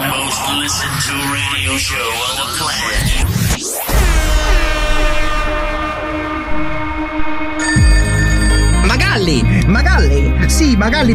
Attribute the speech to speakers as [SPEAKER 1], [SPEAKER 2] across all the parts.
[SPEAKER 1] Listen to radio show on the planet.
[SPEAKER 2] Magalli!
[SPEAKER 3] Eh. Magalli! Sì, Magalli,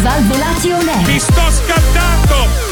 [SPEAKER 4] Svalvolati on air.
[SPEAKER 5] Mi sto scattando!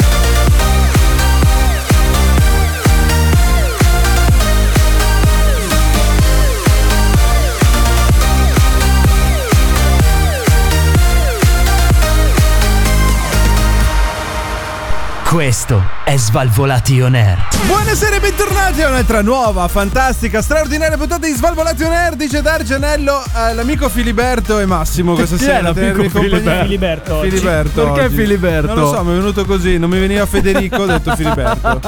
[SPEAKER 6] Questo è Svalvolati On Air.
[SPEAKER 7] Buonasera e bentornati a un'altra nuova, fantastica, straordinaria puntata di Svalvolati On Air Dice Dargianello, l'amico Filiberto e Massimo questa sera
[SPEAKER 8] l'amico
[SPEAKER 7] Tenervi compagnia.
[SPEAKER 8] Filiberto?
[SPEAKER 9] Filiberto oggi.
[SPEAKER 7] Filiberto
[SPEAKER 8] Perché
[SPEAKER 7] oggi.
[SPEAKER 8] Filiberto?
[SPEAKER 7] Non lo so, mi è venuto così, non mi veniva Federico, ho detto Filiberto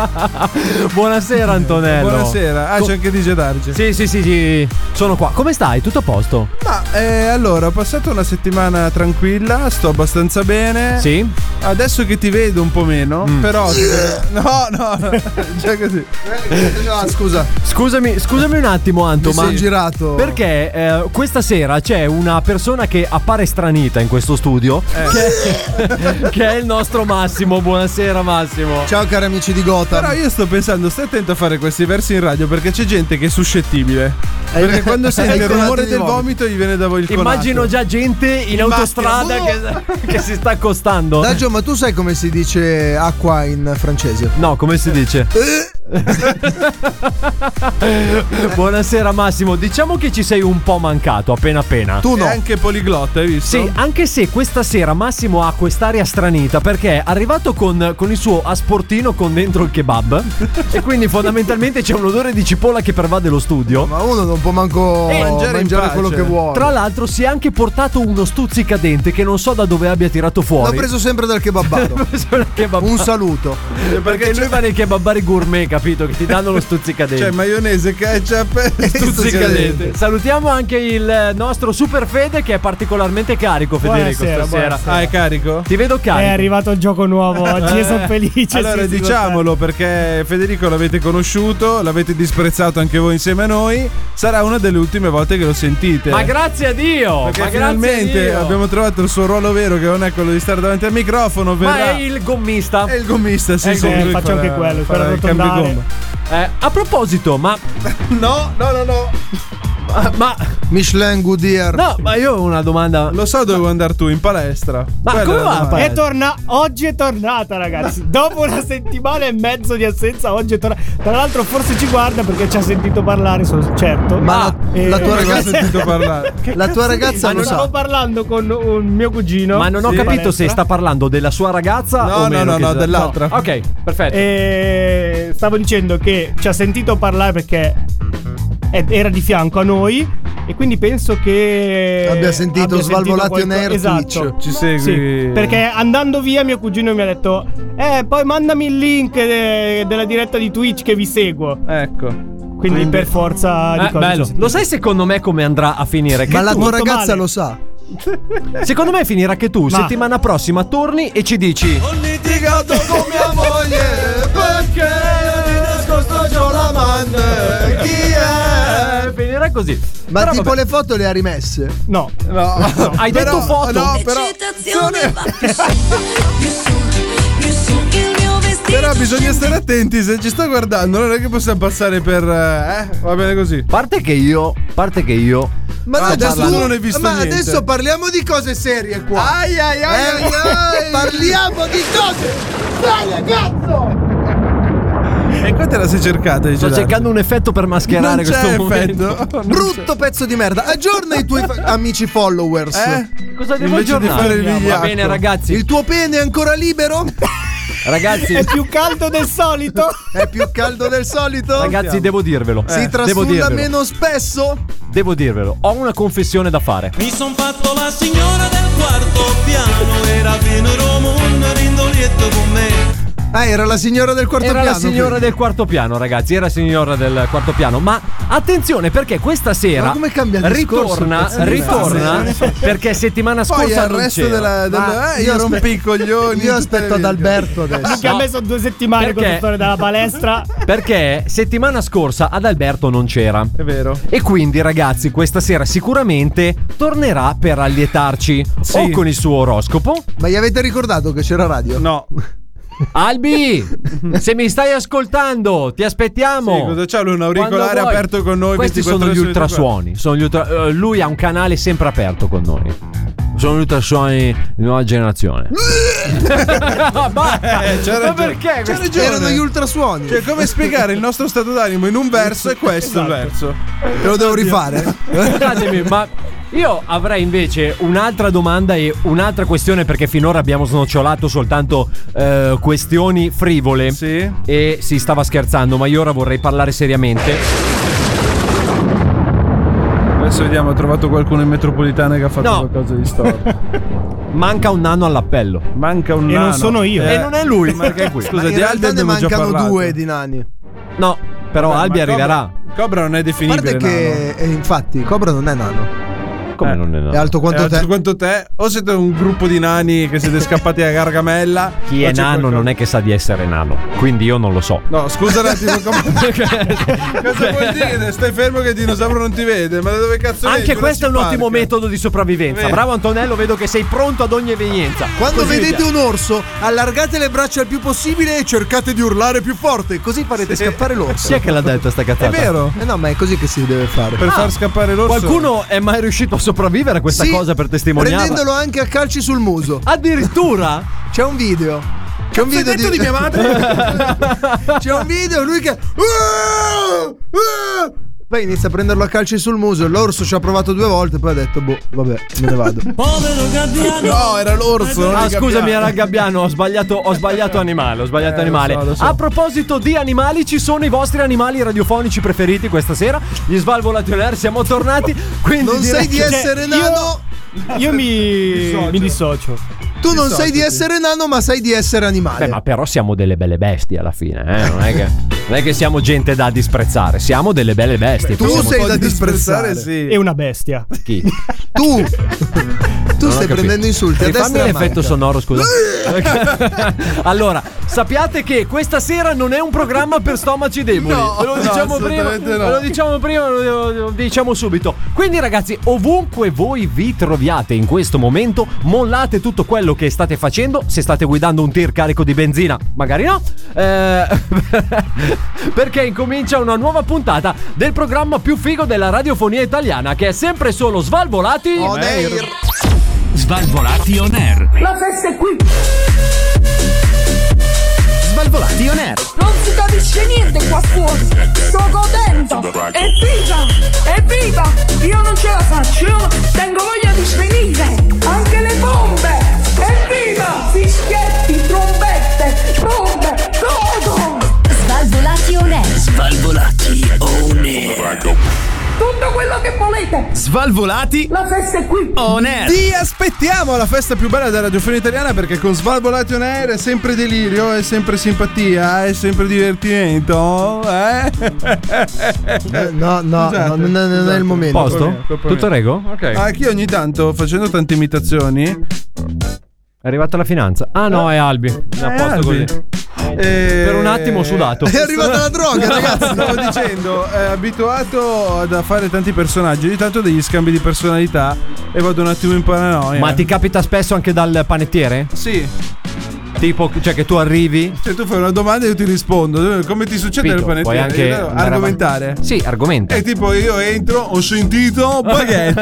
[SPEAKER 8] Buonasera Antonello.
[SPEAKER 7] Buonasera, ah
[SPEAKER 8] Eh, Co-
[SPEAKER 7] c'è anche Dice Darge
[SPEAKER 8] Sì, sì, sì, sì, sono qua. Come stai? Tutto a posto?
[SPEAKER 7] Ma eh, allora, ho passato una settimana tranquilla, sto abbastanza bene
[SPEAKER 8] Sì. Mm.
[SPEAKER 7] Adesso che ti vedo un po' meno, però... No, no, no, già così No, scusa,
[SPEAKER 8] Scusami, scusami un attimo Anto,
[SPEAKER 7] mi
[SPEAKER 8] ma
[SPEAKER 7] sono girato
[SPEAKER 8] perché eh, questa sera c'è una persona che appare stranita in questo studio,
[SPEAKER 7] Eh.
[SPEAKER 8] che, che è il nostro Massimo. Buonasera Massimo.
[SPEAKER 3] Ciao cari amici di Gotham.
[SPEAKER 7] Però io sto pensando, stai attento a fare questi versi in radio perché c'è gente che è suscettibile.
[SPEAKER 3] Eh,
[SPEAKER 7] Perché quando sente il
[SPEAKER 3] colate
[SPEAKER 7] rumore
[SPEAKER 3] ecco, di
[SPEAKER 7] del
[SPEAKER 3] vomito.
[SPEAKER 7] vomito gli viene da voi il
[SPEAKER 8] Immagino
[SPEAKER 7] conato.
[SPEAKER 8] già gente in autostrada
[SPEAKER 3] macchina.
[SPEAKER 7] Oh.
[SPEAKER 8] che, che si sta accostando.
[SPEAKER 3] Daggio, ma tu sai come si dice acqua in francese?
[SPEAKER 8] No, come si dice? Buonasera Massimo, diciamo che ci sei un po' mancato appena appena.
[SPEAKER 7] Tu no. È anche poliglotta, hai visto?
[SPEAKER 8] Sì, anche se questa sera Massimo ha quest'aria stranita perché è arrivato con, con il suo asportino con dentro il kebab e quindi fondamentalmente c'è un odore di cipolla che pervade lo studio.
[SPEAKER 3] Ma uno non può manco
[SPEAKER 8] Eh,
[SPEAKER 3] mangiare,
[SPEAKER 7] mangiare in pace.
[SPEAKER 3] quello che vuole.
[SPEAKER 8] Tra l'altro si è anche portato uno stuzzicadente che non so da dove abbia tirato
[SPEAKER 3] L'ho
[SPEAKER 8] fuori.
[SPEAKER 3] preso sempre dal kebabbaro.
[SPEAKER 8] Solo il kebab-
[SPEAKER 3] Un saluto.
[SPEAKER 8] perché, lui va nei kebabari gourmet, capito? Che ti danno lo stuzzicadente.
[SPEAKER 7] Cioè, maionese, ketchup e stuzzicadente.
[SPEAKER 8] Salutiamo anche il nostro super Fede che è particolarmente carico Federico
[SPEAKER 9] Buonasera,
[SPEAKER 8] stasera.
[SPEAKER 9] buonasera. Eh,
[SPEAKER 7] Ah, è carico?
[SPEAKER 8] Ti vedo
[SPEAKER 9] È
[SPEAKER 8] carico.
[SPEAKER 9] arrivato il gioco nuovo oggi e sono felice.
[SPEAKER 7] Allora
[SPEAKER 9] sì, sì,
[SPEAKER 7] diciamolo perché Federico l'avete conosciuto, l'avete disprezzato anche voi insieme a noi, sarà una delle ultime volte che lo sentite.
[SPEAKER 8] ma grazie a Dio!
[SPEAKER 7] perché
[SPEAKER 8] ma grazie a
[SPEAKER 7] finalmente
[SPEAKER 8] Dio.
[SPEAKER 7] abbiamo trovato il suo ruolo vero che non è quello di stare davanti al microfono,
[SPEAKER 8] Ma
[SPEAKER 7] verrà-
[SPEAKER 8] è il gommista.
[SPEAKER 7] È il gommista, sì,
[SPEAKER 9] Eh,
[SPEAKER 7] sì,
[SPEAKER 9] eh,
[SPEAKER 7] lui
[SPEAKER 9] faccio
[SPEAKER 7] farà-
[SPEAKER 9] anche quello,
[SPEAKER 7] farà
[SPEAKER 9] per
[SPEAKER 7] il cambio
[SPEAKER 9] arrotondare.
[SPEAKER 7] gomma.
[SPEAKER 8] Eh, a proposito, ma.
[SPEAKER 7] No, no, no, no.
[SPEAKER 8] ma- Ma.
[SPEAKER 3] Michelin Goodyear.
[SPEAKER 8] No, ma io ho una domanda.
[SPEAKER 7] Lo so dove vuoi andare tu, in palestra.
[SPEAKER 8] Ma
[SPEAKER 7] Quella è
[SPEAKER 8] come
[SPEAKER 7] la
[SPEAKER 8] va la
[SPEAKER 7] domanda.
[SPEAKER 8] palestra?
[SPEAKER 9] È torna- oggi è tornata, ragazzi. Dopo una settimana e mezzo di assenza, oggi è tornata. Tra l'altro, forse ci guarda perché ci ha sentito parlare, sono certo.
[SPEAKER 3] Ma la-
[SPEAKER 9] eh,
[SPEAKER 3] la tua
[SPEAKER 7] Non
[SPEAKER 3] ragazza-
[SPEAKER 7] ho sentito parlare.
[SPEAKER 3] La tua ragazza
[SPEAKER 9] Stavo
[SPEAKER 3] lo sa.
[SPEAKER 9] parlando con un mio cugino.
[SPEAKER 8] Ma non ho
[SPEAKER 9] Sì.
[SPEAKER 8] capito se
[SPEAKER 9] Palestra.
[SPEAKER 8] sta parlando della sua ragazza
[SPEAKER 7] No,
[SPEAKER 8] o
[SPEAKER 7] no,
[SPEAKER 8] meno
[SPEAKER 7] no,
[SPEAKER 8] che-
[SPEAKER 7] no, dell'altra.
[SPEAKER 8] Ok, perfetto.
[SPEAKER 9] Eh, E stavo dicendo che ci ha sentito parlare perché è- era di fianco a noi. E quindi penso che.
[SPEAKER 3] Abbia sentito Svalvolati on air
[SPEAKER 9] Esatto.
[SPEAKER 3] Twitch.
[SPEAKER 7] Ci segui?
[SPEAKER 9] Sì, perché andando via mio cugino mi ha detto Eh, poi mandami il link eh, della diretta di Twitch che vi seguo
[SPEAKER 7] Ecco.
[SPEAKER 9] Quindi per forza di
[SPEAKER 8] Eh,
[SPEAKER 9] cose
[SPEAKER 8] bello.
[SPEAKER 9] ci
[SPEAKER 8] Lo
[SPEAKER 9] sentiamo.
[SPEAKER 8] sai secondo me come andrà a finire? Che
[SPEAKER 3] Ma la
[SPEAKER 8] tu-
[SPEAKER 3] tua
[SPEAKER 9] molto
[SPEAKER 3] ragazza
[SPEAKER 9] male.
[SPEAKER 3] lo sa.
[SPEAKER 8] Secondo me finirà che tu
[SPEAKER 9] Ma-
[SPEAKER 8] settimana prossima torni e ci dici
[SPEAKER 7] Ho litigato con mia moglie perché io ti nascosto già l'amante. Chi è?
[SPEAKER 8] Eh, finirà così.
[SPEAKER 3] Ma
[SPEAKER 8] Però
[SPEAKER 3] tipo
[SPEAKER 8] vabbè.
[SPEAKER 3] le foto le ha rimesse.
[SPEAKER 9] No
[SPEAKER 7] No.
[SPEAKER 8] Hai
[SPEAKER 7] Però-
[SPEAKER 8] detto foto.
[SPEAKER 7] No, però Però bisogna stare attenti, se ci sta guardando non è che possiamo passare per... Eh, va bene così.
[SPEAKER 8] Parte che io, parte che io.
[SPEAKER 3] Ma
[SPEAKER 7] Ah, adesso
[SPEAKER 3] tu-
[SPEAKER 7] tu non hai visto
[SPEAKER 3] Ma
[SPEAKER 7] niente.
[SPEAKER 3] adesso parliamo di cose serie qua.
[SPEAKER 7] Ai ai
[SPEAKER 3] Eh, parliamo di cose. Dai, ragazzo!
[SPEAKER 7] E qua te la sei cercata,
[SPEAKER 8] Sto cercando un effetto per mascherare
[SPEAKER 7] Non
[SPEAKER 8] questo
[SPEAKER 7] c'è
[SPEAKER 8] momento.
[SPEAKER 7] effetto.
[SPEAKER 3] Brutto pezzo di merda. Aggiorna i tuoi fa- amici followers.
[SPEAKER 7] Eh?
[SPEAKER 8] Cosa devo
[SPEAKER 7] Invece di
[SPEAKER 8] aggiornare?
[SPEAKER 7] fare il
[SPEAKER 8] Va
[SPEAKER 7] vigliacco.
[SPEAKER 8] bene, ragazzi.
[SPEAKER 3] Il tuo pene è ancora libero?
[SPEAKER 8] Ragazzi,
[SPEAKER 10] È più caldo del solito.
[SPEAKER 3] È più caldo del solito?
[SPEAKER 8] ragazzi, devo dirvelo.
[SPEAKER 3] Si
[SPEAKER 8] Eh, devo
[SPEAKER 3] trasuda
[SPEAKER 8] dirvelo.
[SPEAKER 3] meno spesso?
[SPEAKER 8] Devo dirvelo, ho una confessione da fare.
[SPEAKER 1] Mi son fatto la signora del quarto piano, era venero un rindolietto con me.
[SPEAKER 3] Ah, era la signora del quarto
[SPEAKER 8] Era
[SPEAKER 3] piano.
[SPEAKER 8] la signora del quarto piano, ragazzi. Era signora del quarto piano. Ma attenzione perché questa sera
[SPEAKER 3] Ma come cambia il discorso,
[SPEAKER 8] ritorna,
[SPEAKER 3] pezzo di eh.
[SPEAKER 8] ritorna perché settimana
[SPEAKER 7] Poi
[SPEAKER 8] scorsa
[SPEAKER 7] al
[SPEAKER 8] non
[SPEAKER 7] resto
[SPEAKER 8] c'era.
[SPEAKER 7] della. del-
[SPEAKER 3] Ma
[SPEAKER 7] eh, io
[SPEAKER 3] io
[SPEAKER 7] rompi
[SPEAKER 3] aspe-
[SPEAKER 7] i coglioni.
[SPEAKER 3] Io aspetto ad Alberto adesso.
[SPEAKER 10] Che
[SPEAKER 8] No.
[SPEAKER 10] ha messo due settimane con
[SPEAKER 8] Perché?
[SPEAKER 10] la storia della palestra.
[SPEAKER 8] Perché settimana scorsa ad Alberto non c'era.
[SPEAKER 7] È vero.
[SPEAKER 8] E quindi, ragazzi, questa sera sicuramente tornerà per allietarci. O con il suo oroscopo.
[SPEAKER 3] Ma gli avete ricordato che c'era radio?
[SPEAKER 7] No.
[SPEAKER 8] Albi, se mi stai ascoltando, ti aspettiamo.
[SPEAKER 7] Sì, cosa c'è? Lui un
[SPEAKER 8] Quando
[SPEAKER 7] auricolare
[SPEAKER 8] vuoi.
[SPEAKER 7] aperto con noi
[SPEAKER 8] Questi
[SPEAKER 7] 24
[SPEAKER 8] sono
[SPEAKER 7] ore
[SPEAKER 8] gli
[SPEAKER 7] su 24.
[SPEAKER 8] ultrasuoni. sono gli ultra- eh, lui ha un canale sempre aperto con noi. Sono gli ultrasuoni di nuova generazione. Ma basta.
[SPEAKER 7] c'ha
[SPEAKER 8] Ma
[SPEAKER 7] ragione.
[SPEAKER 8] perché?
[SPEAKER 7] C'ha
[SPEAKER 8] questo-
[SPEAKER 7] ragione.
[SPEAKER 3] Erano gli ultrasuoni.
[SPEAKER 7] Cioè, come spiegare il nostro stato d'animo in un verso e questo il verso?
[SPEAKER 3] Te lo devo
[SPEAKER 7] eh.
[SPEAKER 3] rifare.
[SPEAKER 8] Scusatemi, ma io avrei invece un'altra domanda e un'altra questione perché finora abbiamo snocciolato soltanto eh, questioni frivole.
[SPEAKER 7] Sì.
[SPEAKER 8] E si stava scherzando, ma io ora vorrei parlare seriamente.
[SPEAKER 7] Adesso vediamo, ho trovato qualcuno in metropolitana che ha fatto
[SPEAKER 8] No.
[SPEAKER 7] qualcosa di storto.
[SPEAKER 8] Manca un nano all'appello.
[SPEAKER 7] Manca un
[SPEAKER 10] E
[SPEAKER 7] nano.
[SPEAKER 10] non sono io.
[SPEAKER 8] E non è lui, ma che è qui.
[SPEAKER 7] Scusa,
[SPEAKER 3] In
[SPEAKER 7] di altri
[SPEAKER 3] realtà ne
[SPEAKER 7] abbiamo già
[SPEAKER 3] mancano
[SPEAKER 7] parlato. Eh,
[SPEAKER 3] due di nani.
[SPEAKER 8] No, però
[SPEAKER 7] Ma
[SPEAKER 8] Albi
[SPEAKER 7] Cobra-
[SPEAKER 8] arriverà.
[SPEAKER 7] Cobra non è
[SPEAKER 3] A
[SPEAKER 7] definibile.
[SPEAKER 3] parte che, eh, infatti, Cobra non è nano.
[SPEAKER 8] Come non è
[SPEAKER 3] È
[SPEAKER 8] nano?
[SPEAKER 3] alto
[SPEAKER 7] Quanto,
[SPEAKER 3] quanto te.
[SPEAKER 7] Eh, quanto te? O siete un gruppo di nani che siete scappati a Gargamella?
[SPEAKER 8] Chi è nano non è che sa di essere nano, quindi io non lo so.
[SPEAKER 7] No, scusa un attimo, come- cosa vuol dire? Stai fermo che il dinosauro non ti vede, ma da dove cazzo vedi?
[SPEAKER 8] Anche
[SPEAKER 7] Jurassic
[SPEAKER 8] questo è un
[SPEAKER 7] Park?
[SPEAKER 8] ottimo metodo di sopravvivenza.
[SPEAKER 7] Vero.
[SPEAKER 8] Bravo Antonello, vedo che sei pronto ad ogni evenienza.
[SPEAKER 3] Quando
[SPEAKER 8] Così
[SPEAKER 3] vedete
[SPEAKER 8] via.
[SPEAKER 3] un orso, allargate le braccia il più possibile e cercate di urlare più forte, così farete scappare l'orso.
[SPEAKER 8] Chi è che l'ha detto sta cazzata? Ah,
[SPEAKER 3] È vero? Eh no, ma è così che si deve fare.
[SPEAKER 7] Per far scappare l'orso.
[SPEAKER 8] Qualcuno è mai riuscito a sopravvivere a questa
[SPEAKER 3] Sì,
[SPEAKER 8] cosa per testimoniarla?
[SPEAKER 3] Prendendolo anche a calci sul muso.
[SPEAKER 8] Addirittura?
[SPEAKER 3] C'è un video. C'è un video di... mia madre. C'è un video, lui che. Poi inizia a prenderlo a calci sul muso. L'orso ci ha provato due volte, poi ha detto: Boh, vabbè, me ne vado.
[SPEAKER 7] No, era l'orso. non
[SPEAKER 8] Ah,
[SPEAKER 7] il
[SPEAKER 8] scusami,
[SPEAKER 7] gabbiano.
[SPEAKER 8] era Gabbiano. Ho sbagliato, ho sbagliato animale. Ho sbagliato
[SPEAKER 7] Eh, lo
[SPEAKER 8] animale.
[SPEAKER 7] so, lo so.
[SPEAKER 8] A proposito di animali, ci sono i vostri animali radiofonici preferiti questa sera. Gli svalvolati on air, siamo tornati. Quindi
[SPEAKER 3] Non
[SPEAKER 8] direi
[SPEAKER 3] sai di
[SPEAKER 8] che-
[SPEAKER 3] essere
[SPEAKER 9] Cioè,
[SPEAKER 3] nano.
[SPEAKER 10] Io mi, mi dissocio.
[SPEAKER 3] Tu non sai di essere nano, ma sai di essere animale.
[SPEAKER 8] Beh, ma però siamo delle belle bestie alla fine, eh? Non è che, non è che siamo gente da disprezzare, siamo delle belle bestie.
[SPEAKER 3] tu
[SPEAKER 8] Siamo
[SPEAKER 3] sei da
[SPEAKER 7] Disprezzare,
[SPEAKER 3] disprezzare.
[SPEAKER 7] sì.
[SPEAKER 10] È una bestia.
[SPEAKER 8] tutti-
[SPEAKER 3] Tu, tu stai
[SPEAKER 8] capito.
[SPEAKER 3] prendendo insulti. A
[SPEAKER 8] Rifammi
[SPEAKER 3] destra e a manca.
[SPEAKER 8] l'effetto sonoro, scusa. allora, sappiate che questa sera non è un programma per stomaci deboli. ve, lo
[SPEAKER 7] no,
[SPEAKER 8] diciamo prima,
[SPEAKER 7] assolutamente no.
[SPEAKER 8] ve lo diciamo prima, lo- lo diciamo subito. Quindi, ragazzi, ovunque voi vi troviate in questo momento, mollate tutto quello che state facendo. Se state guidando un tir carico di benzina, magari no. eh, perché incomincia una nuova puntata del programma più figo della radiofonia italiana, che è sempre solo Svalvolati.
[SPEAKER 3] Oh, dai.
[SPEAKER 6] Svalvolati on air.
[SPEAKER 2] La festa è qui!
[SPEAKER 8] Svalvolati on air.
[SPEAKER 2] Non si capisce niente qua fuori! Sto godendo! Evviva! Evviva! Io non ce la faccio! Io tengo voglia di svenire! Anche le bombe! Evviva! Fischietti, trombette, bombe! Godo!
[SPEAKER 11] Svalvolati on air.
[SPEAKER 1] Svalvolati on air.
[SPEAKER 2] Tutto quello che volete!
[SPEAKER 6] Svalvolati
[SPEAKER 2] La festa è qui!
[SPEAKER 6] on air.
[SPEAKER 7] Ti aspettiamo alla festa più bella della radiofonia italiana perché con Svalvolati on Air è sempre delirio, è sempre simpatia, è sempre divertimento. Eh?
[SPEAKER 3] Eh, No, no, no,
[SPEAKER 7] Scusate,
[SPEAKER 3] non è- non è
[SPEAKER 7] scusate.
[SPEAKER 3] il momento.
[SPEAKER 7] Colpa
[SPEAKER 8] Posto?
[SPEAKER 7] mia, colpa
[SPEAKER 8] Tutto
[SPEAKER 7] mia.
[SPEAKER 8] rego? Ok.
[SPEAKER 7] Anche io ogni tanto facendo tante imitazioni.
[SPEAKER 8] È arrivata la finanza. Ah no, è Albi. a
[SPEAKER 7] eh,
[SPEAKER 8] posto
[SPEAKER 7] Albi.
[SPEAKER 8] così.
[SPEAKER 7] Eh,
[SPEAKER 8] Per un attimo ho sudato.
[SPEAKER 3] È arrivata la droga, ragazzi.
[SPEAKER 7] Stavo dicendo, è abituato ad- a fare tanti personaggi, ogni tanto degli scambi di personalità e vado un attimo in paranoia.
[SPEAKER 8] Ma ti capita spesso anche dal panettiere?
[SPEAKER 7] Sì,
[SPEAKER 8] Tipo, cioè che tu arrivi.
[SPEAKER 7] cioè tu fai una domanda e io ti rispondo. Come ti succede
[SPEAKER 8] capito,
[SPEAKER 7] il panettiere?
[SPEAKER 8] puoi anche
[SPEAKER 7] Io devo
[SPEAKER 8] andare
[SPEAKER 7] argomentare. Eh,
[SPEAKER 8] avanti. Sì, argomenta.
[SPEAKER 7] E tipo io entro, ho sentito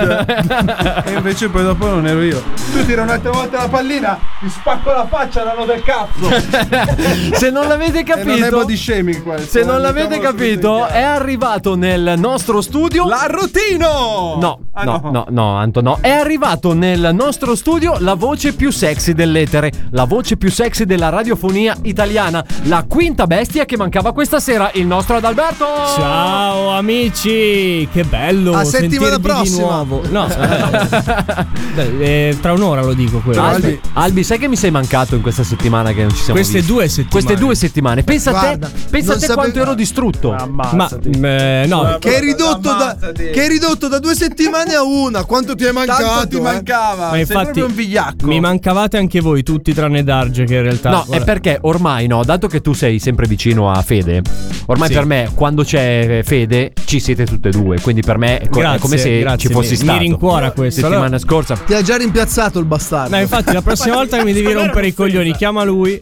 [SPEAKER 7] baguette. e invece poi dopo non ero io. Tu tira un'altra volta la pallina, ti spacco la faccia, l'anno del cazzo.
[SPEAKER 8] Se non l'avete
[SPEAKER 7] E eh, non è
[SPEAKER 8] capito.
[SPEAKER 7] body shaming questo.
[SPEAKER 8] se non
[SPEAKER 7] eh,
[SPEAKER 8] l'avete
[SPEAKER 7] diciamolo subito in
[SPEAKER 8] capito,
[SPEAKER 7] chiaro.
[SPEAKER 8] è arrivato nel nostro studio.
[SPEAKER 7] La Rotino! Ah,
[SPEAKER 8] No, no, no, no, Anto, no. È arrivato nel nostro studio la voce più sexy dell'etere, la voce più sexy della radiofonia italiana, la quinta bestia che mancava questa sera, il nostro Adalberto.
[SPEAKER 9] Ciao amici, che bello.
[SPEAKER 8] A settimana
[SPEAKER 9] sentirvi
[SPEAKER 8] prossima.
[SPEAKER 9] Di nuovo. No, eh, beh, eh, tra un'ora lo dico quello.
[SPEAKER 8] Albi, Albi, sai che mi sei mancato in questa settimana che non ci siamo
[SPEAKER 9] Queste
[SPEAKER 8] visti?
[SPEAKER 9] due settimane.
[SPEAKER 8] Queste due settimane. Pensa
[SPEAKER 9] Guarda,
[SPEAKER 8] a te, pensa a
[SPEAKER 9] non
[SPEAKER 8] te quanto ero distrutto.
[SPEAKER 9] Ma eh, no,
[SPEAKER 3] Che è, ridotto da,
[SPEAKER 7] Ammazzati.
[SPEAKER 3] che è ridotto da due settimane a una. Quanto ti è mancato?
[SPEAKER 7] Tanto ti
[SPEAKER 3] eh?
[SPEAKER 7] mancava.
[SPEAKER 9] Ma
[SPEAKER 7] sei
[SPEAKER 9] infatti-
[SPEAKER 7] proprio un vigliacco.
[SPEAKER 9] mi mancavate anche voi tutti tranne Darge che in realtà
[SPEAKER 8] No,
[SPEAKER 9] guarda-
[SPEAKER 8] è perché ormai no, dato che tu sei sempre vicino a Fede, ormai
[SPEAKER 9] Sì.
[SPEAKER 8] per me quando c'è Fede ci siete tutte e due, quindi per me è co-
[SPEAKER 9] Grazie,
[SPEAKER 8] è come se
[SPEAKER 9] grazie,
[SPEAKER 8] ci fossi
[SPEAKER 9] mi- mi
[SPEAKER 8] stato.
[SPEAKER 9] rincuora questo.
[SPEAKER 8] Settimana
[SPEAKER 9] Allora-
[SPEAKER 8] scorsa.
[SPEAKER 3] Ti ha già rimpiazzato il bastardo.
[SPEAKER 9] No, infatti la prossima volta che mi devi rompere i coglioni chiama lui.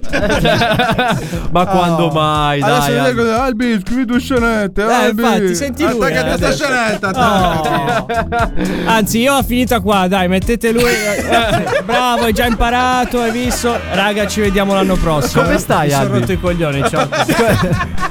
[SPEAKER 8] Ma quando mai,
[SPEAKER 7] Adesso
[SPEAKER 8] dai.
[SPEAKER 7] vedete cosa- Albi, scrivi due scenette.
[SPEAKER 9] Eh,
[SPEAKER 7] Albi.
[SPEAKER 9] infatti, senti lui,
[SPEAKER 7] Attaccati
[SPEAKER 9] eh,
[SPEAKER 7] a sta
[SPEAKER 9] adesso.
[SPEAKER 7] scenetta.
[SPEAKER 9] No. Anzi, io ho finita qua, dai, mettete lui. Eh, Bravo, hai già imparato, hai visto. Raga, ci vediamo l'anno prossimo. eh.
[SPEAKER 8] Come stai,
[SPEAKER 9] Mi sono
[SPEAKER 8] Albi?
[SPEAKER 9] rotto i coglioni, ciao.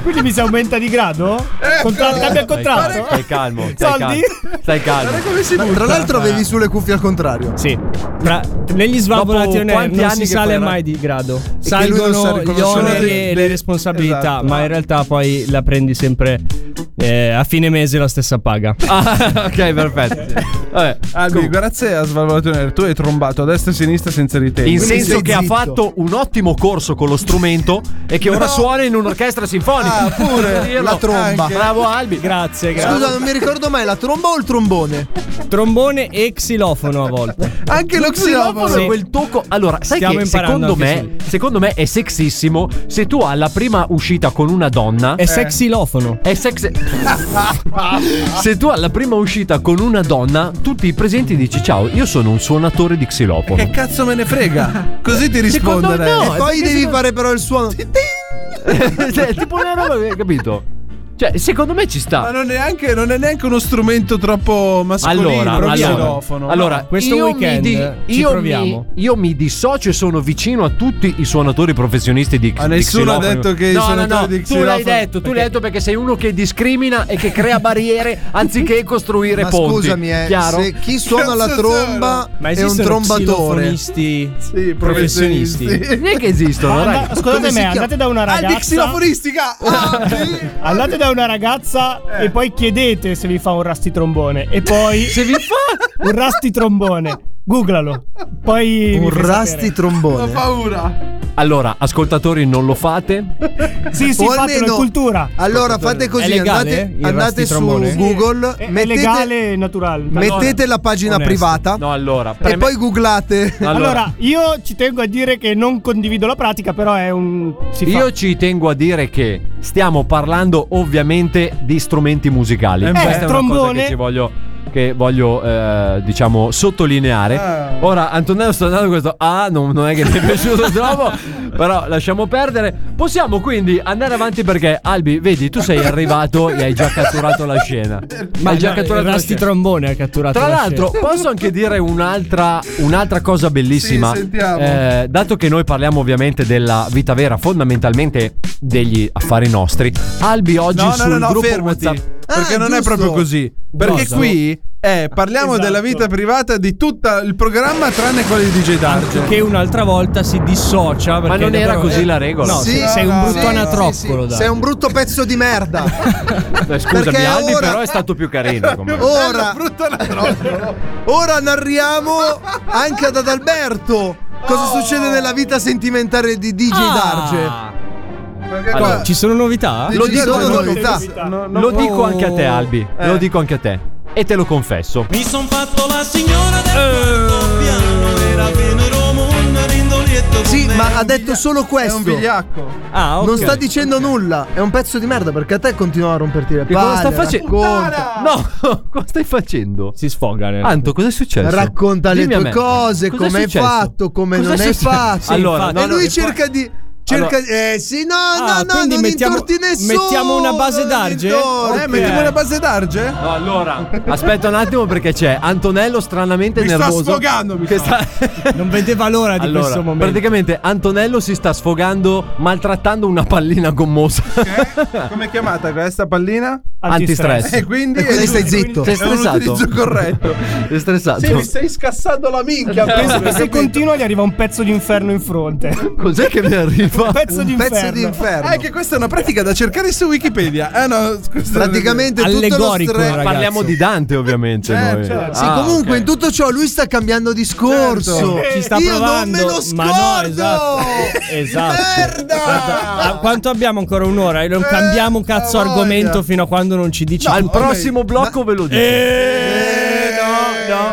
[SPEAKER 9] Quindi mi si aumenta di grado?
[SPEAKER 3] Eh,
[SPEAKER 9] Contratto, cambia il contratto?
[SPEAKER 8] Stai calmo, stai
[SPEAKER 9] Soldi?
[SPEAKER 8] calmo. Stai calmo.
[SPEAKER 3] Ma tra l'altro avevi sulle cuffie al contrario.
[SPEAKER 9] Sì. Tra- negli svalvolati
[SPEAKER 8] Dopo
[SPEAKER 9] on air
[SPEAKER 8] quanti
[SPEAKER 9] non
[SPEAKER 8] anni
[SPEAKER 9] si
[SPEAKER 8] che
[SPEAKER 9] sale
[SPEAKER 8] fai la-
[SPEAKER 9] mai di grado.
[SPEAKER 3] lui non sa
[SPEAKER 9] Salgono gli
[SPEAKER 3] riconoscere
[SPEAKER 9] oneri
[SPEAKER 3] le-
[SPEAKER 9] e le responsabilità,
[SPEAKER 7] Esatto.
[SPEAKER 9] ma in realtà poi la prendi sempre eh, a fine mese la stessa paga.
[SPEAKER 8] Ah, ok, perfetto. Vabbè,
[SPEAKER 7] Albi, grazie a Svalvolato Nero. Tu hai trombato a destra e a sinistra senza ritenere.
[SPEAKER 8] In
[SPEAKER 3] Quindi
[SPEAKER 8] senso
[SPEAKER 3] sei
[SPEAKER 8] che ha
[SPEAKER 3] zitto.
[SPEAKER 8] fatto un ottimo corso con lo strumento e che ora suona in un'orchestra sinfonica.
[SPEAKER 3] Ah, pure,
[SPEAKER 8] Posso dirlo?
[SPEAKER 3] la tromba.
[SPEAKER 8] Anche. Bravo Albi.
[SPEAKER 9] Grazie, grazie.
[SPEAKER 3] Scusa, non mi ricordo mai la tromba o il trombone?
[SPEAKER 9] Trombone e xilofono a volte.
[SPEAKER 3] Anche lo
[SPEAKER 8] Xilofono
[SPEAKER 3] xilofono.
[SPEAKER 8] è quel tocco. Allora, sai
[SPEAKER 9] Stiamo
[SPEAKER 8] che
[SPEAKER 9] imparando
[SPEAKER 8] secondo
[SPEAKER 9] anche
[SPEAKER 8] me, secondo me è sexissimo se tu alla prima uscita con una donna
[SPEAKER 3] Eh.
[SPEAKER 9] È sexilofono.
[SPEAKER 8] È sex. Se tu alla prima uscita con una donna, tutti i presenti dici ciao, io sono un suonatore di xilofono.
[SPEAKER 7] Che cazzo me ne frega? Così ti
[SPEAKER 8] Secondo
[SPEAKER 7] rispondo.
[SPEAKER 8] no,
[SPEAKER 3] E poi
[SPEAKER 8] perché
[SPEAKER 3] devi
[SPEAKER 8] se-
[SPEAKER 3] fare però il suono.
[SPEAKER 8] Cioè, tipo una roba, che- capito? Cioè, secondo me ci
[SPEAKER 7] Ma
[SPEAKER 8] sta.
[SPEAKER 7] non è, anche, non è neanche uno strumento troppo mascolino.
[SPEAKER 8] Allora,
[SPEAKER 7] proprio
[SPEAKER 8] allora,
[SPEAKER 7] xylofono.
[SPEAKER 8] allora,
[SPEAKER 9] Questo
[SPEAKER 8] io
[SPEAKER 9] weekend
[SPEAKER 8] mi
[SPEAKER 9] ci
[SPEAKER 8] io
[SPEAKER 9] proviamo.
[SPEAKER 8] Mi, io mi dissocio e sono vicino a tutti i suonatori professionisti di
[SPEAKER 7] Ma nessuno ha detto che i
[SPEAKER 8] no, no, no,
[SPEAKER 7] suonatori di
[SPEAKER 8] Tu l'hai
[SPEAKER 7] xilofono-
[SPEAKER 8] detto, tu l'hai detto perché sei uno che discrimina e che crea barriere anziché costruire
[SPEAKER 3] Ma
[SPEAKER 8] ponti.
[SPEAKER 3] scusami, eh,
[SPEAKER 8] chiaro?
[SPEAKER 3] se chi suona la
[SPEAKER 7] Cazzo
[SPEAKER 3] tromba
[SPEAKER 9] Ma
[SPEAKER 3] è un
[SPEAKER 9] esistono
[SPEAKER 3] trombatore.
[SPEAKER 9] xilofonisti
[SPEAKER 7] Sì,
[SPEAKER 9] professionisti.
[SPEAKER 8] Non è che esistono, dai.
[SPEAKER 3] Ecco, Come
[SPEAKER 9] Scusate
[SPEAKER 3] si
[SPEAKER 9] me,
[SPEAKER 3] chiama? Ah,
[SPEAKER 9] andate da una
[SPEAKER 3] Albi
[SPEAKER 9] ragazza.
[SPEAKER 3] xilofonistica! Ah, sì.
[SPEAKER 9] Andate da una ragazza
[SPEAKER 3] Eh.
[SPEAKER 9] e poi chiedete se vi fa un rasti trombone. E poi.
[SPEAKER 8] Se vi fa
[SPEAKER 9] un rasti trombone. Googlalo. Poi.
[SPEAKER 3] Un
[SPEAKER 9] mi fai
[SPEAKER 3] rasti
[SPEAKER 9] sapere.
[SPEAKER 7] Ho
[SPEAKER 3] trombone.
[SPEAKER 7] paura.
[SPEAKER 8] Allora, ascoltatori, non lo fate?
[SPEAKER 9] Sì, sì,
[SPEAKER 3] O
[SPEAKER 9] fatelo, è
[SPEAKER 3] almeno-
[SPEAKER 9] cultura.
[SPEAKER 3] Allora fate così,
[SPEAKER 9] È legale,
[SPEAKER 3] andate,
[SPEAKER 9] il
[SPEAKER 3] andate
[SPEAKER 9] rasti
[SPEAKER 3] su
[SPEAKER 9] trombone?
[SPEAKER 3] Google,
[SPEAKER 9] È, è
[SPEAKER 3] mettete,
[SPEAKER 9] legale e naturale.
[SPEAKER 3] mettete la pagina
[SPEAKER 9] Onesto.
[SPEAKER 3] privata
[SPEAKER 8] No, allora.
[SPEAKER 3] e poi googlate.
[SPEAKER 7] Eh,
[SPEAKER 9] Allora, io ci tengo a dire che non condivido la pratica, però è un. Si fa.
[SPEAKER 8] Io ci tengo a dire che stiamo parlando ovviamente di strumenti musicali.
[SPEAKER 7] Eh,
[SPEAKER 8] Questa è una cosa
[SPEAKER 9] trombone.
[SPEAKER 8] che ci voglio che voglio eh, diciamo sottolineare.
[SPEAKER 7] Ah.
[SPEAKER 8] Ora Antonello sta dando questo ah non, non è che ti è piaciuto troppo, però lasciamo perdere. Possiamo quindi andare avanti perché Albi, vedi, tu sei arrivato e hai già catturato la scena. Ma hai già catturato la
[SPEAKER 9] Eh, Rasti
[SPEAKER 8] scena.
[SPEAKER 9] trombone ha catturato.
[SPEAKER 8] Tra
[SPEAKER 9] la
[SPEAKER 8] l'altro, posso anche dire un'altra, un'altra cosa bellissima.
[SPEAKER 7] Sì, sentiamo.
[SPEAKER 8] Eh, dato che noi parliamo ovviamente della vita vera, fondamentalmente degli affari nostri. Albi oggi
[SPEAKER 7] No, no,
[SPEAKER 8] sul
[SPEAKER 7] no, no,
[SPEAKER 8] gruppo
[SPEAKER 7] fermati.
[SPEAKER 8] WhatsApp.
[SPEAKER 7] Perché
[SPEAKER 3] Ah,
[SPEAKER 7] non è
[SPEAKER 3] giusto.
[SPEAKER 7] proprio così. Perché
[SPEAKER 9] Cosa?
[SPEAKER 7] qui eh, parliamo
[SPEAKER 9] Esatto.
[SPEAKER 7] della vita privata di tutto il programma tranne quello di DJ Darge.
[SPEAKER 9] Che un'altra volta si dissocia.
[SPEAKER 8] Ma non era così la regola.
[SPEAKER 9] No,
[SPEAKER 3] eh, Sì,
[SPEAKER 9] sei un
[SPEAKER 7] no,
[SPEAKER 9] brutto
[SPEAKER 7] sì,
[SPEAKER 9] anatroccolo. dai.
[SPEAKER 3] Sei un brutto pezzo di merda.
[SPEAKER 8] Eh, Scusami,
[SPEAKER 3] perché
[SPEAKER 8] Albi,
[SPEAKER 3] ora- Oh,
[SPEAKER 8] però è stato più carino. con me.
[SPEAKER 3] Ora,
[SPEAKER 7] brutto anatroccolo.
[SPEAKER 3] ora narriamo anche ad Adalberto cosa succede nella vita sentimentale di DJ Darge.
[SPEAKER 7] Perché
[SPEAKER 8] Allora,
[SPEAKER 7] qua-
[SPEAKER 9] Ci sono novità?
[SPEAKER 3] Lo
[SPEAKER 7] dico-
[SPEAKER 3] dicono
[SPEAKER 7] no,
[SPEAKER 3] novità.
[SPEAKER 7] no, no,
[SPEAKER 8] Lo dico anche a te, Albi.
[SPEAKER 7] Eh.
[SPEAKER 8] Lo dico anche a te. E te lo confesso.
[SPEAKER 12] Mi son fatto la signora del quarto piano Era Venero Moon, Rindolietto con
[SPEAKER 3] Sì,
[SPEAKER 12] me.
[SPEAKER 3] ma ha detto solo
[SPEAKER 7] È un
[SPEAKER 3] questo.
[SPEAKER 7] vigliacco.
[SPEAKER 9] Ah, ok.
[SPEAKER 3] Non sta dicendo nulla. È un pezzo di merda perché a te continua a romperti le
[SPEAKER 8] Che cosa
[SPEAKER 3] palle.
[SPEAKER 8] sta facendo?
[SPEAKER 3] Racconta,
[SPEAKER 8] No, cosa stai facendo?
[SPEAKER 9] Si sfoga. nel-
[SPEAKER 8] Anto, cosa è successo?
[SPEAKER 3] racconta le
[SPEAKER 8] Dimmi a
[SPEAKER 3] tue
[SPEAKER 8] me.
[SPEAKER 3] cose,
[SPEAKER 8] Cosa è
[SPEAKER 3] come hai
[SPEAKER 8] successo?
[SPEAKER 3] fatto, come
[SPEAKER 8] Cosa
[SPEAKER 3] non
[SPEAKER 8] è
[SPEAKER 3] hai
[SPEAKER 8] successo?
[SPEAKER 3] fatto.
[SPEAKER 8] Allora,
[SPEAKER 3] e
[SPEAKER 8] no, no,
[SPEAKER 3] lui
[SPEAKER 8] e poi-
[SPEAKER 3] cerca di
[SPEAKER 13] Cerca,
[SPEAKER 14] Allora-
[SPEAKER 13] eh sì, no,
[SPEAKER 14] Ah,
[SPEAKER 13] no, no,
[SPEAKER 14] quindi
[SPEAKER 13] non
[SPEAKER 14] mettiamo-
[SPEAKER 13] intorti nessuno.
[SPEAKER 14] mettiamo una base
[SPEAKER 13] non
[SPEAKER 14] d'arge?
[SPEAKER 13] intorti.
[SPEAKER 14] Eh, mettiamo una
[SPEAKER 13] base d'arge?
[SPEAKER 8] No, allora. Aspetta un attimo perché c'è Antonello stranamente
[SPEAKER 7] Mi sta
[SPEAKER 8] nervoso.
[SPEAKER 7] sfogando, mi
[SPEAKER 8] che
[SPEAKER 7] sta.
[SPEAKER 8] Non vedeva l'ora
[SPEAKER 9] di questo momento.
[SPEAKER 8] Praticamente Antonello si sta sfogando maltrattando una pallina gommosa.
[SPEAKER 7] Eh, Come è chiamata questa pallina?
[SPEAKER 8] Antistress. Ecco.
[SPEAKER 7] E quindi
[SPEAKER 8] E quindi stai zitto.
[SPEAKER 7] È
[SPEAKER 8] Sei
[SPEAKER 7] un
[SPEAKER 8] stressato?
[SPEAKER 7] utilizzo corretto.
[SPEAKER 8] Sei stressato.
[SPEAKER 7] Sì, mi stai scassando la minchia.
[SPEAKER 9] Penso che se
[SPEAKER 7] capito?
[SPEAKER 9] continua gli arriva un pezzo di inferno in fronte.
[SPEAKER 8] Cos'è che mi arriva?
[SPEAKER 9] Un pezzo di inferno.
[SPEAKER 7] Eh, che questa è una pratica da cercare su Wikipedia. Eh, no, scusa.
[SPEAKER 13] Praticamente tutto lo Allegorico, stre- ragazzo.
[SPEAKER 8] Parliamo di Dante, ovviamente. noi.
[SPEAKER 13] Sì,
[SPEAKER 8] Ah,
[SPEAKER 13] comunque
[SPEAKER 8] ok.
[SPEAKER 13] in tutto ciò lui sta cambiando discorso.
[SPEAKER 9] Certo. Ci sta
[SPEAKER 13] Io
[SPEAKER 9] provando,
[SPEAKER 13] non me lo
[SPEAKER 9] ma
[SPEAKER 13] scordo.
[SPEAKER 9] no, esatto. Esatto. Ah, quanto abbiamo ancora un'ora? E Non cambiamo un cazzo argomento fino a quando non ci dici. Eh,
[SPEAKER 8] Al
[SPEAKER 9] tutto.
[SPEAKER 8] prossimo blocco ve lo dico.
[SPEAKER 7] Eh,
[SPEAKER 13] Eh,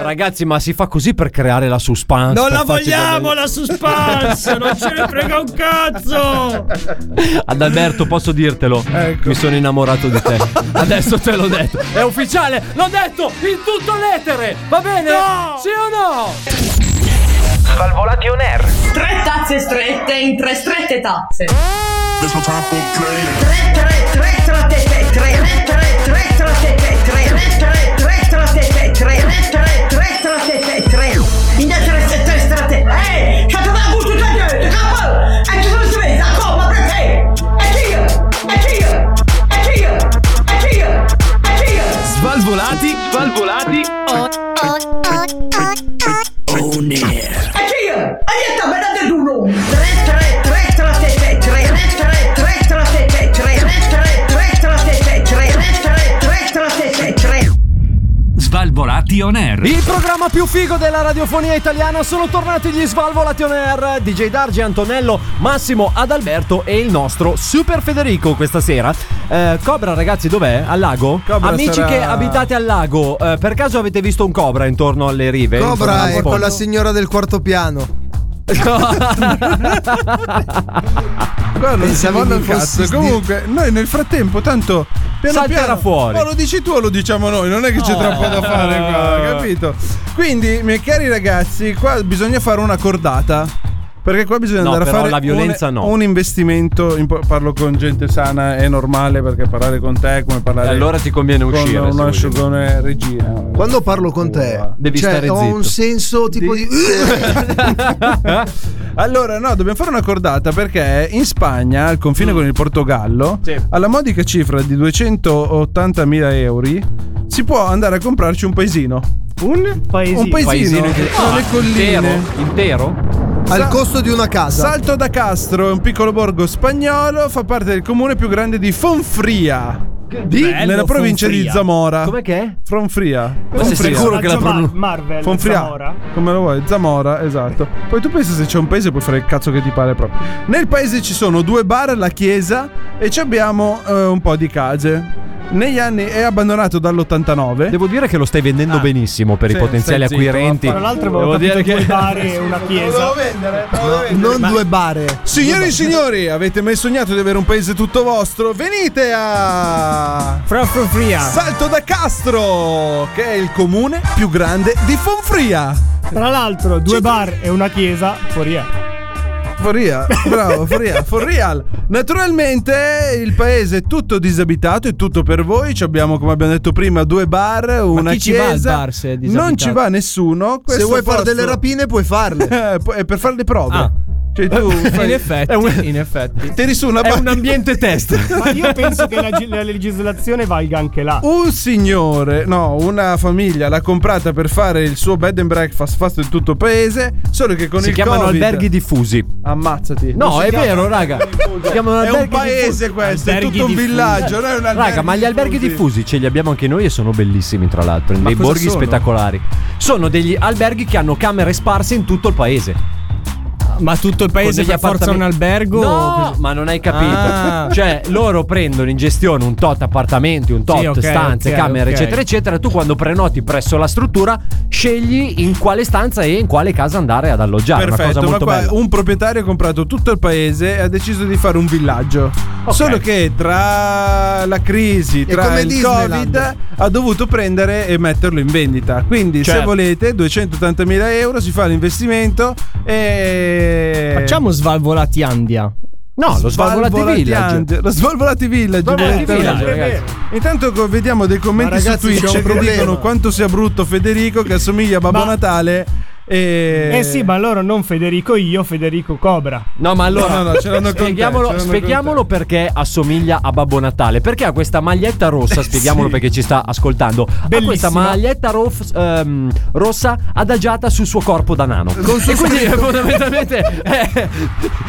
[SPEAKER 8] Ragazzi, ma si fa così per creare la suspense.
[SPEAKER 9] Non
[SPEAKER 8] per
[SPEAKER 9] la
[SPEAKER 8] farci
[SPEAKER 9] vogliamo
[SPEAKER 8] vedere-
[SPEAKER 9] la suspense, non ce ne frega un cazzo.
[SPEAKER 8] Ad Alberto, posso dirtelo? Mi sono innamorato di te. Adesso te l'ho detto. È ufficiale, l'ho detto in tutto l'etere. Va bene? Sì o no?
[SPEAKER 15] Svalvolati on air.
[SPEAKER 4] Tre tazze strette in tre strette tazze.
[SPEAKER 15] There's no time for playing.
[SPEAKER 3] Svalvolati, svalvolati. Svalvolati on air.
[SPEAKER 8] Il programma più figo della radiofonia italiana sono tornati gli Svalvolati On Air DJ Dargi, Antonello, Massimo, Adalberto e il nostro Super Federico questa sera Eh, Cobra ragazzi dov'è? Al lago?
[SPEAKER 13] Cobra
[SPEAKER 8] Amici
[SPEAKER 13] sarà-
[SPEAKER 8] che abitate al lago eh, Per caso avete visto un cobra intorno alle rive?
[SPEAKER 13] Cobra è con la
[SPEAKER 8] Intorno
[SPEAKER 13] signora del quarto piano.
[SPEAKER 7] Guarda, non si
[SPEAKER 13] Pensavo
[SPEAKER 7] vanno
[SPEAKER 13] mi
[SPEAKER 7] al cazzo.
[SPEAKER 13] fossi-
[SPEAKER 7] Comunque, noi nel frattempo, tanto. Piano
[SPEAKER 8] Salterà
[SPEAKER 7] piano,
[SPEAKER 8] fuori.
[SPEAKER 7] Ma lo dici tu o lo diciamo noi? Non è che c'è troppo da fare qua, capito? Quindi, miei cari ragazzi, qua bisogna fare una cordata. Perché qua bisogna
[SPEAKER 8] No,
[SPEAKER 7] andare a
[SPEAKER 8] però
[SPEAKER 7] fare
[SPEAKER 8] la violenza
[SPEAKER 7] un,
[SPEAKER 8] no.
[SPEAKER 7] un investimento. in- parlo con gente sana, è normale perché parlare con te è come
[SPEAKER 8] E
[SPEAKER 7] parlare
[SPEAKER 8] allora ti conviene
[SPEAKER 7] con
[SPEAKER 8] uscire se
[SPEAKER 7] un
[SPEAKER 8] vuoi.
[SPEAKER 7] asciugone regina.
[SPEAKER 13] Quando parlo con te,
[SPEAKER 8] Devi
[SPEAKER 13] cioè,
[SPEAKER 8] stare
[SPEAKER 13] ho
[SPEAKER 8] zitto.
[SPEAKER 13] un senso tipo di.
[SPEAKER 7] Allora, no, dobbiamo fare una cordata perché in Spagna, al confine con il Portogallo, alla modica cifra di 280.000 euro, si può andare a comprarci un paesino.
[SPEAKER 9] Un paesino.
[SPEAKER 7] Un paesino,
[SPEAKER 8] in-
[SPEAKER 7] che sono
[SPEAKER 8] Ah,
[SPEAKER 7] le colline. Esatto.
[SPEAKER 8] Intero? intero?
[SPEAKER 13] Al costo di una casa.
[SPEAKER 7] Salto da Castro è un piccolo borgo spagnolo, fa parte del comune più grande di Fonfria. Di?
[SPEAKER 9] bello,
[SPEAKER 7] Nella provincia di
[SPEAKER 9] Fonfria.
[SPEAKER 7] Zamora.
[SPEAKER 8] Com'è che è?
[SPEAKER 7] Fonfria.
[SPEAKER 8] Ma sei
[SPEAKER 7] Fonfria.
[SPEAKER 8] sicuro che la
[SPEAKER 9] Zamora-
[SPEAKER 8] pronuncia?
[SPEAKER 9] Marvel.
[SPEAKER 7] Fonfria,
[SPEAKER 9] Zamora.
[SPEAKER 7] come lo vuoi, Zamora, esatto. Poi tu pensi se c'è un paese puoi fare il cazzo che ti pare proprio. Nel paese ci sono due bar, la chiesa e ci abbiamo eh, un po' di case. Negli anni è abbandonato dall'89.
[SPEAKER 8] Devo dire che lo stai vendendo benissimo per
[SPEAKER 7] Ah. Sì,
[SPEAKER 8] i potenziali
[SPEAKER 7] stai zitto,
[SPEAKER 8] acquirenti.
[SPEAKER 9] Tra l'altro avevo
[SPEAKER 8] Devo
[SPEAKER 9] capito
[SPEAKER 8] dire
[SPEAKER 9] che
[SPEAKER 8] che
[SPEAKER 9] fare una chiesa.
[SPEAKER 7] vendere,
[SPEAKER 13] Non due bare.
[SPEAKER 7] Signori e signori, avete mai sognato di avere un paese tutto vostro? Venite a
[SPEAKER 9] Fra Fonfria.
[SPEAKER 7] Salto da Castro, che è il comune più grande di Fonfria.
[SPEAKER 9] Tra l'altro, due bar e una chiesa. Fuori è.
[SPEAKER 7] For real, bravo, for real, for real. Naturalmente il paese è tutto disabitato, è tutto per voi. Ci abbiamo, come abbiamo detto prima, due bar, una
[SPEAKER 14] chi ci va
[SPEAKER 7] chiesa.
[SPEAKER 14] al bar se è disabitato?
[SPEAKER 7] non ci va nessuno.
[SPEAKER 13] Se
[SPEAKER 7] Questo
[SPEAKER 13] vuoi fare
[SPEAKER 7] posto-
[SPEAKER 13] delle rapine, puoi farle.
[SPEAKER 7] Eh, po- è per fare le prove.
[SPEAKER 14] Ah.
[SPEAKER 7] Cioè tu
[SPEAKER 14] In
[SPEAKER 7] fai...
[SPEAKER 14] effetti, in effetti.
[SPEAKER 7] tiri su una
[SPEAKER 8] è
[SPEAKER 7] bar-
[SPEAKER 8] un ambiente test.
[SPEAKER 9] Ma io penso che la, gi- la legislazione valga anche là.
[SPEAKER 7] Un signore, no, una famiglia l'ha comprata per fare il suo bed and breakfast fatto in tutto il paese, solo che con
[SPEAKER 8] Si
[SPEAKER 7] il
[SPEAKER 8] chiamano
[SPEAKER 7] Covid-
[SPEAKER 8] alberghi diffusi.
[SPEAKER 7] Ammazzati. Non
[SPEAKER 8] No,
[SPEAKER 7] si
[SPEAKER 8] è
[SPEAKER 7] chiama-
[SPEAKER 8] vero, raga. Si chiamano
[SPEAKER 7] È un
[SPEAKER 8] alberghi
[SPEAKER 7] paese
[SPEAKER 8] diffusi.
[SPEAKER 7] questo, è
[SPEAKER 9] Alberghi
[SPEAKER 7] tutto un
[SPEAKER 9] diffusi.
[SPEAKER 7] villaggio, non è un albergo
[SPEAKER 8] Raga, ma gli alberghi diffusi ce li abbiamo anche noi e sono bellissimi, tra l'altro, in
[SPEAKER 7] Ma
[SPEAKER 8] dei
[SPEAKER 7] cosa
[SPEAKER 8] borghi
[SPEAKER 7] sono?
[SPEAKER 8] spettacolari. Sono degli alberghi che hanno camere sparse in tutto il paese.
[SPEAKER 14] Ma tutto il paese
[SPEAKER 8] Con
[SPEAKER 14] per
[SPEAKER 8] degli
[SPEAKER 14] forza un
[SPEAKER 8] appartamenti-
[SPEAKER 14] albergo? o
[SPEAKER 8] No,
[SPEAKER 14] così?
[SPEAKER 8] ma non hai capito.
[SPEAKER 14] Ah.
[SPEAKER 8] Cioè, loro prendono in gestione un tot appartamenti, un tot
[SPEAKER 14] Sì, ok,
[SPEAKER 8] stanze,
[SPEAKER 14] ok,
[SPEAKER 8] camere,
[SPEAKER 14] ok.
[SPEAKER 8] eccetera, eccetera. Tu quando prenoti presso la struttura, scegli in quale stanza e in quale casa andare ad alloggiare. Ah, una
[SPEAKER 7] Perfetto,
[SPEAKER 8] cosa
[SPEAKER 7] ma
[SPEAKER 8] molto
[SPEAKER 7] qua
[SPEAKER 8] bella.
[SPEAKER 7] un proprietario ha comprato tutto il paese e ha deciso di fare un villaggio.
[SPEAKER 8] Ok.
[SPEAKER 7] Solo che tra la crisi, tra
[SPEAKER 13] come
[SPEAKER 7] il
[SPEAKER 13] Disneyland.
[SPEAKER 7] Covid, ha dovuto prendere e metterlo in vendita. Quindi, se
[SPEAKER 14] Certo.
[SPEAKER 7] volete, 280.000 euro si fa l'investimento e.
[SPEAKER 14] Facciamo svalvolati Andia.
[SPEAKER 8] No, lo Svalvolati
[SPEAKER 7] Svalvolatiante.
[SPEAKER 8] Village.
[SPEAKER 7] Lo Svalvolati Village.
[SPEAKER 8] Svalvolati
[SPEAKER 7] volete
[SPEAKER 8] Village,
[SPEAKER 7] vedere?
[SPEAKER 8] ragazzi.
[SPEAKER 7] Intanto co- vediamo dei commenti
[SPEAKER 8] Ma ragazzi,
[SPEAKER 7] su
[SPEAKER 8] c'è
[SPEAKER 7] Twitch
[SPEAKER 8] un
[SPEAKER 7] che
[SPEAKER 8] problema.
[SPEAKER 7] dicono quanto sia brutto Federico che assomiglia a Babbo
[SPEAKER 10] Ma-
[SPEAKER 7] Natale. E...
[SPEAKER 10] Eh sì, ma loro non Federico io, Federico Cobra.
[SPEAKER 8] No, ma allora
[SPEAKER 7] No, no, no, ce l'hanno con te,
[SPEAKER 8] spieghiamolo,
[SPEAKER 7] ce l'hanno con
[SPEAKER 8] spieghiamolo perché assomiglia a Babbo Natale. Perché ha questa maglietta rossa? Spieghiamolo perché ci sta ascoltando. Ha questa maglietta rof- ehm, rossa adagiata sul suo corpo da nano. e quindi fondamentalmente eh,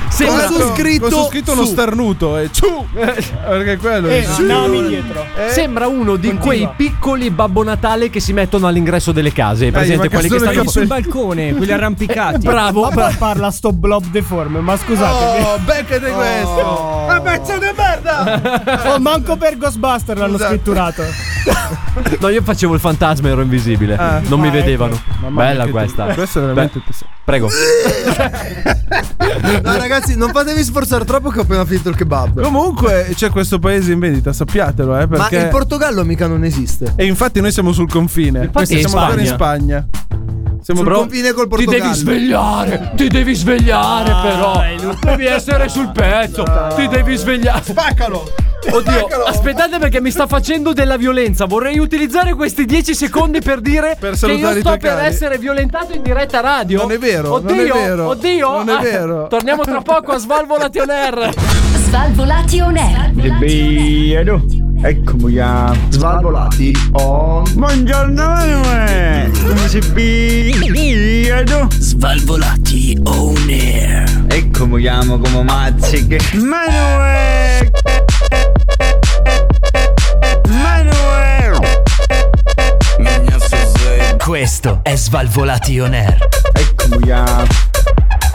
[SPEAKER 8] sembra-
[SPEAKER 7] con su scritto uno
[SPEAKER 8] su.
[SPEAKER 7] starnuto. eh, ciu! Eh, perché quello
[SPEAKER 8] Eh,
[SPEAKER 7] è-
[SPEAKER 8] no,
[SPEAKER 7] ciu!
[SPEAKER 8] no,
[SPEAKER 7] Eh?
[SPEAKER 8] Sembra uno di quei piccoli Babbo Natale che si mettono all'ingresso delle case.
[SPEAKER 10] ma
[SPEAKER 8] presente quelli che
[SPEAKER 10] cazzo
[SPEAKER 8] stanno
[SPEAKER 10] ne capisci?
[SPEAKER 16] balcone, quelli arrampicati.
[SPEAKER 8] Eh, bravo,
[SPEAKER 10] Ma
[SPEAKER 8] bravo.
[SPEAKER 10] poi parla sto blob deforme, ma scusate.
[SPEAKER 7] Oh, beccate questo. Ah, pezzo di merda!
[SPEAKER 10] Oh, manco per Ghostbuster l'hanno
[SPEAKER 7] Esatto.
[SPEAKER 10] scritturato.
[SPEAKER 8] No, io facevo il fantasma, ero invisibile.
[SPEAKER 10] Ah.
[SPEAKER 7] Eh,
[SPEAKER 8] non mi
[SPEAKER 10] Ah, ecco.
[SPEAKER 8] vedevano.
[SPEAKER 10] Mamma mia,
[SPEAKER 8] Bella
[SPEAKER 10] che
[SPEAKER 8] questa.
[SPEAKER 10] tu-
[SPEAKER 7] questo è veramente
[SPEAKER 8] Prego.
[SPEAKER 3] No, ragazzi, non fatevi sforzare troppo che ho appena finito il kebab.
[SPEAKER 7] Comunque c'è questo paese in vendita, sappiatelo, eh, perché...
[SPEAKER 3] Ma il Portogallo mica non esiste.
[SPEAKER 7] E infatti noi siamo sul confine.
[SPEAKER 3] Infatti
[SPEAKER 7] siamo
[SPEAKER 3] è in
[SPEAKER 7] ancora in Spagna. Siamo
[SPEAKER 3] Sul
[SPEAKER 7] pro-
[SPEAKER 3] confine col
[SPEAKER 8] Ti
[SPEAKER 3] Portogallo.
[SPEAKER 8] devi svegliare, ti devi svegliare
[SPEAKER 7] Ah,
[SPEAKER 8] però. Devi essere sul pezzo, ti devi svegliare.
[SPEAKER 7] Spaccalo!
[SPEAKER 8] Oddio, aspettate perché mi sta facendo della violenza. Vorrei utilizzare questi 10 secondi per dire che io
[SPEAKER 7] salutare i
[SPEAKER 8] sto
[SPEAKER 7] tuoi
[SPEAKER 8] per
[SPEAKER 7] cari.
[SPEAKER 8] essere violentato in diretta radio.
[SPEAKER 7] Non è vero,
[SPEAKER 8] oddio,
[SPEAKER 7] non è vero,
[SPEAKER 8] oddio. ah,
[SPEAKER 7] non è vero.
[SPEAKER 8] Torniamo tra poco a Svalvolati on Air.
[SPEAKER 4] Svalvolati on air.
[SPEAKER 17] Bello, eccomi a Svalvolati on. Buongiorno Manuel, come si bello? Svalvolati on air. Eccomi amo come mazziche. Manuel! Manuel!
[SPEAKER 18] Questo è Svalvolati On Air.
[SPEAKER 17] Eccomi a...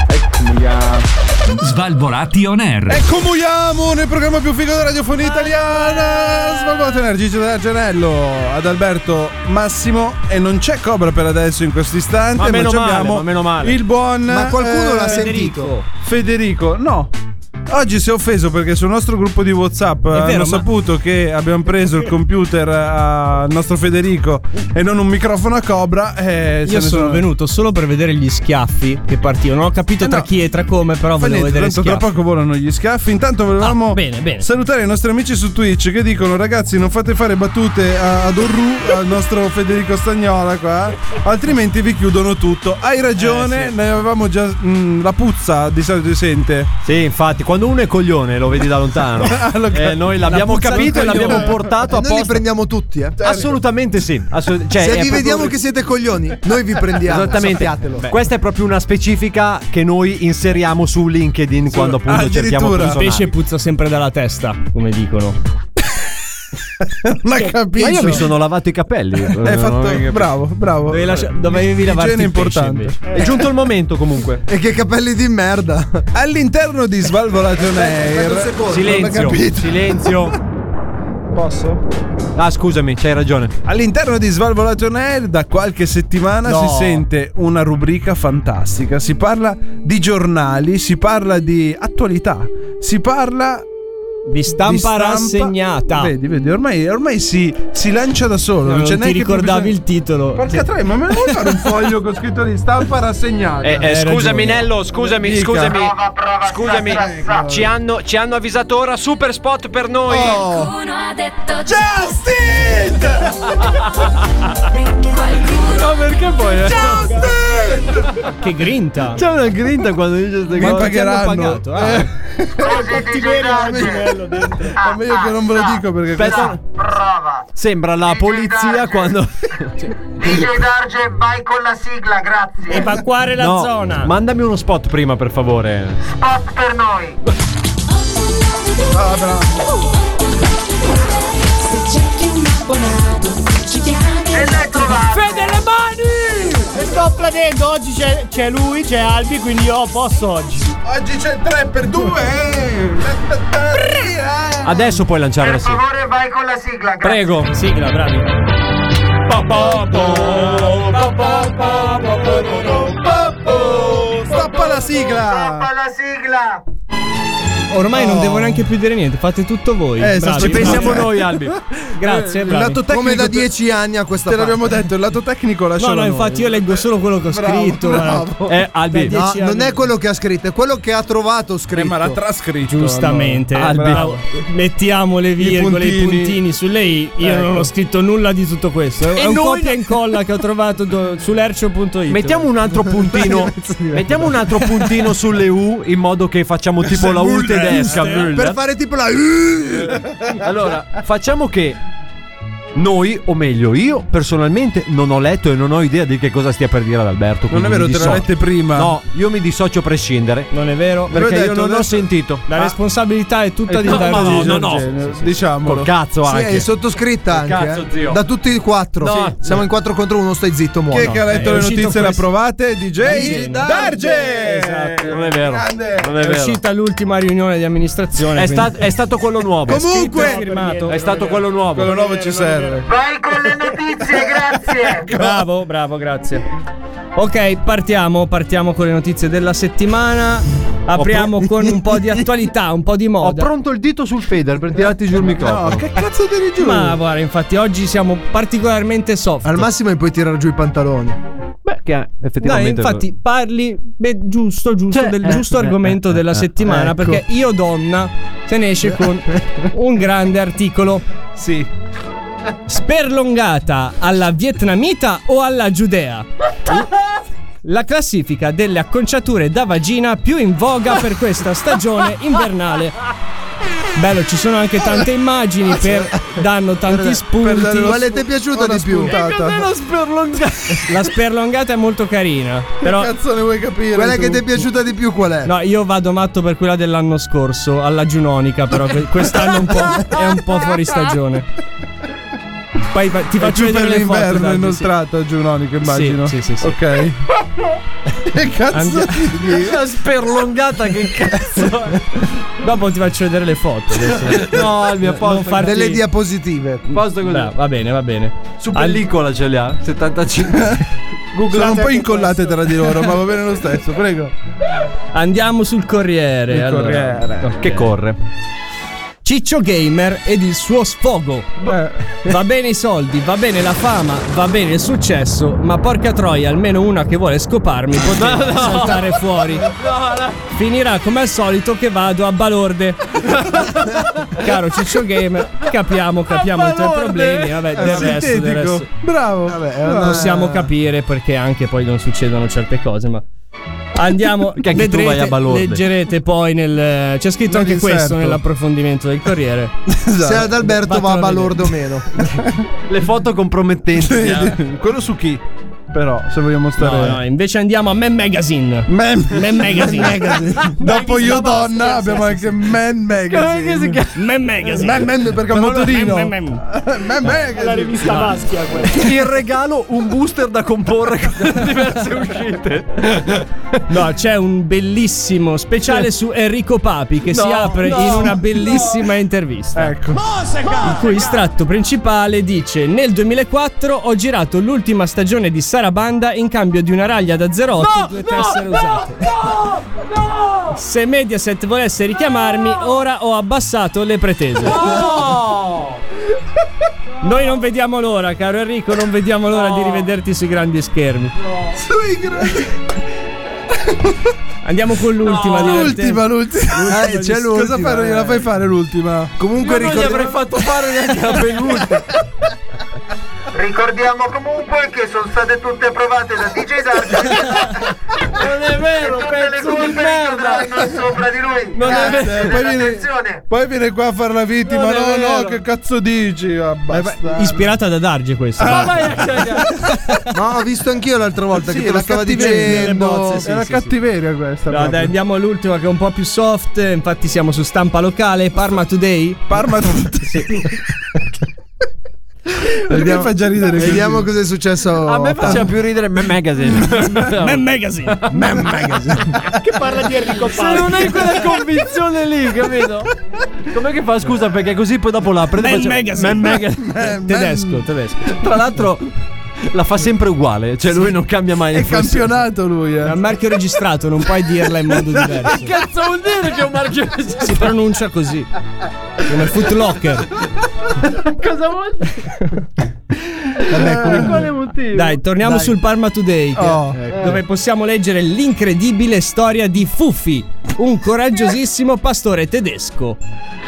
[SPEAKER 17] Eccomi a...
[SPEAKER 6] Svalvolati on air.
[SPEAKER 3] Eh,
[SPEAKER 7] E comuniamo Ecco, nel programma più figo della radiofonia italiana Svalvolato Energico da Gianello ad Alberto Massimo e non c'è Cobra per adesso in questo istante
[SPEAKER 8] Ma meno
[SPEAKER 7] ci
[SPEAKER 8] male,
[SPEAKER 7] abbiamo
[SPEAKER 8] ma meno male.
[SPEAKER 7] il buon
[SPEAKER 8] Ma qualcuno l'ha
[SPEAKER 7] Federico. Federico no Oggi si è offeso perché sul nostro gruppo di WhatsApp eh, hanno
[SPEAKER 16] vero, ma-
[SPEAKER 7] saputo che abbiamo preso il computer a- al nostro Federico e non un microfono a Cobra. E se
[SPEAKER 16] Io
[SPEAKER 7] ne
[SPEAKER 16] sono venuto solo per vedere gli schiaffi che partivano. Non ho capito tra chi e tra come, però
[SPEAKER 7] Eh
[SPEAKER 16] volevo
[SPEAKER 7] Fa niente,
[SPEAKER 16] vedere
[SPEAKER 7] tanto tra
[SPEAKER 16] schiaffi.
[SPEAKER 7] poco volano gli schiaffi. Intanto volevamo
[SPEAKER 16] bene.
[SPEAKER 7] salutare i nostri amici su Twitch che dicono: Ragazzi, non fate fare battute a, ad Orru, al nostro Federico Stagnola qua, altrimenti vi chiudono tutto. Hai ragione, ne avevamo già. mm, la puzza di solito si sente.
[SPEAKER 8] Sì, infatti, quando uno è coglione lo vedi da lontano. Eh, noi l'abbiamo
[SPEAKER 3] Ah, La puzza
[SPEAKER 8] capito e
[SPEAKER 3] del
[SPEAKER 8] l'abbiamo
[SPEAKER 3] coglione.
[SPEAKER 8] portato
[SPEAKER 3] E
[SPEAKER 8] a
[SPEAKER 3] Noi li
[SPEAKER 8] posto.
[SPEAKER 3] prendiamo tutti, eh.
[SPEAKER 8] Assolutamente sì. assolut- cioè,
[SPEAKER 3] Se
[SPEAKER 8] è
[SPEAKER 3] vi
[SPEAKER 8] proprio-
[SPEAKER 3] vediamo che siete coglioni, noi vi prendiamo.
[SPEAKER 8] Esattamente.
[SPEAKER 3] sappiatelo.
[SPEAKER 8] Beh. Questa è proprio una specifica che noi inseriamo su LinkedIn quando appunto cerchiamo
[SPEAKER 16] il
[SPEAKER 8] personaggi.
[SPEAKER 16] pesce puzza sempre dalla testa, come dicono.
[SPEAKER 7] Ma capito?
[SPEAKER 8] Ma io mi sono lavato i capelli.
[SPEAKER 3] Eh,
[SPEAKER 8] Eh,
[SPEAKER 7] Hai fatto, bravo, bravo.
[SPEAKER 16] Dovevi lascia- dovevi lavarti
[SPEAKER 7] Igiene
[SPEAKER 16] il pesce,
[SPEAKER 7] importante.
[SPEAKER 16] invece.
[SPEAKER 8] È giunto il momento comunque.
[SPEAKER 3] E che capelli di merda.
[SPEAKER 7] All'interno di Svalvolato on
[SPEAKER 3] aspetta un
[SPEAKER 7] Air.
[SPEAKER 3] secondo,
[SPEAKER 8] Silenzio, silenzio.
[SPEAKER 7] Posso?
[SPEAKER 8] Ah, scusami, c'hai ragione.
[SPEAKER 7] All'interno di Svalvolato on Air da qualche settimana
[SPEAKER 8] No.
[SPEAKER 7] si sente una rubrica fantastica. Si parla di giornali, si parla di attualità, si parla
[SPEAKER 16] di stampa, rassegnata.
[SPEAKER 7] Vedi, vedi, ormai, ormai si, si lancia da solo.
[SPEAKER 16] No,
[SPEAKER 7] non
[SPEAKER 16] non
[SPEAKER 7] c'è
[SPEAKER 16] ti
[SPEAKER 7] neanche più
[SPEAKER 16] ricordavi
[SPEAKER 7] bisogno-
[SPEAKER 16] il titolo.
[SPEAKER 7] Porca tre, ma me lo vuoi fare un foglio con scritto di stampa rassegnata?
[SPEAKER 18] Eh, eh, scusami
[SPEAKER 7] ragione.
[SPEAKER 18] Nello, scusami,
[SPEAKER 7] Dica.
[SPEAKER 18] scusami, scusami, ci hanno, ci hanno avvisato ora super spot per noi.
[SPEAKER 8] Oh.
[SPEAKER 4] Qualcuno ha detto
[SPEAKER 7] Justin!
[SPEAKER 4] Qualcuno
[SPEAKER 8] Ma perché poi? eh?
[SPEAKER 16] Che grinta.
[SPEAKER 8] C'è una grinta quando dice queste
[SPEAKER 7] Ma
[SPEAKER 8] cose.
[SPEAKER 7] pagheranno.
[SPEAKER 8] Ti hanno pagato, eh.
[SPEAKER 10] Cioè,
[SPEAKER 7] È meglio che non ve lo
[SPEAKER 16] Ah.
[SPEAKER 7] dico perché
[SPEAKER 8] Aspetta. Sembra la polizia quando.
[SPEAKER 19] DJ Darge, vai con la sigla, grazie.
[SPEAKER 16] Evacuare la
[SPEAKER 8] No,
[SPEAKER 16] zona.
[SPEAKER 8] Mandami uno spot prima, per favore.
[SPEAKER 19] Spot per noi.
[SPEAKER 4] Se cerchi un abbonato, ci chiami.
[SPEAKER 2] Eh.
[SPEAKER 19] Fede
[SPEAKER 10] le mani! E sto applaudendo, oggi c'è, c'è lui, c'è Albi, quindi io ho posto oggi.
[SPEAKER 7] Oggi c'è il 3 per eh. 2
[SPEAKER 8] Adesso puoi lanciare la
[SPEAKER 19] Per
[SPEAKER 8] sigla.
[SPEAKER 19] favore, vai con la sigla, grazie.
[SPEAKER 8] Prego. Sigla, bravi.
[SPEAKER 7] Stoppa la sigla!
[SPEAKER 19] Stoppa la sigla.
[SPEAKER 9] Ormai non
[SPEAKER 3] Oh.
[SPEAKER 9] devo neanche più dire niente, fate tutto voi.
[SPEAKER 3] Eh,
[SPEAKER 9] Bravi.
[SPEAKER 3] esatto.
[SPEAKER 9] Ci pensiamo noi, Albi.
[SPEAKER 3] Eh,
[SPEAKER 9] Grazie,
[SPEAKER 3] il
[SPEAKER 9] bravi.
[SPEAKER 3] lato tecnico- Come da dieci anni a questa
[SPEAKER 7] Te l'abbiamo
[SPEAKER 3] parte.
[SPEAKER 7] detto, il lato tecnico lascia
[SPEAKER 9] No, no, infatti io leggo solo quello che ho
[SPEAKER 3] Bravo,
[SPEAKER 9] scritto. eh.
[SPEAKER 3] bravo.
[SPEAKER 9] guarda. Da
[SPEAKER 3] No,
[SPEAKER 9] dieci
[SPEAKER 3] non
[SPEAKER 9] anni.
[SPEAKER 3] è quello che ha scritto, è quello che ha trovato scritto.
[SPEAKER 9] ma l'ha
[SPEAKER 7] trascritto.
[SPEAKER 9] Giustamente,
[SPEAKER 3] Albi.
[SPEAKER 9] bravo. mettiamo le virgole, i puntini,
[SPEAKER 3] puntini.
[SPEAKER 9] su lei. Io
[SPEAKER 3] Ecco.
[SPEAKER 9] non ho scritto nulla di tutto questo.
[SPEAKER 8] E
[SPEAKER 9] è un
[SPEAKER 8] noi-
[SPEAKER 9] copia e incolla che ho trovato do- sull'ercio.it.
[SPEAKER 8] Mettiamo un altro puntino. mettiamo un altro puntino sulle U in modo che facciamo tipo la U tedesca.
[SPEAKER 7] eh?
[SPEAKER 3] Per
[SPEAKER 8] Müller.
[SPEAKER 3] fare tipo la.
[SPEAKER 8] Allora, facciamo che noi, o meglio io, personalmente non ho letto e non ho idea di che cosa stia per dire ad Alberto.
[SPEAKER 7] Non è vero, te l'ho lette prima.
[SPEAKER 8] No, io mi dissocio a prescindere.
[SPEAKER 9] Non è vero?
[SPEAKER 8] Perché
[SPEAKER 9] L'ho
[SPEAKER 8] io
[SPEAKER 9] detto,
[SPEAKER 8] non
[SPEAKER 9] l'ho
[SPEAKER 8] ho sentito.
[SPEAKER 9] La responsabilità è tutta di
[SPEAKER 8] Eh, No,
[SPEAKER 9] Dario
[SPEAKER 8] ma no,
[SPEAKER 9] Gigi.
[SPEAKER 8] no, no.
[SPEAKER 7] cioè, Diciamolo.
[SPEAKER 8] Col cazzo
[SPEAKER 3] Sì,
[SPEAKER 8] anche.
[SPEAKER 3] è sottoscritta anche.
[SPEAKER 8] Cazzo,
[SPEAKER 3] eh.
[SPEAKER 8] zio.
[SPEAKER 3] Da tutti e quattro.
[SPEAKER 8] No.
[SPEAKER 3] Sì. Siamo in 4 contro 1, stai zitto, muoio.
[SPEAKER 7] Chi Eh, è che ha letto le notizie e le ha provate? DJ Darge!
[SPEAKER 9] Esatto.
[SPEAKER 8] Non è vero.
[SPEAKER 7] Grande.
[SPEAKER 8] Non è
[SPEAKER 9] È
[SPEAKER 8] vero.
[SPEAKER 9] uscita l'ultima riunione di amministrazione.
[SPEAKER 8] È,
[SPEAKER 9] quindi-
[SPEAKER 8] sta- è stato quello nuovo.
[SPEAKER 9] È scritto e firmato.
[SPEAKER 8] È, stato quello nuovo.
[SPEAKER 7] Quello nuovo ci serve.
[SPEAKER 20] Vai con le notizie, grazie.
[SPEAKER 9] Bravo, bravo, grazie. Ok, partiamo, partiamo con le notizie della settimana. Apriamo con un po' di attualità, un po' di
[SPEAKER 8] Ho
[SPEAKER 9] moda.
[SPEAKER 8] pronto il dito sul Feder per tirarti giù il microfono.
[SPEAKER 7] No, che cazzo tiri giù?
[SPEAKER 9] Ma guarda, infatti oggi siamo particolarmente soft.
[SPEAKER 3] Al massimo mi puoi tirare giù i pantaloni.
[SPEAKER 8] Beh, che
[SPEAKER 9] Dai,
[SPEAKER 8] effettivamente.
[SPEAKER 9] Eh, infatti parli beh, giusto, giusto
[SPEAKER 8] Cioè,
[SPEAKER 9] del
[SPEAKER 8] eh,
[SPEAKER 9] giusto
[SPEAKER 8] eh,
[SPEAKER 9] argomento
[SPEAKER 8] eh,
[SPEAKER 9] della
[SPEAKER 8] eh,
[SPEAKER 9] settimana
[SPEAKER 8] ecco.
[SPEAKER 9] perché io donna se ne esce con un grande articolo.
[SPEAKER 8] Sì.
[SPEAKER 9] Sperlongata alla vietnamita o alla giudea? La classifica delle acconciature da vagina più in voga per questa stagione invernale. Bello, ci sono anche tante immagini per
[SPEAKER 8] Cioè,
[SPEAKER 9] danno tanti spunti.
[SPEAKER 3] Quale ti è piaciuta di più?
[SPEAKER 9] La sperlongata è molto carina, però
[SPEAKER 7] Che cazzo ne vuoi capire?
[SPEAKER 3] Quella che
[SPEAKER 7] tu?
[SPEAKER 3] ti è piaciuta di più qual è?
[SPEAKER 9] No, Ah, io vado matto per quella dell'anno scorso, alla Giunonica, però que- quest'anno un po'- è un po' fuori stagione. Poi fa- ti
[SPEAKER 7] È
[SPEAKER 9] faccio
[SPEAKER 7] più per
[SPEAKER 9] vedere le foto.
[SPEAKER 7] l'inverno
[SPEAKER 9] Davide, sì.
[SPEAKER 7] inoltrato, Giunoni, che immagino.
[SPEAKER 9] sì, sì, sì.
[SPEAKER 7] Ok. che cazzo
[SPEAKER 9] Andiamo-
[SPEAKER 7] tiri?
[SPEAKER 8] La sperlongata che cazzo.
[SPEAKER 9] Dopo ti faccio vedere le foto. adesso.
[SPEAKER 8] No, Albi, a posto.
[SPEAKER 9] Cioè, Non farti-
[SPEAKER 3] Delle diapositive.
[SPEAKER 8] Posto così.
[SPEAKER 9] Bra- va bene, va bene.
[SPEAKER 8] Su pellicola ce li ha. 75.
[SPEAKER 7] Sono un po' incollate tra di loro, ma va bene lo stesso, prego.
[SPEAKER 9] Eh, Andiamo sul Corriere.
[SPEAKER 7] Il
[SPEAKER 9] allora.
[SPEAKER 7] Corriere.
[SPEAKER 9] Ok.
[SPEAKER 8] Che corre.
[SPEAKER 9] Ciccio Gamer ed il suo sfogo. Va bene i soldi, va bene la fama, va bene il successo, ma porca troia, almeno una che vuole scoparmi poteva saltare fuori. Finirà come al solito che vado a balorde. Caro Ciccio Gamer, capiamo, capiamo i tuoi problemi. Vabbè,
[SPEAKER 7] È
[SPEAKER 9] del resto, del
[SPEAKER 7] sintetico.
[SPEAKER 9] resto.
[SPEAKER 7] Bravo.
[SPEAKER 8] Ah.
[SPEAKER 9] Possiamo capire perché anche poi non succedono certe cose, ma. Andiamo,
[SPEAKER 8] Perché anche tu
[SPEAKER 9] vedrete,
[SPEAKER 8] vai a balorde.
[SPEAKER 9] leggerete poi nel. C'è scritto anche
[SPEAKER 7] Nell'inserto.
[SPEAKER 9] questo nell'approfondimento del Corriere.
[SPEAKER 7] Esatto.
[SPEAKER 3] Se ad Alberto va a
[SPEAKER 9] Vattene a vedere.
[SPEAKER 3] balordo o meno.
[SPEAKER 8] Le foto compromettenti.
[SPEAKER 7] Quello su chi? Però, se vogliamo
[SPEAKER 9] No,
[SPEAKER 8] eh.
[SPEAKER 7] stare.
[SPEAKER 9] no, invece andiamo a Man Magazine.
[SPEAKER 7] Man-
[SPEAKER 9] Man Magazine.
[SPEAKER 7] Dopo io donna abbiamo anche Man Magazine.
[SPEAKER 9] Man Magazine.
[SPEAKER 7] Man Man perché è un motorino.
[SPEAKER 9] Man, Eh,
[SPEAKER 7] Man
[SPEAKER 9] man, man.
[SPEAKER 7] Magazine.
[SPEAKER 21] Rivista Maschia quella.
[SPEAKER 8] Il regalo, un booster da comporre con diverse uscite.
[SPEAKER 9] No, c'è un bellissimo speciale su Enrico Papi che si
[SPEAKER 8] No,
[SPEAKER 9] apre
[SPEAKER 8] no,
[SPEAKER 9] in una bellissima intervista.
[SPEAKER 7] Ecco.
[SPEAKER 9] Il cui estratto principale dice: Nel 2004 ho girato l'ultima stagione di Sarabanda in cambio di una raglia da 08 e due tessere usate. Se Mediaset volesse richiamarmi, ora ho abbassato le pretese. Noi non vediamo l'ora, caro Enrico, non vediamo l'ora di rivederti sui grandi schermi. Andiamo con l'ultima. direi.
[SPEAKER 7] L'ultima, l'ultima.
[SPEAKER 3] Eh, c'è
[SPEAKER 7] Cosa
[SPEAKER 3] l'ultima.
[SPEAKER 7] fai? Non gliela fai fare l'ultima?
[SPEAKER 3] Comunque
[SPEAKER 8] Non gli
[SPEAKER 3] ricordiamo.
[SPEAKER 8] avrei fatto fare neanche la penultima.
[SPEAKER 20] Ricordiamo comunque che sono state tutte provate da DJ Dark.
[SPEAKER 8] Non è vero,
[SPEAKER 20] Tutte le
[SPEAKER 8] pezzo di
[SPEAKER 20] colpe
[SPEAKER 8] merda.
[SPEAKER 20] ricadono sopra di lui.
[SPEAKER 8] Non è
[SPEAKER 20] Grazie
[SPEAKER 8] vero.
[SPEAKER 7] Poi
[SPEAKER 20] della
[SPEAKER 7] viene-
[SPEAKER 20] attenzione.
[SPEAKER 7] Poi viene qua a fare la vittima.
[SPEAKER 8] Non è
[SPEAKER 7] No, no,
[SPEAKER 8] vero.
[SPEAKER 7] che cazzo dici? Ah, basta.
[SPEAKER 9] Ispirata da Darge questa.
[SPEAKER 8] Vai a cagare.
[SPEAKER 3] No, ho visto anch'io l'altra volta
[SPEAKER 7] Sì,
[SPEAKER 3] che te lo
[SPEAKER 7] era
[SPEAKER 3] stavo
[SPEAKER 7] cattiveria.
[SPEAKER 3] dicendo.
[SPEAKER 7] Era cattiveria questa.
[SPEAKER 9] No, dai,
[SPEAKER 7] proprio.
[SPEAKER 9] andiamo all'ultima che è un po' più soft. Infatti, siamo su stampa locale. Parma Today.
[SPEAKER 7] Parma tutti. Perché fa già ridere così?
[SPEAKER 3] Vediamo cosa è successo.
[SPEAKER 8] A me faceva più ridere Man Magazine.
[SPEAKER 9] Magazine.
[SPEAKER 3] Man Magazine.
[SPEAKER 21] Che parla di Enrico
[SPEAKER 8] Se
[SPEAKER 21] Paolo.
[SPEAKER 8] non hai quella convinzione lì, capito? Com'è che fa? Scusa, perché così poi dopo la prende.
[SPEAKER 9] Man
[SPEAKER 8] faceva-
[SPEAKER 9] Magazine.
[SPEAKER 8] Man Magazine.
[SPEAKER 9] Tedesco, tedesco.
[SPEAKER 8] Tra l'altro, la fa sempre uguale, cioè lui non cambia mai le
[SPEAKER 4] È
[SPEAKER 8] frasi.
[SPEAKER 4] campionato lui, eh. È
[SPEAKER 9] un marchio registrato, non puoi dirla in modo diverso.
[SPEAKER 8] cazzo vuol dire che è un marchio
[SPEAKER 9] Si pronuncia così. Come Footlocker.
[SPEAKER 8] Cosa vuol dire?
[SPEAKER 9] Vabbè, comunque-
[SPEAKER 8] quale motivo?
[SPEAKER 9] Dai, torniamo
[SPEAKER 8] Dai.
[SPEAKER 9] sul Parma Today, che-
[SPEAKER 8] Oh.
[SPEAKER 9] eh, dove possiamo leggere l'incredibile storia di Fuffi, un coraggiosissimo pastore tedesco.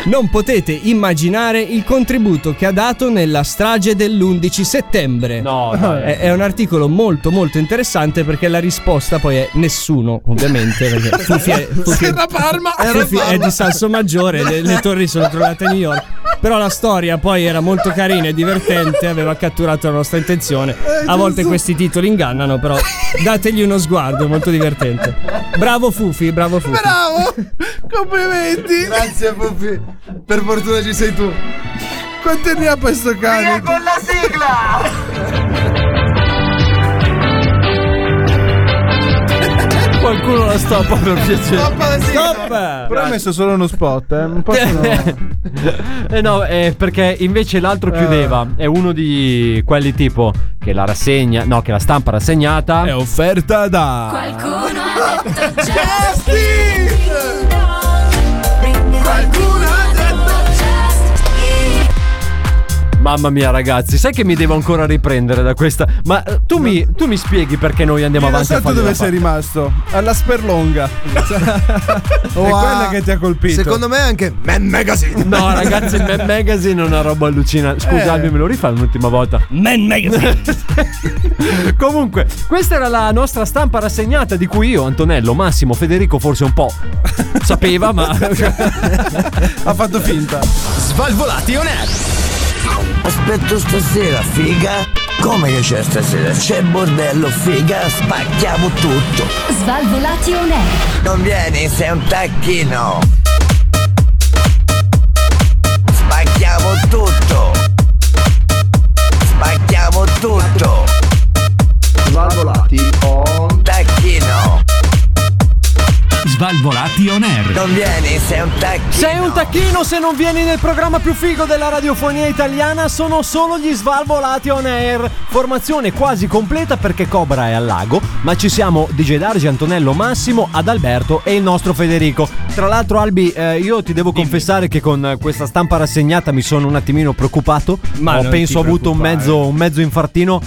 [SPEAKER 9] Non potete immaginare il contributo che ha dato nella strage dell'11 settembre.
[SPEAKER 8] No,
[SPEAKER 9] è, è un articolo molto molto interessante perché la risposta poi è nessuno, ovviamente, perché Fuffi è, Fuffi è-
[SPEAKER 4] Era Parma.
[SPEAKER 3] Eh,
[SPEAKER 9] Fuffi è di Salso Maggiore, le, le torri sono trovate a New York. Però la storia poi era molto carina e divertente, aveva catturato la nostra intenzione. A volte
[SPEAKER 4] giusto.
[SPEAKER 9] questi titoli ingannano, però dategli uno sguardo, è molto divertente. Bravo Fufi, bravo Fufi.
[SPEAKER 4] Bravo! Complimenti! Grazie, Puppi. Per fortuna ci sei tu. Quanti ne ha questo cane?
[SPEAKER 22] con la sigla!
[SPEAKER 8] Qualcuno la stoppa per piacere.
[SPEAKER 9] Stop!
[SPEAKER 23] Però hai messo solo uno spot, eh. Non posso no.
[SPEAKER 8] Eh no, eh, perché invece l'altro chiudeva. È uno di quelli tipo che la rassegna, no, che la stampa rassegnata. È offerta da.
[SPEAKER 24] Qualcuno
[SPEAKER 2] Ah.
[SPEAKER 24] ha detto
[SPEAKER 4] Qualcuno ha detto
[SPEAKER 8] Mamma mia, ragazzi, sai che mi devo ancora riprendere da questa. Ma eh, tu, mi, tu mi spieghi perché noi andiamo
[SPEAKER 23] Io
[SPEAKER 8] avanti a
[SPEAKER 23] so tu
[SPEAKER 8] fare
[SPEAKER 23] dove
[SPEAKER 8] la
[SPEAKER 23] sei
[SPEAKER 8] fa-
[SPEAKER 23] rimasto? Alla Sperlonga.
[SPEAKER 4] Oh,
[SPEAKER 23] è
[SPEAKER 4] ah,
[SPEAKER 23] quella che ti ha colpito.
[SPEAKER 4] Secondo me anche Man Magazine.
[SPEAKER 8] No, ragazzi, il Man Magazine è una roba allucinante. Scusami,
[SPEAKER 4] Eh.
[SPEAKER 8] me lo rifai un'ultima volta.
[SPEAKER 9] Man Magazine.
[SPEAKER 8] Comunque, questa era la nostra stampa rassegnata di cui io, Antonello, Massimo, Federico forse un po' sapeva, ma
[SPEAKER 23] ha fatto finta.
[SPEAKER 3] Svalvolati on air. Aspetto stasera, figa. Come che c'è stasera? C'è bordello, figa. Spacchiamo tutto.
[SPEAKER 24] Svalvolati on air.
[SPEAKER 3] Non vieni, sei un tacchino. Spacchiamo tutto. Spacchiamo tutto. Svalvolati on tacchino.
[SPEAKER 25] Svalvolati on air.
[SPEAKER 3] Non vieni, sei un tacchino.
[SPEAKER 8] Sei un tacchino se non vieni nel programma più figo della radiofonia italiana, sono solo gli Svalvolati on air. Formazione quasi completa perché Cobra è al lago, ma ci siamo DJ Dargi, Antonello Massimo, Adalberto e il nostro Federico. Tra l'altro Albi, eh, io ti devo confessare che con eh, questa stampa rassegnata mi sono un attimino preoccupato,
[SPEAKER 9] Ma
[SPEAKER 8] ma
[SPEAKER 9] non ti
[SPEAKER 8] penso ho avuto un
[SPEAKER 9] preoccupare.
[SPEAKER 8] mezzo, un mezzo infartino.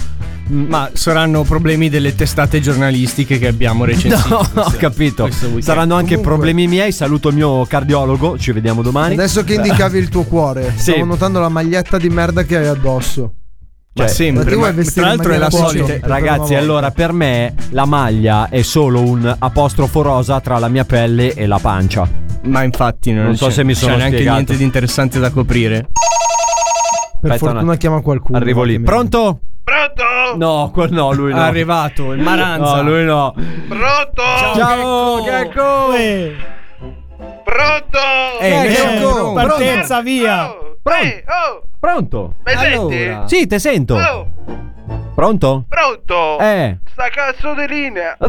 [SPEAKER 8] mm,
[SPEAKER 9] Ma saranno problemi delle testate giornalistiche che abbiamo recensito.
[SPEAKER 8] No, ho capito. Saranno anche
[SPEAKER 4] Comunque-
[SPEAKER 8] problemi miei. Saluto il mio cardiologo. Ci vediamo domani.
[SPEAKER 4] Adesso che indicavi il tuo cuore,
[SPEAKER 8] Sì.
[SPEAKER 4] stavo notando la maglietta di merda che hai addosso.
[SPEAKER 8] Cioè,
[SPEAKER 4] Ma ti vuoi vestire in
[SPEAKER 9] tra l'altro è la
[SPEAKER 4] maniera
[SPEAKER 9] solita-
[SPEAKER 4] cuore?
[SPEAKER 8] Ragazzi, allora per me la maglia è solo un apostrofo rosa tra la mia pelle e la pancia.
[SPEAKER 9] Ma infatti non,
[SPEAKER 8] Non so
[SPEAKER 9] c'è-
[SPEAKER 8] se mi sono
[SPEAKER 9] c'è neanche
[SPEAKER 8] spiegato.
[SPEAKER 9] niente di interessante da coprire.
[SPEAKER 4] Per
[SPEAKER 8] Aspetta un
[SPEAKER 4] fortuna
[SPEAKER 8] attimo.
[SPEAKER 4] chiama qualcuno.
[SPEAKER 8] Arrivo lì. Pronto? Pronto? No, quel no, lui no.
[SPEAKER 9] È arrivato il Maranza.
[SPEAKER 8] No, lui no.
[SPEAKER 9] Ciao,
[SPEAKER 8] Ciao, Oh, Gecko.
[SPEAKER 7] Pronto?
[SPEAKER 9] Eh,
[SPEAKER 8] Gecko,
[SPEAKER 9] Gecko,
[SPEAKER 8] pronto?
[SPEAKER 9] partenza, via.
[SPEAKER 7] Ehi, oh,
[SPEAKER 8] Pronto?
[SPEAKER 7] mi
[SPEAKER 8] Allora.
[SPEAKER 7] senti?
[SPEAKER 8] Sì, te sento.
[SPEAKER 7] Oh,
[SPEAKER 8] Pronto?
[SPEAKER 7] pronto?
[SPEAKER 8] Eh.
[SPEAKER 7] Sta cazzo di linea. A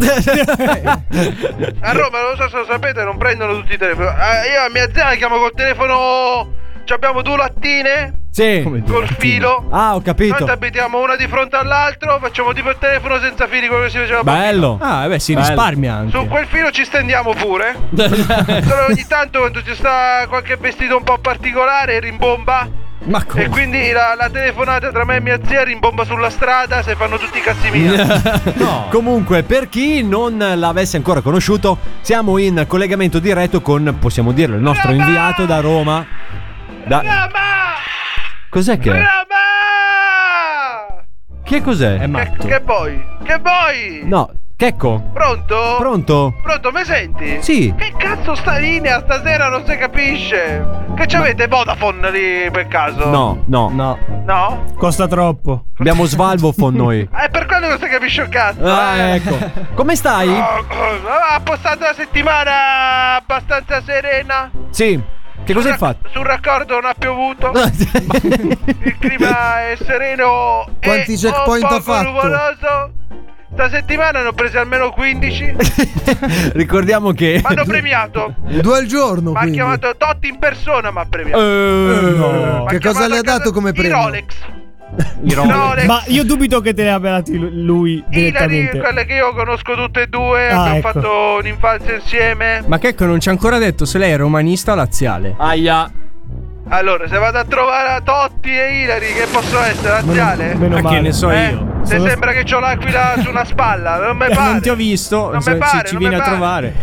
[SPEAKER 7] Roma, non so se lo sapete, non prendono tutti i telefoni. Eh, io a mia zia chiamo col telefono... Ci abbiamo due lattine
[SPEAKER 8] Sì.
[SPEAKER 7] col filo.
[SPEAKER 8] Ah, ho
[SPEAKER 7] Noi
[SPEAKER 8] capito.
[SPEAKER 7] abitiamo una di fronte all'altro, facciamo tipo il telefono senza fili come si faceva prima.
[SPEAKER 8] Bello.
[SPEAKER 9] Ah, beh, si
[SPEAKER 8] Bello.
[SPEAKER 9] risparmia anche.
[SPEAKER 7] Su quel filo ci stendiamo pure. Solo ogni tanto quando ci sta qualche vestito un po' particolare rimbomba.
[SPEAKER 9] Ma
[SPEAKER 7] E quindi la, la telefonata tra me e mia zia rimbomba sulla strada se fanno tutti i cazzi miei.
[SPEAKER 8] Comunque, per chi non l'avesse ancora conosciuto, siamo in collegamento diretto con, possiamo dirlo, il nostro inviato da Roma. Da... Cos'è che è? Che cos'è? È matto.
[SPEAKER 7] Ah! che poi? Che poi?
[SPEAKER 8] No, Checco.
[SPEAKER 7] Pronto?
[SPEAKER 8] Pronto?
[SPEAKER 7] Pronto, mi senti?
[SPEAKER 8] Sì.
[SPEAKER 7] Che cazzo sta linea stasera non si capisce? Che c'avete Vodafone lì per caso?
[SPEAKER 8] No, no.
[SPEAKER 7] No?
[SPEAKER 9] Costa troppo.
[SPEAKER 8] Abbiamo Svalvo con noi.
[SPEAKER 7] È per quello che non si capisce un cazzo.
[SPEAKER 8] Ah,
[SPEAKER 7] eh. Oh,
[SPEAKER 8] ecco. Come stai?
[SPEAKER 7] Ha passato una settimana abbastanza serena.
[SPEAKER 8] Sì. Che cosa hai fatto?
[SPEAKER 7] Sul raccordo non ha piovuto. Il clima è sereno.
[SPEAKER 4] Quanti
[SPEAKER 7] e
[SPEAKER 4] checkpoint
[SPEAKER 7] un
[SPEAKER 4] ha
[SPEAKER 7] poco
[SPEAKER 4] fatto?
[SPEAKER 7] Nuvoloso. Sta settimana ne ho presi almeno 15.
[SPEAKER 8] Ricordiamo che.
[SPEAKER 7] Mi hanno premiato.
[SPEAKER 4] Due al giorno.
[SPEAKER 7] Mi ha
[SPEAKER 4] quindi.
[SPEAKER 7] chiamato Totti in persona, ma ha premiato.
[SPEAKER 8] Eh,
[SPEAKER 4] Che cosa le ha dato come
[SPEAKER 7] I
[SPEAKER 4] premio?
[SPEAKER 7] Rolex.
[SPEAKER 10] No, le- Ma io dubito che te ne abbia dati lu- lui
[SPEAKER 9] Ilari,
[SPEAKER 10] direttamente.
[SPEAKER 9] quelle che io conosco tutte e due,
[SPEAKER 16] Ah,
[SPEAKER 9] abbiamo
[SPEAKER 16] ecco.
[SPEAKER 9] fatto un'infanzia insieme.
[SPEAKER 16] Ma Checco non ci ha ancora detto se lei è romanista o laziale.
[SPEAKER 18] Aia.
[SPEAKER 9] Allora, se vado a trovare a Totti e Ilari, che posso essere? Laziale?
[SPEAKER 16] meno Ma che male. ne so
[SPEAKER 7] Eh?
[SPEAKER 16] io.
[SPEAKER 9] Eh, Se
[SPEAKER 16] Sono-
[SPEAKER 9] sembra che ho l'aquila su una spalla, non mi
[SPEAKER 16] Eh,
[SPEAKER 9] pare.
[SPEAKER 16] non ti ho visto,
[SPEAKER 9] Non
[SPEAKER 16] se-
[SPEAKER 9] mi pare,
[SPEAKER 16] se ci
[SPEAKER 9] non
[SPEAKER 16] vieni
[SPEAKER 9] mi
[SPEAKER 16] a
[SPEAKER 9] pare.
[SPEAKER 16] trovare.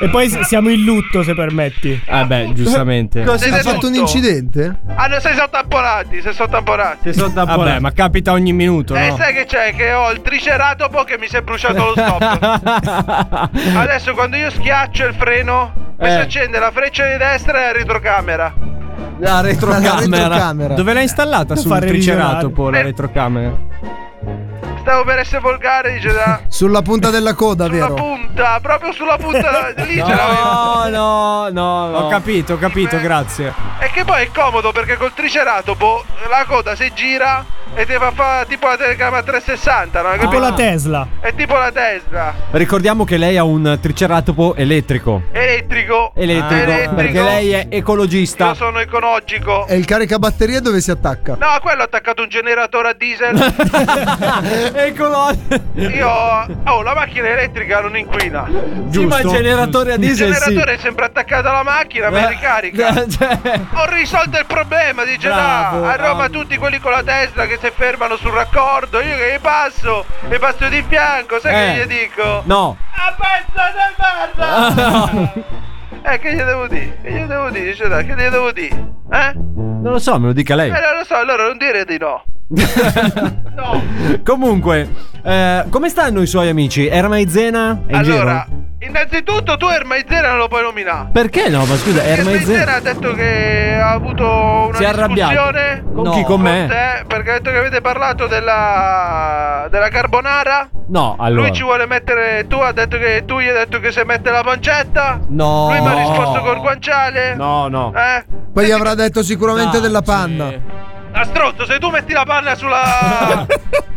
[SPEAKER 10] E poi s- siamo in lutto, se permetti.
[SPEAKER 16] Ah beh, giustamente.
[SPEAKER 9] Cosa-
[SPEAKER 3] Ha
[SPEAKER 9] Sei
[SPEAKER 3] fatto un
[SPEAKER 9] tutto.
[SPEAKER 3] incidente?
[SPEAKER 9] Ah, no, sei sottamponati, sei sottamponati.
[SPEAKER 16] Vabbè, ma capita ogni minuto,
[SPEAKER 9] E
[SPEAKER 16] no?
[SPEAKER 9] Eh, sai che c'è? Che ho il triceratopo che mi si è bruciato lo stop. Adesso quando io schiaccio il freno, mi si
[SPEAKER 16] Eh.
[SPEAKER 9] accende la freccia di destra e la retrocamera.
[SPEAKER 16] La retrocamera.
[SPEAKER 3] retrocamera.
[SPEAKER 16] Dove l'ha installata?
[SPEAKER 3] Non
[SPEAKER 16] Sul
[SPEAKER 3] fare
[SPEAKER 16] triceratopo
[SPEAKER 9] Eh.
[SPEAKER 16] la retrocamera.
[SPEAKER 9] Stavo per essere volgare, dice da
[SPEAKER 3] Sulla punta della coda,
[SPEAKER 9] sulla
[SPEAKER 3] vero?
[SPEAKER 9] punta, proprio sulla punta lì ce l'avevo. Eh.
[SPEAKER 16] No, no, no, Ho capito, ho capito, grazie.
[SPEAKER 9] E che poi è comodo perché col triceratopo la coda si gira e ti fa fare tipo la telecamera 360, no? Hai
[SPEAKER 10] Tipo
[SPEAKER 9] capito?
[SPEAKER 10] la Tesla.
[SPEAKER 9] È tipo la Tesla.
[SPEAKER 8] Ricordiamo che lei ha un triceratopo elettrico.
[SPEAKER 9] Elettrico.
[SPEAKER 8] Elettrico, perché lei è ecologista.
[SPEAKER 9] Io sono economico.
[SPEAKER 3] È il caricabatterie dove si attacca?
[SPEAKER 9] No, a quello ho attaccato un generatore a diesel.
[SPEAKER 8] Eccolo.
[SPEAKER 9] Io. Oh, la macchina elettrica non inquina.
[SPEAKER 8] Sì, ma il generatore a diesel
[SPEAKER 9] Il generatore
[SPEAKER 8] sì. Eh, cioè.
[SPEAKER 9] è sempre attaccato alla macchina per ricarica. Ho risolto il problema, dice
[SPEAKER 8] Bravo,
[SPEAKER 9] da. A Roma
[SPEAKER 8] bravo.
[SPEAKER 9] tutti quelli con la Tesla che si fermano sul raccordo. Io che gli passo, e passo di fianco, sai
[SPEAKER 8] Eh.
[SPEAKER 9] che gli dico?
[SPEAKER 8] No.
[SPEAKER 9] A pezzo di merda! eh, che gli devo dire? Che gli devo dire, dice da, che gli devo dire? Eh?
[SPEAKER 8] Non lo so, me lo dica lei.
[SPEAKER 9] Eh, non lo so, allora non dire di no.
[SPEAKER 8] Comunque, eh, come stanno i suoi amici? Era Maizena? È in
[SPEAKER 9] Allora,
[SPEAKER 8] giro?
[SPEAKER 9] innanzitutto tu Ermaizera non lo puoi nominare.
[SPEAKER 8] Perché no? Ma scusa, era
[SPEAKER 9] Ermaizera ha
[SPEAKER 8] Maizena.
[SPEAKER 9] detto che ha avuto una
[SPEAKER 8] Si è arrabbiato.
[SPEAKER 9] discussione
[SPEAKER 8] Con chi? Con me?
[SPEAKER 9] te, perché ha detto che avete parlato della, della carbonara.
[SPEAKER 8] No, allora.
[SPEAKER 9] Lui ci vuole mettere. Tu ha detto che tu gli hai detto che se mette la pancetta.
[SPEAKER 8] No.
[SPEAKER 9] Lui mi ha risposto col guanciale.
[SPEAKER 8] No, no.
[SPEAKER 9] Eh?
[SPEAKER 3] Poi gli avrà detto sicuramente della panna.
[SPEAKER 9] Ah, stronzo, se tu metti la panna sulla.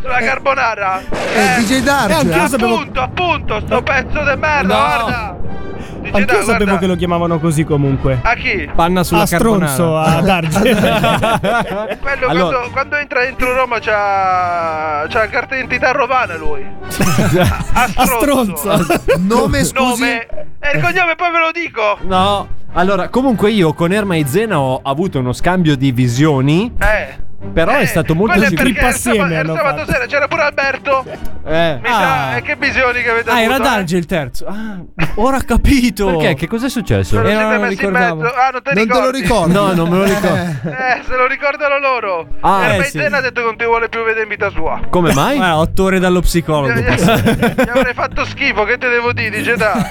[SPEAKER 9] sulla carbonara.
[SPEAKER 3] Eh, DJ Darge.
[SPEAKER 9] Eh,
[SPEAKER 3] anch'io
[SPEAKER 10] ah, sapevo-
[SPEAKER 9] Appunto, appunto, sto pezzo di merda,
[SPEAKER 10] No.
[SPEAKER 9] guarda. DJ
[SPEAKER 10] Anch'io
[SPEAKER 9] Darge,
[SPEAKER 10] sapevo
[SPEAKER 9] guarda.
[SPEAKER 10] che lo chiamavano così comunque.
[SPEAKER 9] A chi?
[SPEAKER 8] Panna
[SPEAKER 10] a
[SPEAKER 16] Oh,
[SPEAKER 10] stronzo, a Darge.
[SPEAKER 9] Quello
[SPEAKER 10] Allora-
[SPEAKER 9] quando, quando entra dentro Roma c'ha, c'ha la carta d'identità romana lui. A stronzo.
[SPEAKER 3] Nome, scusi?
[SPEAKER 9] Nome. E il cognome poi ve lo dico.
[SPEAKER 8] No. Allora, comunque io con Erma e Zena ho avuto uno scambio di visioni.
[SPEAKER 9] Eh.
[SPEAKER 8] Però è stato molto
[SPEAKER 9] Quello è
[SPEAKER 8] simpatico.
[SPEAKER 9] perché il sabato, il sabato sera c'era pure Alberto.
[SPEAKER 8] Eh.
[SPEAKER 9] Mi sa, eh, che visioni che avete
[SPEAKER 16] Ah,
[SPEAKER 9] avuto.
[SPEAKER 16] era
[SPEAKER 9] eh?
[SPEAKER 16] Darge il terzo. Ah, ora ho capito.
[SPEAKER 8] Perché? Che cos'è successo?
[SPEAKER 9] Se lo
[SPEAKER 16] Eh,
[SPEAKER 9] siete
[SPEAKER 16] non lo
[SPEAKER 9] messi in
[SPEAKER 16] ricordavo.
[SPEAKER 9] mezzo. Ah, non te,
[SPEAKER 3] Non te lo ricordo.
[SPEAKER 8] No, non me lo ricordo.
[SPEAKER 9] Eh, se lo ricordano loro.
[SPEAKER 8] Ah,
[SPEAKER 9] Erba
[SPEAKER 8] eh,
[SPEAKER 9] e
[SPEAKER 8] sì.
[SPEAKER 9] Zena ha detto che non ti vuole più vedere in vita sua.
[SPEAKER 8] Come mai?
[SPEAKER 16] Guarda, otto ore dallo psicologo.
[SPEAKER 9] Mi avrei fatto schifo, che te devo dire, Geta?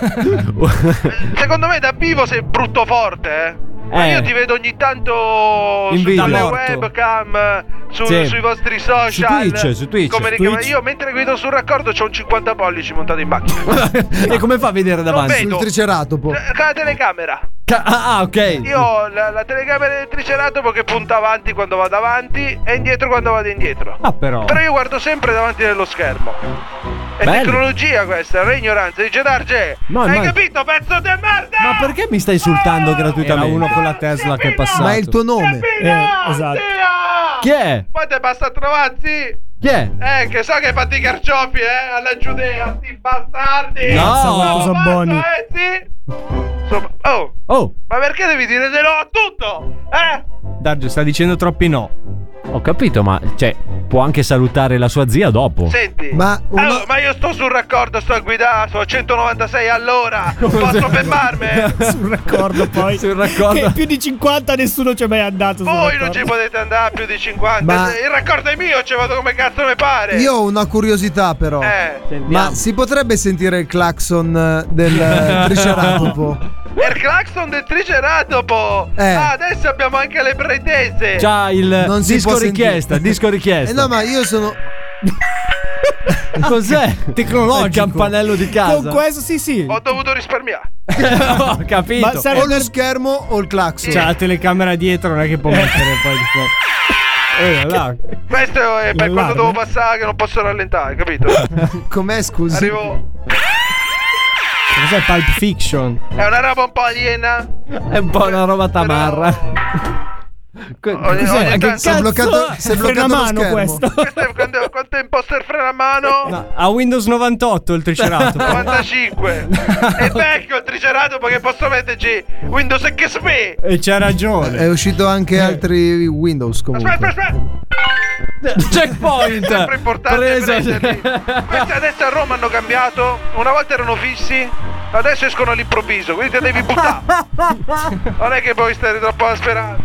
[SPEAKER 9] Secondo me da vivo sei brutto forte, eh. Ma
[SPEAKER 8] Eh.
[SPEAKER 9] io ti vedo ogni tanto
[SPEAKER 8] In video.
[SPEAKER 9] sulle
[SPEAKER 8] Morto.
[SPEAKER 9] webcam, su-
[SPEAKER 8] Sì.
[SPEAKER 9] sui vostri
[SPEAKER 8] Su
[SPEAKER 9] social.
[SPEAKER 8] Twitch, su Twitch,
[SPEAKER 9] Come
[SPEAKER 8] su
[SPEAKER 9] li chiama-
[SPEAKER 8] Twitch.
[SPEAKER 9] Io mentre guido sul raccordo c'ho un 50 pollici montato in macchina.
[SPEAKER 8] e come fa a vedere davanti?
[SPEAKER 9] vedo.
[SPEAKER 3] Il triceratopo.
[SPEAKER 9] Eh, Con la telecamera.
[SPEAKER 8] Ca- ah, ah, ok.
[SPEAKER 9] Io ho la, la telecamera del triceratopo che punta avanti quando vado avanti e indietro quando vado indietro.
[SPEAKER 8] Ah, però.
[SPEAKER 9] Però io guardo sempre davanti nello schermo. È
[SPEAKER 8] Bello.
[SPEAKER 9] tecnologia questa, non è ignoranza. Dice Darge,
[SPEAKER 8] No,
[SPEAKER 9] hai
[SPEAKER 8] ma-
[SPEAKER 9] capito, pezzo di merda!
[SPEAKER 8] Ma perché mi stai insultando gratuitamente?
[SPEAKER 16] Era uno con la Tesla che è passato.
[SPEAKER 3] Ma è il tuo nome.
[SPEAKER 10] Eh, esatto.
[SPEAKER 9] Zia!
[SPEAKER 8] Chi è?
[SPEAKER 9] Poi te basta trovarsi.
[SPEAKER 8] Chi è?
[SPEAKER 9] Eh, che so che hai fatto i carciofi, eh, alla Giudea, sti bastardi!
[SPEAKER 8] No.
[SPEAKER 9] Sono
[SPEAKER 8] Quanto
[SPEAKER 10] sono
[SPEAKER 9] fatto,
[SPEAKER 10] buoni.
[SPEAKER 9] eh, sì! Insomma, oh,
[SPEAKER 8] Oh,
[SPEAKER 9] ma perché devi dire di no a tutto? Eh?
[SPEAKER 16] Darge sta dicendo troppi no.
[SPEAKER 8] ho capito, ma cioè, può anche salutare la sua zia dopo.
[SPEAKER 9] Senti,
[SPEAKER 3] Ma Ah, una-
[SPEAKER 9] allora, ma io sto sul raccordo, sto a guidare, sto a 196 all'ora, posso fermarmi?
[SPEAKER 10] Sul raccordo poi.
[SPEAKER 8] Sul raccordo.
[SPEAKER 10] Che più di 50 nessuno ci è mai andato. sul
[SPEAKER 9] Voi non
[SPEAKER 10] raccordo.
[SPEAKER 9] ci potete andare a più di 50,
[SPEAKER 3] Ma-
[SPEAKER 9] il raccordo è mio, ci vado come cazzo mi pare.
[SPEAKER 3] Io ho una curiosità però.
[SPEAKER 9] Eh,
[SPEAKER 3] Ma si potrebbe sentire il clacson eh, del eh, triceratopo?
[SPEAKER 9] il clacson del triceratopo!
[SPEAKER 3] Eh.
[SPEAKER 9] Ah, adesso abbiamo anche le pretese!
[SPEAKER 8] C'ha il
[SPEAKER 3] Non si
[SPEAKER 8] disco
[SPEAKER 3] può
[SPEAKER 8] richiesta,
[SPEAKER 3] sentire.
[SPEAKER 8] disco
[SPEAKER 3] Eh
[SPEAKER 8] richiesta.
[SPEAKER 3] no, ma io sono
[SPEAKER 8] Cos'è? Tecnologico. Il campanello di casa.
[SPEAKER 10] Con questo, sì, sì.
[SPEAKER 9] Ho dovuto risparmiare.
[SPEAKER 8] ho capito. Eh,
[SPEAKER 10] Ma serve
[SPEAKER 3] o lo
[SPEAKER 10] per-
[SPEAKER 3] schermo o il clacson.
[SPEAKER 16] C'ha la telecamera dietro, non è che può
[SPEAKER 3] Eh.
[SPEAKER 16] mettere poi di fuoco. Eh, là.
[SPEAKER 9] Questo è per quando
[SPEAKER 10] L'allarme.
[SPEAKER 9] devo passare che non posso rallentare, capito?
[SPEAKER 3] Com'è scusi?
[SPEAKER 9] Arrivo.
[SPEAKER 16] Cos'è Pulp Fiction?
[SPEAKER 9] È una roba un po' aliena.
[SPEAKER 8] È un po' una roba tamarra.
[SPEAKER 9] Ogni-
[SPEAKER 3] Che
[SPEAKER 9] ogni tanto-
[SPEAKER 3] si Eh, è bloccato, si è bloccato lo schermo.
[SPEAKER 9] Questo è quando, quanto è imposto il freno a mano?
[SPEAKER 16] A Windows 98 il triceratopo.
[SPEAKER 9] 95 E vecchio il triceratopo che posso metterci Windows XP
[SPEAKER 16] E c'ha ragione.
[SPEAKER 3] È uscito
[SPEAKER 7] Eh.
[SPEAKER 3] anche altri Windows comunque.
[SPEAKER 9] Aspetta aspetta
[SPEAKER 3] Eh.
[SPEAKER 8] Checkpoint
[SPEAKER 9] Sempre importante prenderli. Questi adesso a Roma hanno cambiato Una volta erano fissi Adesso escono all'improvviso Quindi te devi buttare Non è che puoi stare troppo alla speranza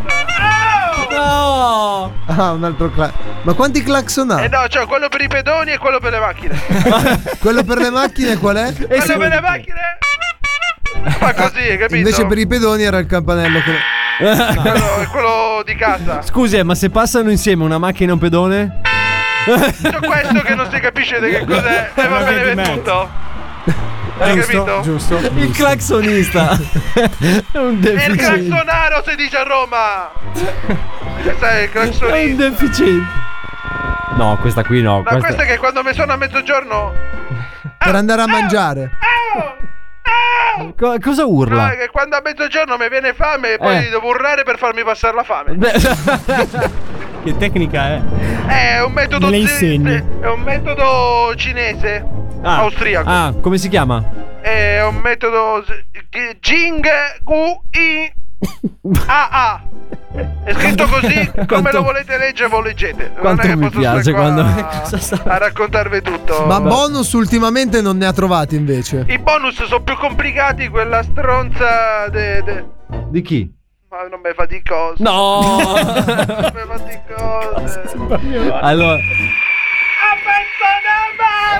[SPEAKER 16] No!
[SPEAKER 3] Ah, un altro clac. Ma quanti clacson
[SPEAKER 9] E
[SPEAKER 3] ha?
[SPEAKER 9] no, cioè quello per i pedoni e quello per le macchine
[SPEAKER 3] Quello per le macchine qual è?
[SPEAKER 9] Quello per le macchine Fa così, hai capito?
[SPEAKER 3] Invece per i pedoni era il campanello. Che...
[SPEAKER 9] quello, quello di casa
[SPEAKER 8] Scusi, eh, ma se passano insieme una macchina e un pedone?
[SPEAKER 9] Tutto questo che non si capisce di che cos'è E va bene venduto Hai capito?
[SPEAKER 8] giusto. Il claxonista. È un
[SPEAKER 9] E il
[SPEAKER 8] deficiente.
[SPEAKER 9] craxonaro si dice a Roma! E Sai,
[SPEAKER 8] È un
[SPEAKER 9] il craxonista.
[SPEAKER 8] deficiente. No, questa qui no.
[SPEAKER 9] Ma
[SPEAKER 8] questa-
[SPEAKER 9] questo è che quando mi sono a mezzogiorno.
[SPEAKER 3] Per andare a mangiare.
[SPEAKER 8] Co- cosa
[SPEAKER 9] No,
[SPEAKER 8] urla?
[SPEAKER 9] è Ah, che quando a mezzogiorno mi viene fame e poi
[SPEAKER 8] Eh.
[SPEAKER 9] devo urlare per farmi passare la fame. Ah,
[SPEAKER 16] Che tecnica è?
[SPEAKER 9] Eh, È un metodo
[SPEAKER 16] Me le
[SPEAKER 9] zi-
[SPEAKER 16] insegni.
[SPEAKER 9] È un metodo cinese.
[SPEAKER 8] Ah,
[SPEAKER 9] Austriaco.
[SPEAKER 8] Ah, come si chiama?
[SPEAKER 9] È un metodo z- g- Jing Gu I AA. È scritto così, come
[SPEAKER 8] Quanto-
[SPEAKER 9] lo volete leggere, voi leggete. Non
[SPEAKER 8] quanto
[SPEAKER 9] è che
[SPEAKER 8] mi
[SPEAKER 9] posso stare
[SPEAKER 8] piace
[SPEAKER 9] qua
[SPEAKER 8] quando-
[SPEAKER 9] a raccontarvi tutto.
[SPEAKER 3] Ma bonus ultimamente non ne ha trovati invece.
[SPEAKER 9] I bonus sono più complicati, quella stronza de, de-
[SPEAKER 8] Di chi?
[SPEAKER 9] Ma non me fa di cose.
[SPEAKER 8] No!
[SPEAKER 9] non me fa di cose.
[SPEAKER 8] Allora,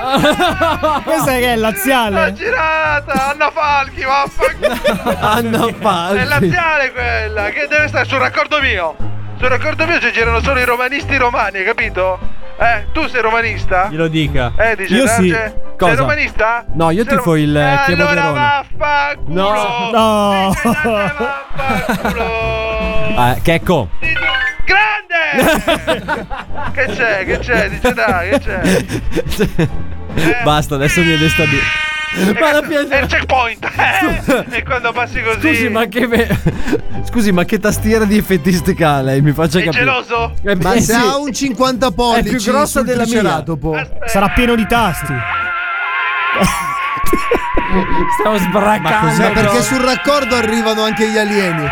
[SPEAKER 10] Questa che è laziale.
[SPEAKER 9] La girata, Anna Falchi, vaffanculo.
[SPEAKER 8] Anna
[SPEAKER 9] È
[SPEAKER 8] Falchi.
[SPEAKER 9] laziale quella, che deve stare sul raccordo mio. Sul raccordo mio ci girano solo i romanisti romani, hai capito? Eh, tu sei romanista?
[SPEAKER 16] Glielo dica.
[SPEAKER 9] Eh, dice
[SPEAKER 16] Io sì.
[SPEAKER 9] Darge,
[SPEAKER 16] Cosa?
[SPEAKER 9] Sei romanista?
[SPEAKER 8] No, io
[SPEAKER 9] Sei
[SPEAKER 8] tifo il, eh,
[SPEAKER 9] Eh,
[SPEAKER 8] Chievo
[SPEAKER 9] allora
[SPEAKER 8] Verona.
[SPEAKER 9] vaffanculo.
[SPEAKER 8] No.
[SPEAKER 10] No.
[SPEAKER 8] eh, Checco.
[SPEAKER 9] Grande! che c'è? Che c'è? Dice dai, che c'è? Eh.
[SPEAKER 8] Basta, adesso mi è destabil-
[SPEAKER 9] Ma la è il checkpoint! eh. e quando passi così.
[SPEAKER 8] Scusi, ma che ve- Scusi, ma che tastiera di effettistica ha lei? Mi faccia
[SPEAKER 9] È
[SPEAKER 8] capire.
[SPEAKER 9] geloso?
[SPEAKER 8] Eh,
[SPEAKER 3] Ma
[SPEAKER 8] eh,
[SPEAKER 3] se
[SPEAKER 8] sì.
[SPEAKER 3] ha un 50 pollici
[SPEAKER 8] È più grossa
[SPEAKER 3] sul
[SPEAKER 8] della mia.
[SPEAKER 3] triceratopo.
[SPEAKER 10] Sarà pieno di tasti.
[SPEAKER 8] Stiamo
[SPEAKER 3] Ma
[SPEAKER 8] sbraccando.
[SPEAKER 3] cos'è? perché sul raccordo arrivano anche gli alieni.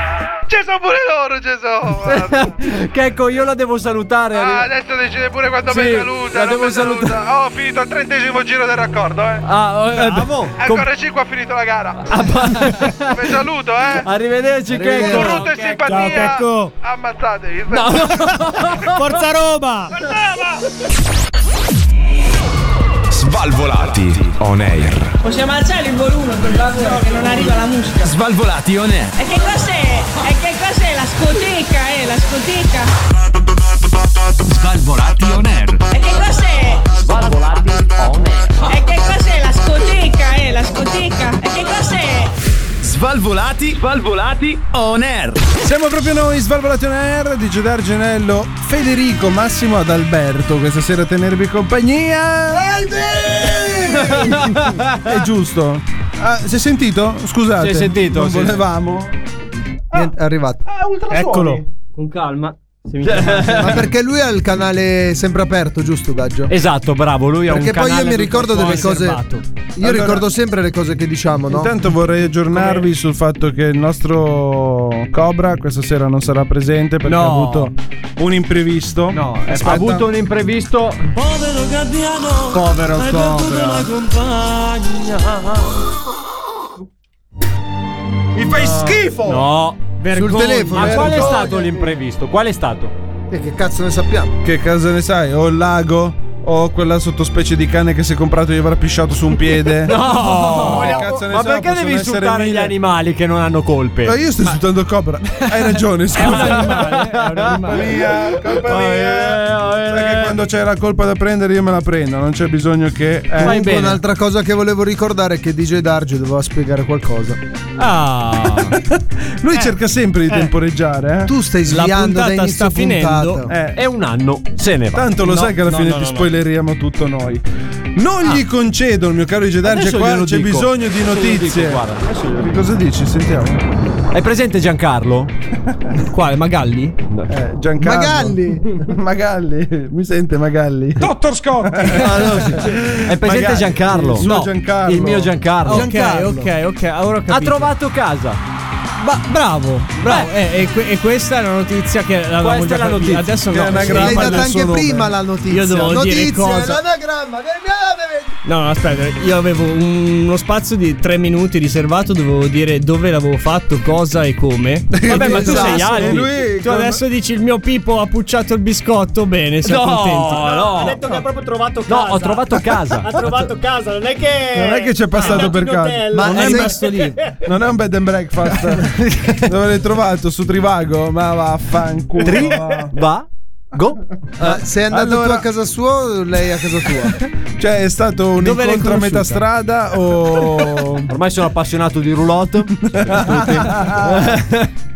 [SPEAKER 9] Ce sono pure loro, ce sono! guarda.
[SPEAKER 8] Che ecco, io la devo salutare.
[SPEAKER 9] Ah,
[SPEAKER 8] arri-
[SPEAKER 9] adesso decide pure quando
[SPEAKER 8] Sì,
[SPEAKER 9] mi è
[SPEAKER 8] la
[SPEAKER 9] caduta.
[SPEAKER 8] devo
[SPEAKER 9] non mi è caduta.
[SPEAKER 8] salutare.
[SPEAKER 9] Oh, ho finito il trentesimo giro del raccordo, eh.
[SPEAKER 8] Ah, eh, com- Ah,
[SPEAKER 9] Ancora 5 ha finito la gara. Vi saluto, eh.
[SPEAKER 8] Arrivederci,
[SPEAKER 9] Con
[SPEAKER 8] Checco.
[SPEAKER 9] Corrotto e simpatia.
[SPEAKER 10] Checco.
[SPEAKER 9] Ammazzatevi.
[SPEAKER 10] Forza Roma!
[SPEAKER 26] Svalvolati on air.
[SPEAKER 11] Possiamo alzare il volume per favore che non arriva la musica.
[SPEAKER 26] Svalvolati on air.
[SPEAKER 11] E che cos'è? E che cos'è la scoteca, eh? La scoteca.
[SPEAKER 6] Svalvolati on air.
[SPEAKER 11] E che cos'è?
[SPEAKER 6] Svalvolati on air.
[SPEAKER 11] E che cos'è la scoteca, eh? La scoteca. E che cos'è?
[SPEAKER 26] Svalvolati, svalvolati on air.
[SPEAKER 7] Siamo proprio noi, Svalvolati on Air di Giudar Genello, Federico, Massimo ad Alberto. Questa sera a tenervi compagnia. È giusto. Ah, si è sentito? Scusate.
[SPEAKER 8] Si è sentito,
[SPEAKER 7] Non
[SPEAKER 8] sì.
[SPEAKER 7] volevamo.
[SPEAKER 3] Niente, è arrivato.
[SPEAKER 16] Eccolo. Con calma. Se mi
[SPEAKER 3] Ma perché lui ha il canale sempre aperto, giusto, Gaggio?
[SPEAKER 8] Esatto, bravo, lui ha
[SPEAKER 3] Perché
[SPEAKER 8] un
[SPEAKER 3] poi io
[SPEAKER 8] canale
[SPEAKER 3] mi
[SPEAKER 8] tutto
[SPEAKER 3] ricordo delle cose.
[SPEAKER 8] conservato.
[SPEAKER 3] Io
[SPEAKER 7] Allora-
[SPEAKER 3] ricordo sempre le cose che diciamo, no?
[SPEAKER 7] Intanto vorrei aggiornarvi sul fatto che il nostro Cobra questa sera non sarà presente perché
[SPEAKER 8] No.
[SPEAKER 7] ha avuto un imprevisto. No,
[SPEAKER 8] Ha avuto un imprevisto.
[SPEAKER 1] Povero gabbiano,
[SPEAKER 8] Povero
[SPEAKER 1] hai perduto
[SPEAKER 8] Cobra.
[SPEAKER 1] la compagna.
[SPEAKER 7] Mi fai schifo!
[SPEAKER 8] No.
[SPEAKER 3] Sul telefono.
[SPEAKER 8] Ma
[SPEAKER 3] eh,
[SPEAKER 8] qual è
[SPEAKER 3] vergogna.
[SPEAKER 8] stato l'imprevisto? Qual è stato?
[SPEAKER 3] Eh, che cazzo ne sappiamo?
[SPEAKER 7] Che cosa ne sai? O il lago? O quella sottospecie di cane che si è comprato e gli avrà pisciato su un piede?
[SPEAKER 8] No!
[SPEAKER 7] Che cazzo ne
[SPEAKER 8] Ma
[SPEAKER 7] so,
[SPEAKER 8] perché
[SPEAKER 7] possono
[SPEAKER 8] devi
[SPEAKER 7] essere
[SPEAKER 8] insultare gli
[SPEAKER 7] mille.
[SPEAKER 8] animali che non hanno colpe?
[SPEAKER 7] Ma io sto insultando Cobra. Hai ragione, scusa. Colpa mia, colpa
[SPEAKER 8] Ah,
[SPEAKER 7] mia.
[SPEAKER 8] eh, ah, eh.
[SPEAKER 7] Sai che quando c'è la colpa da prendere io me la prendo, non c'è bisogno che... eh.
[SPEAKER 8] Fai bene.
[SPEAKER 3] Un'altra cosa che volevo ricordare è che DJ Darge doveva spiegare qualcosa.
[SPEAKER 8] Ah,
[SPEAKER 7] Lui cerca sempre di temporeggiare, eh.
[SPEAKER 3] Tu stai
[SPEAKER 16] La
[SPEAKER 3] sviando da
[SPEAKER 16] puntata sta
[SPEAKER 3] inizio
[SPEAKER 16] finendo.
[SPEAKER 3] puntata.
[SPEAKER 7] Eh,
[SPEAKER 8] è un anno, se ne va.
[SPEAKER 7] Tanto lo
[SPEAKER 16] No,
[SPEAKER 7] sai che alla
[SPEAKER 16] no, Ah.
[SPEAKER 7] fine
[SPEAKER 16] no,
[SPEAKER 7] ti
[SPEAKER 16] no, no.
[SPEAKER 7] spoileriamo tutto noi. Non gli concedo, il mio caro DJ Darge,
[SPEAKER 8] Adesso
[SPEAKER 7] qua
[SPEAKER 8] glielo
[SPEAKER 7] c'è
[SPEAKER 8] dico.
[SPEAKER 7] bisogno di
[SPEAKER 8] Adesso glielo
[SPEAKER 7] notizie.
[SPEAKER 8] dico, guarda.
[SPEAKER 7] Cosa dici? Sentiamo.
[SPEAKER 8] Hai presente Giancarlo? Quale? Magalli?
[SPEAKER 7] Eh, Giancarlo.
[SPEAKER 3] Magalli.
[SPEAKER 7] Magalli. Mi sente Magalli? Dottor Scott.
[SPEAKER 8] Ah, È presente Giancarlo?
[SPEAKER 7] Il suo
[SPEAKER 8] No,
[SPEAKER 7] Giancarlo.
[SPEAKER 8] il mio Giancarlo.
[SPEAKER 16] Ok, ok, ok. Allora ho capito.
[SPEAKER 8] Ha trovato casa.
[SPEAKER 16] Ba- bravo, bravo. Eh, e, que- e questa è una notizia che l'avevamo
[SPEAKER 8] Questa
[SPEAKER 16] già
[SPEAKER 8] è la
[SPEAKER 16] capita.
[SPEAKER 8] notizia.
[SPEAKER 16] Adesso
[SPEAKER 8] Che
[SPEAKER 16] no,
[SPEAKER 8] è una
[SPEAKER 16] sì,
[SPEAKER 8] grande-
[SPEAKER 16] parla
[SPEAKER 3] L'hai
[SPEAKER 16] il
[SPEAKER 3] data
[SPEAKER 16] suo
[SPEAKER 3] anche
[SPEAKER 16] nome.
[SPEAKER 3] prima la notizia.
[SPEAKER 16] Io devo
[SPEAKER 3] notizia,
[SPEAKER 16] dire cosa.
[SPEAKER 3] l'anagramma.
[SPEAKER 16] No, no, aspetta, io avevo un- uno spazio di tre minuti riservato, dovevo dire dove l'avevo fatto, cosa e come. Vabbè, ma tu
[SPEAKER 8] Esatto,
[SPEAKER 16] sei
[SPEAKER 8] e
[SPEAKER 16] alti.
[SPEAKER 8] lui
[SPEAKER 16] tu
[SPEAKER 8] come-
[SPEAKER 16] adesso dici il mio Pippo ha pucciato il biscotto, bene, siamo
[SPEAKER 8] No,
[SPEAKER 16] contenti.
[SPEAKER 8] no.
[SPEAKER 10] Ha detto che ha proprio trovato casa.
[SPEAKER 8] No, ho trovato casa.
[SPEAKER 10] ha trovato casa, non è che.
[SPEAKER 7] Non è che c'è
[SPEAKER 16] Ah,
[SPEAKER 7] passato per caso.
[SPEAKER 10] Ma
[SPEAKER 3] eh,
[SPEAKER 7] non,
[SPEAKER 10] è
[SPEAKER 7] be-
[SPEAKER 10] rimasto lì.
[SPEAKER 7] non è un bed and breakfast. Dove l'hai trovato? Su Trivago? Ma vaffanculo.
[SPEAKER 8] Trivago?
[SPEAKER 3] Ma sei andato tu a casa sua o lei a casa tua?
[SPEAKER 7] Cioè, è stato un
[SPEAKER 3] Dove l'hai
[SPEAKER 7] incontro a metà
[SPEAKER 3] conosciuta?
[SPEAKER 7] strada o.
[SPEAKER 8] Ormai sono appassionato di roulotte.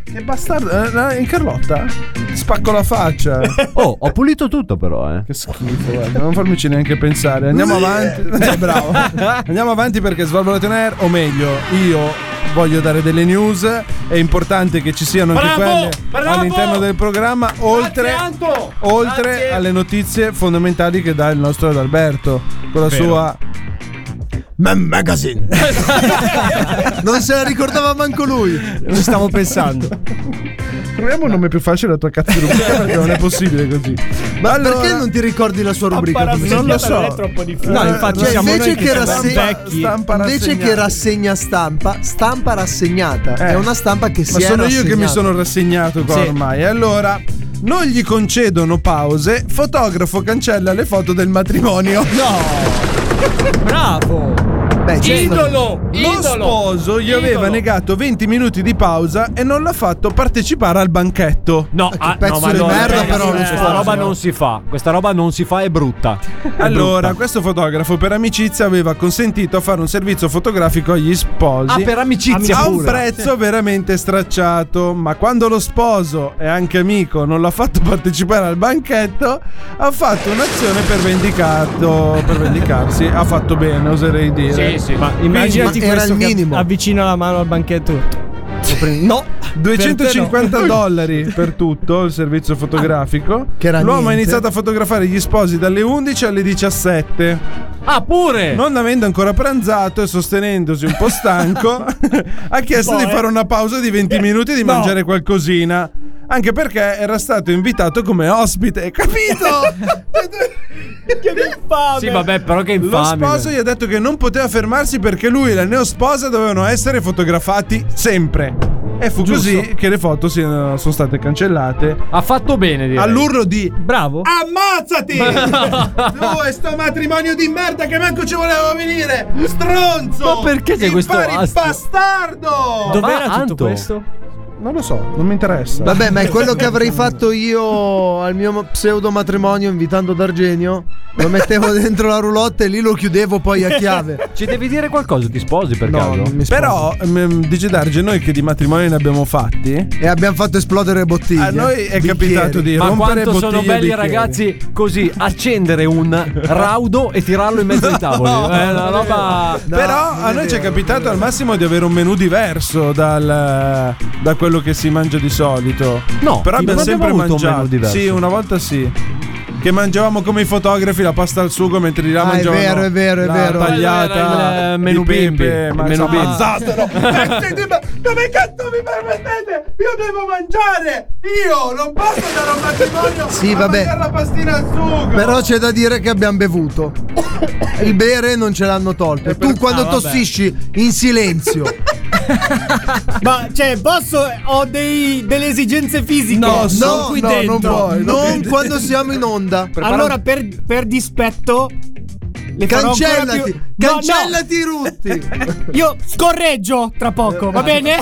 [SPEAKER 7] che bastardo. Eh, eh, In Carlotta? Spacco la faccia.
[SPEAKER 8] Oh, ho pulito tutto però, eh.
[SPEAKER 7] Che schifo, guarda. Non farmici neanche pensare. Andiamo avanti. Eh, bravo. Andiamo avanti perché Svalvolation Air, o meglio, io. Voglio dare delle news, è importante che ci siano anche
[SPEAKER 8] Bravo,
[SPEAKER 7] quelle
[SPEAKER 8] bravo.
[SPEAKER 7] all'interno del programma, oltre,
[SPEAKER 8] Anto.
[SPEAKER 7] oltre
[SPEAKER 8] Grazie.
[SPEAKER 7] alle notizie fondamentali che dà il nostro Adalberto con la
[SPEAKER 8] Vero.
[SPEAKER 7] sua Man Magazine.
[SPEAKER 3] Non se la ricordava manco lui.
[SPEAKER 16] Ci stavo pensando.
[SPEAKER 7] Proviamo un nome più facile alla tua cazzo di rubrica perché non è possibile così.
[SPEAKER 3] Ma perché non ti ricordi la sua rubrica? tu?
[SPEAKER 7] Non lo so.
[SPEAKER 16] No, infatti
[SPEAKER 3] Cioè,
[SPEAKER 16] siamo
[SPEAKER 3] invece,
[SPEAKER 16] noi che
[SPEAKER 3] che,
[SPEAKER 16] siamo
[SPEAKER 3] rasse-
[SPEAKER 16] vecchi.
[SPEAKER 7] Stampa
[SPEAKER 3] invece
[SPEAKER 7] rassegnata.
[SPEAKER 3] che rassegna stampa, stampa rassegnata.
[SPEAKER 7] Eh.
[SPEAKER 3] È una stampa che si
[SPEAKER 7] Ma
[SPEAKER 3] è
[SPEAKER 7] sono io che mi
[SPEAKER 3] rassegnata.
[SPEAKER 7] sono rassegnato qua
[SPEAKER 3] Sì.
[SPEAKER 7] ormai. Allora, non gli concedono pause. Fotografo cancella le foto del matrimonio. No!
[SPEAKER 16] Bravo!
[SPEAKER 3] Beh, certo. c'è-
[SPEAKER 7] Lo sposo gli aveva negato 20 minuti di pausa e non l'ha fatto partecipare al banchetto.
[SPEAKER 8] No, ah,
[SPEAKER 7] pezzo
[SPEAKER 8] no, ma
[SPEAKER 7] di
[SPEAKER 8] no,
[SPEAKER 7] merda,
[SPEAKER 8] ragazzi,
[SPEAKER 7] però, lo
[SPEAKER 8] Questa
[SPEAKER 7] sposo.
[SPEAKER 8] roba non si fa. Questa roba non si fa, è brutta. È
[SPEAKER 7] Allora,
[SPEAKER 8] brutta.
[SPEAKER 7] questo fotografo per amicizia aveva consentito a fare un servizio fotografico agli sposi.
[SPEAKER 8] Ah, per amicizia
[SPEAKER 7] A un
[SPEAKER 8] pure.
[SPEAKER 7] prezzo veramente stracciato. Ma quando lo sposo e anche amico non l'ha fatto partecipare al banchetto, ha fatto un'azione per vendicato. Per vendicarsi. ha fatto bene, oserei dire.
[SPEAKER 8] Sì, sì.
[SPEAKER 16] Ma immaginati
[SPEAKER 7] Ma era
[SPEAKER 16] questo
[SPEAKER 7] il
[SPEAKER 16] che
[SPEAKER 7] minimo.
[SPEAKER 16] avvicina la mano al banchetto. No,
[SPEAKER 7] 250
[SPEAKER 16] Per te no.
[SPEAKER 7] dollari per tutto il servizio fotografico.
[SPEAKER 3] che era
[SPEAKER 7] L'uomo ha
[SPEAKER 3] niente.
[SPEAKER 7] iniziato a fotografare gli sposi dalle 11 alle 17.
[SPEAKER 8] Ah, pure!
[SPEAKER 7] Non avendo ancora pranzato e sostenendosi un po' stanco, ha chiesto di fare una pausa di 20 minuti e di mangiare qualcosina. Anche perché era stato invitato come ospite, capito?
[SPEAKER 8] Sì, vabbè, però che
[SPEAKER 7] Lo
[SPEAKER 8] infame.
[SPEAKER 7] sposo gli ha detto che non poteva fermarsi perché lui e la neosposa dovevano essere fotografati sempre. E fu
[SPEAKER 8] Giusto.
[SPEAKER 7] così che le foto siano- sono state cancellate
[SPEAKER 8] Ha fatto bene, direi.
[SPEAKER 7] all'urlo di
[SPEAKER 16] Bravo.
[SPEAKER 7] Ammazzati! tu e sto matrimonio di merda che manco ci volevo venire! Stronzo!
[SPEAKER 8] Ma perché c'è questo
[SPEAKER 7] Impari,
[SPEAKER 8] astio?
[SPEAKER 7] bastardo!
[SPEAKER 16] Dov'era tutto
[SPEAKER 8] Anto.
[SPEAKER 16] questo?
[SPEAKER 7] Non lo so, non mi interessa.
[SPEAKER 3] Vabbè, ma è quello che avrei fatto io al mio pseudo matrimonio invitando D'Argenio. Lo mettevo dentro la roulotte e lì lo chiudevo poi a chiave.
[SPEAKER 8] Ci devi dire qualcosa? Ti sposi per caso?
[SPEAKER 7] Però, ehm, dice Darge, noi che di matrimoni ne abbiamo fatti,
[SPEAKER 3] E abbiamo fatto esplodere bottiglie.
[SPEAKER 7] a noi è
[SPEAKER 3] bicchieri.
[SPEAKER 7] capitato di
[SPEAKER 8] Ma
[SPEAKER 7] rompere
[SPEAKER 8] quanto sono
[SPEAKER 7] bottiglie e
[SPEAKER 8] belli
[SPEAKER 7] bicchieri.
[SPEAKER 8] ragazzi così accendere un raudo e tirarlo in mezzo ai tavoli. è una roba
[SPEAKER 7] Però a noi ci è capitato al massimo di avere un menù diverso dal, da quello che si mangia di solito.
[SPEAKER 8] No,
[SPEAKER 7] però
[SPEAKER 8] non
[SPEAKER 7] abbiamo sempre
[SPEAKER 8] abbiamo avuto un
[SPEAKER 7] mangiato.
[SPEAKER 8] menù diverso.
[SPEAKER 7] Sì, una volta sì. Che mangiavamo come i fotografi la pasta al sugo mentre di là
[SPEAKER 3] Ah, è
[SPEAKER 7] mangiavano.
[SPEAKER 3] vero, è vero, è
[SPEAKER 7] la
[SPEAKER 3] vero.
[SPEAKER 8] Il, eh,
[SPEAKER 7] tagliata,
[SPEAKER 8] menù
[SPEAKER 7] di pepe,
[SPEAKER 8] bimbi.
[SPEAKER 7] ma
[SPEAKER 8] Il menù bimbi.
[SPEAKER 7] ammazzatelo. Pezzi di me- Come cazzo mi permettete? Io devo mangiare! Io non posso andare a un matrimonio
[SPEAKER 3] Sì,
[SPEAKER 7] a
[SPEAKER 3] vabbè.
[SPEAKER 7] mangiare la pastina al sugo!
[SPEAKER 3] Però c'è da dire che abbiamo bevuto. Il bere non ce l'hanno tolto. Tu quando
[SPEAKER 10] Ah, vabbè.
[SPEAKER 3] tossisci in silenzio.
[SPEAKER 10] Ma cioè, posso. Ho dei, delle esigenze fisiche.
[SPEAKER 3] No, no,
[SPEAKER 10] qui
[SPEAKER 3] no,
[SPEAKER 10] dentro.
[SPEAKER 3] non puoi, non
[SPEAKER 10] Non-
[SPEAKER 3] quando siamo in onda.
[SPEAKER 10] Allora, per, per dispetto. Le farò ancora
[SPEAKER 3] cancellati,
[SPEAKER 10] più- No, no,
[SPEAKER 3] cancellati i rutti.
[SPEAKER 10] Io scorreggio tra poco,
[SPEAKER 3] Esatto.
[SPEAKER 10] va bene?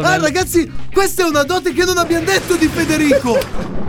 [SPEAKER 3] Ah, ragazzi, questa è una dote che non abbiamo detto di Federico.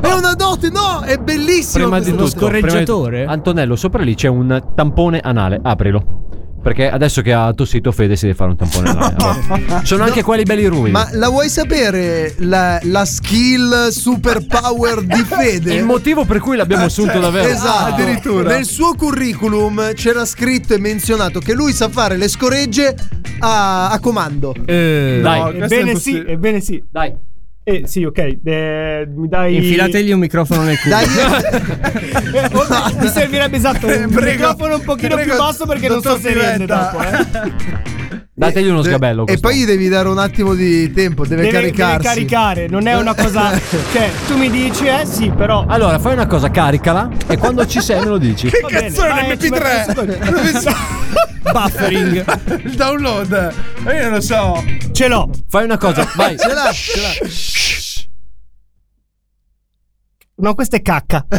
[SPEAKER 3] È una dote, no, è bellissima.
[SPEAKER 8] prima di
[SPEAKER 3] questa
[SPEAKER 8] tutto,
[SPEAKER 3] dote.
[SPEAKER 8] prima di tutto, Antonello, sopra lì c'è un tampone anale, aprilo. Perché adesso che ha tossito Fede si deve fare un tampone. all'aria. Vabbè. Sono anche quelli belli rumi.
[SPEAKER 3] Ma la vuoi sapere la, la skill superpower di Fede?
[SPEAKER 8] Il motivo per cui l'abbiamo assunto davvero.
[SPEAKER 3] eh, Esatto.
[SPEAKER 8] Ah, addirittura.
[SPEAKER 3] Nel suo curriculum c'era scritto e menzionato che lui sa fare le scoregge a, a comando.
[SPEAKER 10] Eh,
[SPEAKER 8] Eh, dai.
[SPEAKER 10] ebbene sì, ebbene sì.
[SPEAKER 8] Dai.
[SPEAKER 10] Eh sì, ok. eh, mi dai.
[SPEAKER 16] Infilategli un microfono nel culo.
[SPEAKER 3] eh,
[SPEAKER 10] Ok, mi servirebbe esatto un microfono un pochino più basso perché non so se rende dopo. Eh.
[SPEAKER 8] Dategli uno
[SPEAKER 3] Eh,
[SPEAKER 8] sgabello.
[SPEAKER 3] E
[SPEAKER 8] questo.
[SPEAKER 3] poi gli devi dare un attimo di tempo, deve,
[SPEAKER 10] Deve, deve
[SPEAKER 3] caricarsi.
[SPEAKER 10] caricare, non è una cosa. cioè, tu mi dici, eh sì, però.
[SPEAKER 8] Allora, fai una cosa, caricala e quando ci sei me lo dici.
[SPEAKER 10] Va bene, vai, ci metto un secondo.
[SPEAKER 8] Buffering.
[SPEAKER 7] Il download. Eh, Io non lo so.
[SPEAKER 10] Ce l'ho.
[SPEAKER 8] Fai una cosa, vai.
[SPEAKER 3] Ce l'ha, ce l'ha.
[SPEAKER 10] No, questa è cacca.
[SPEAKER 8] Ma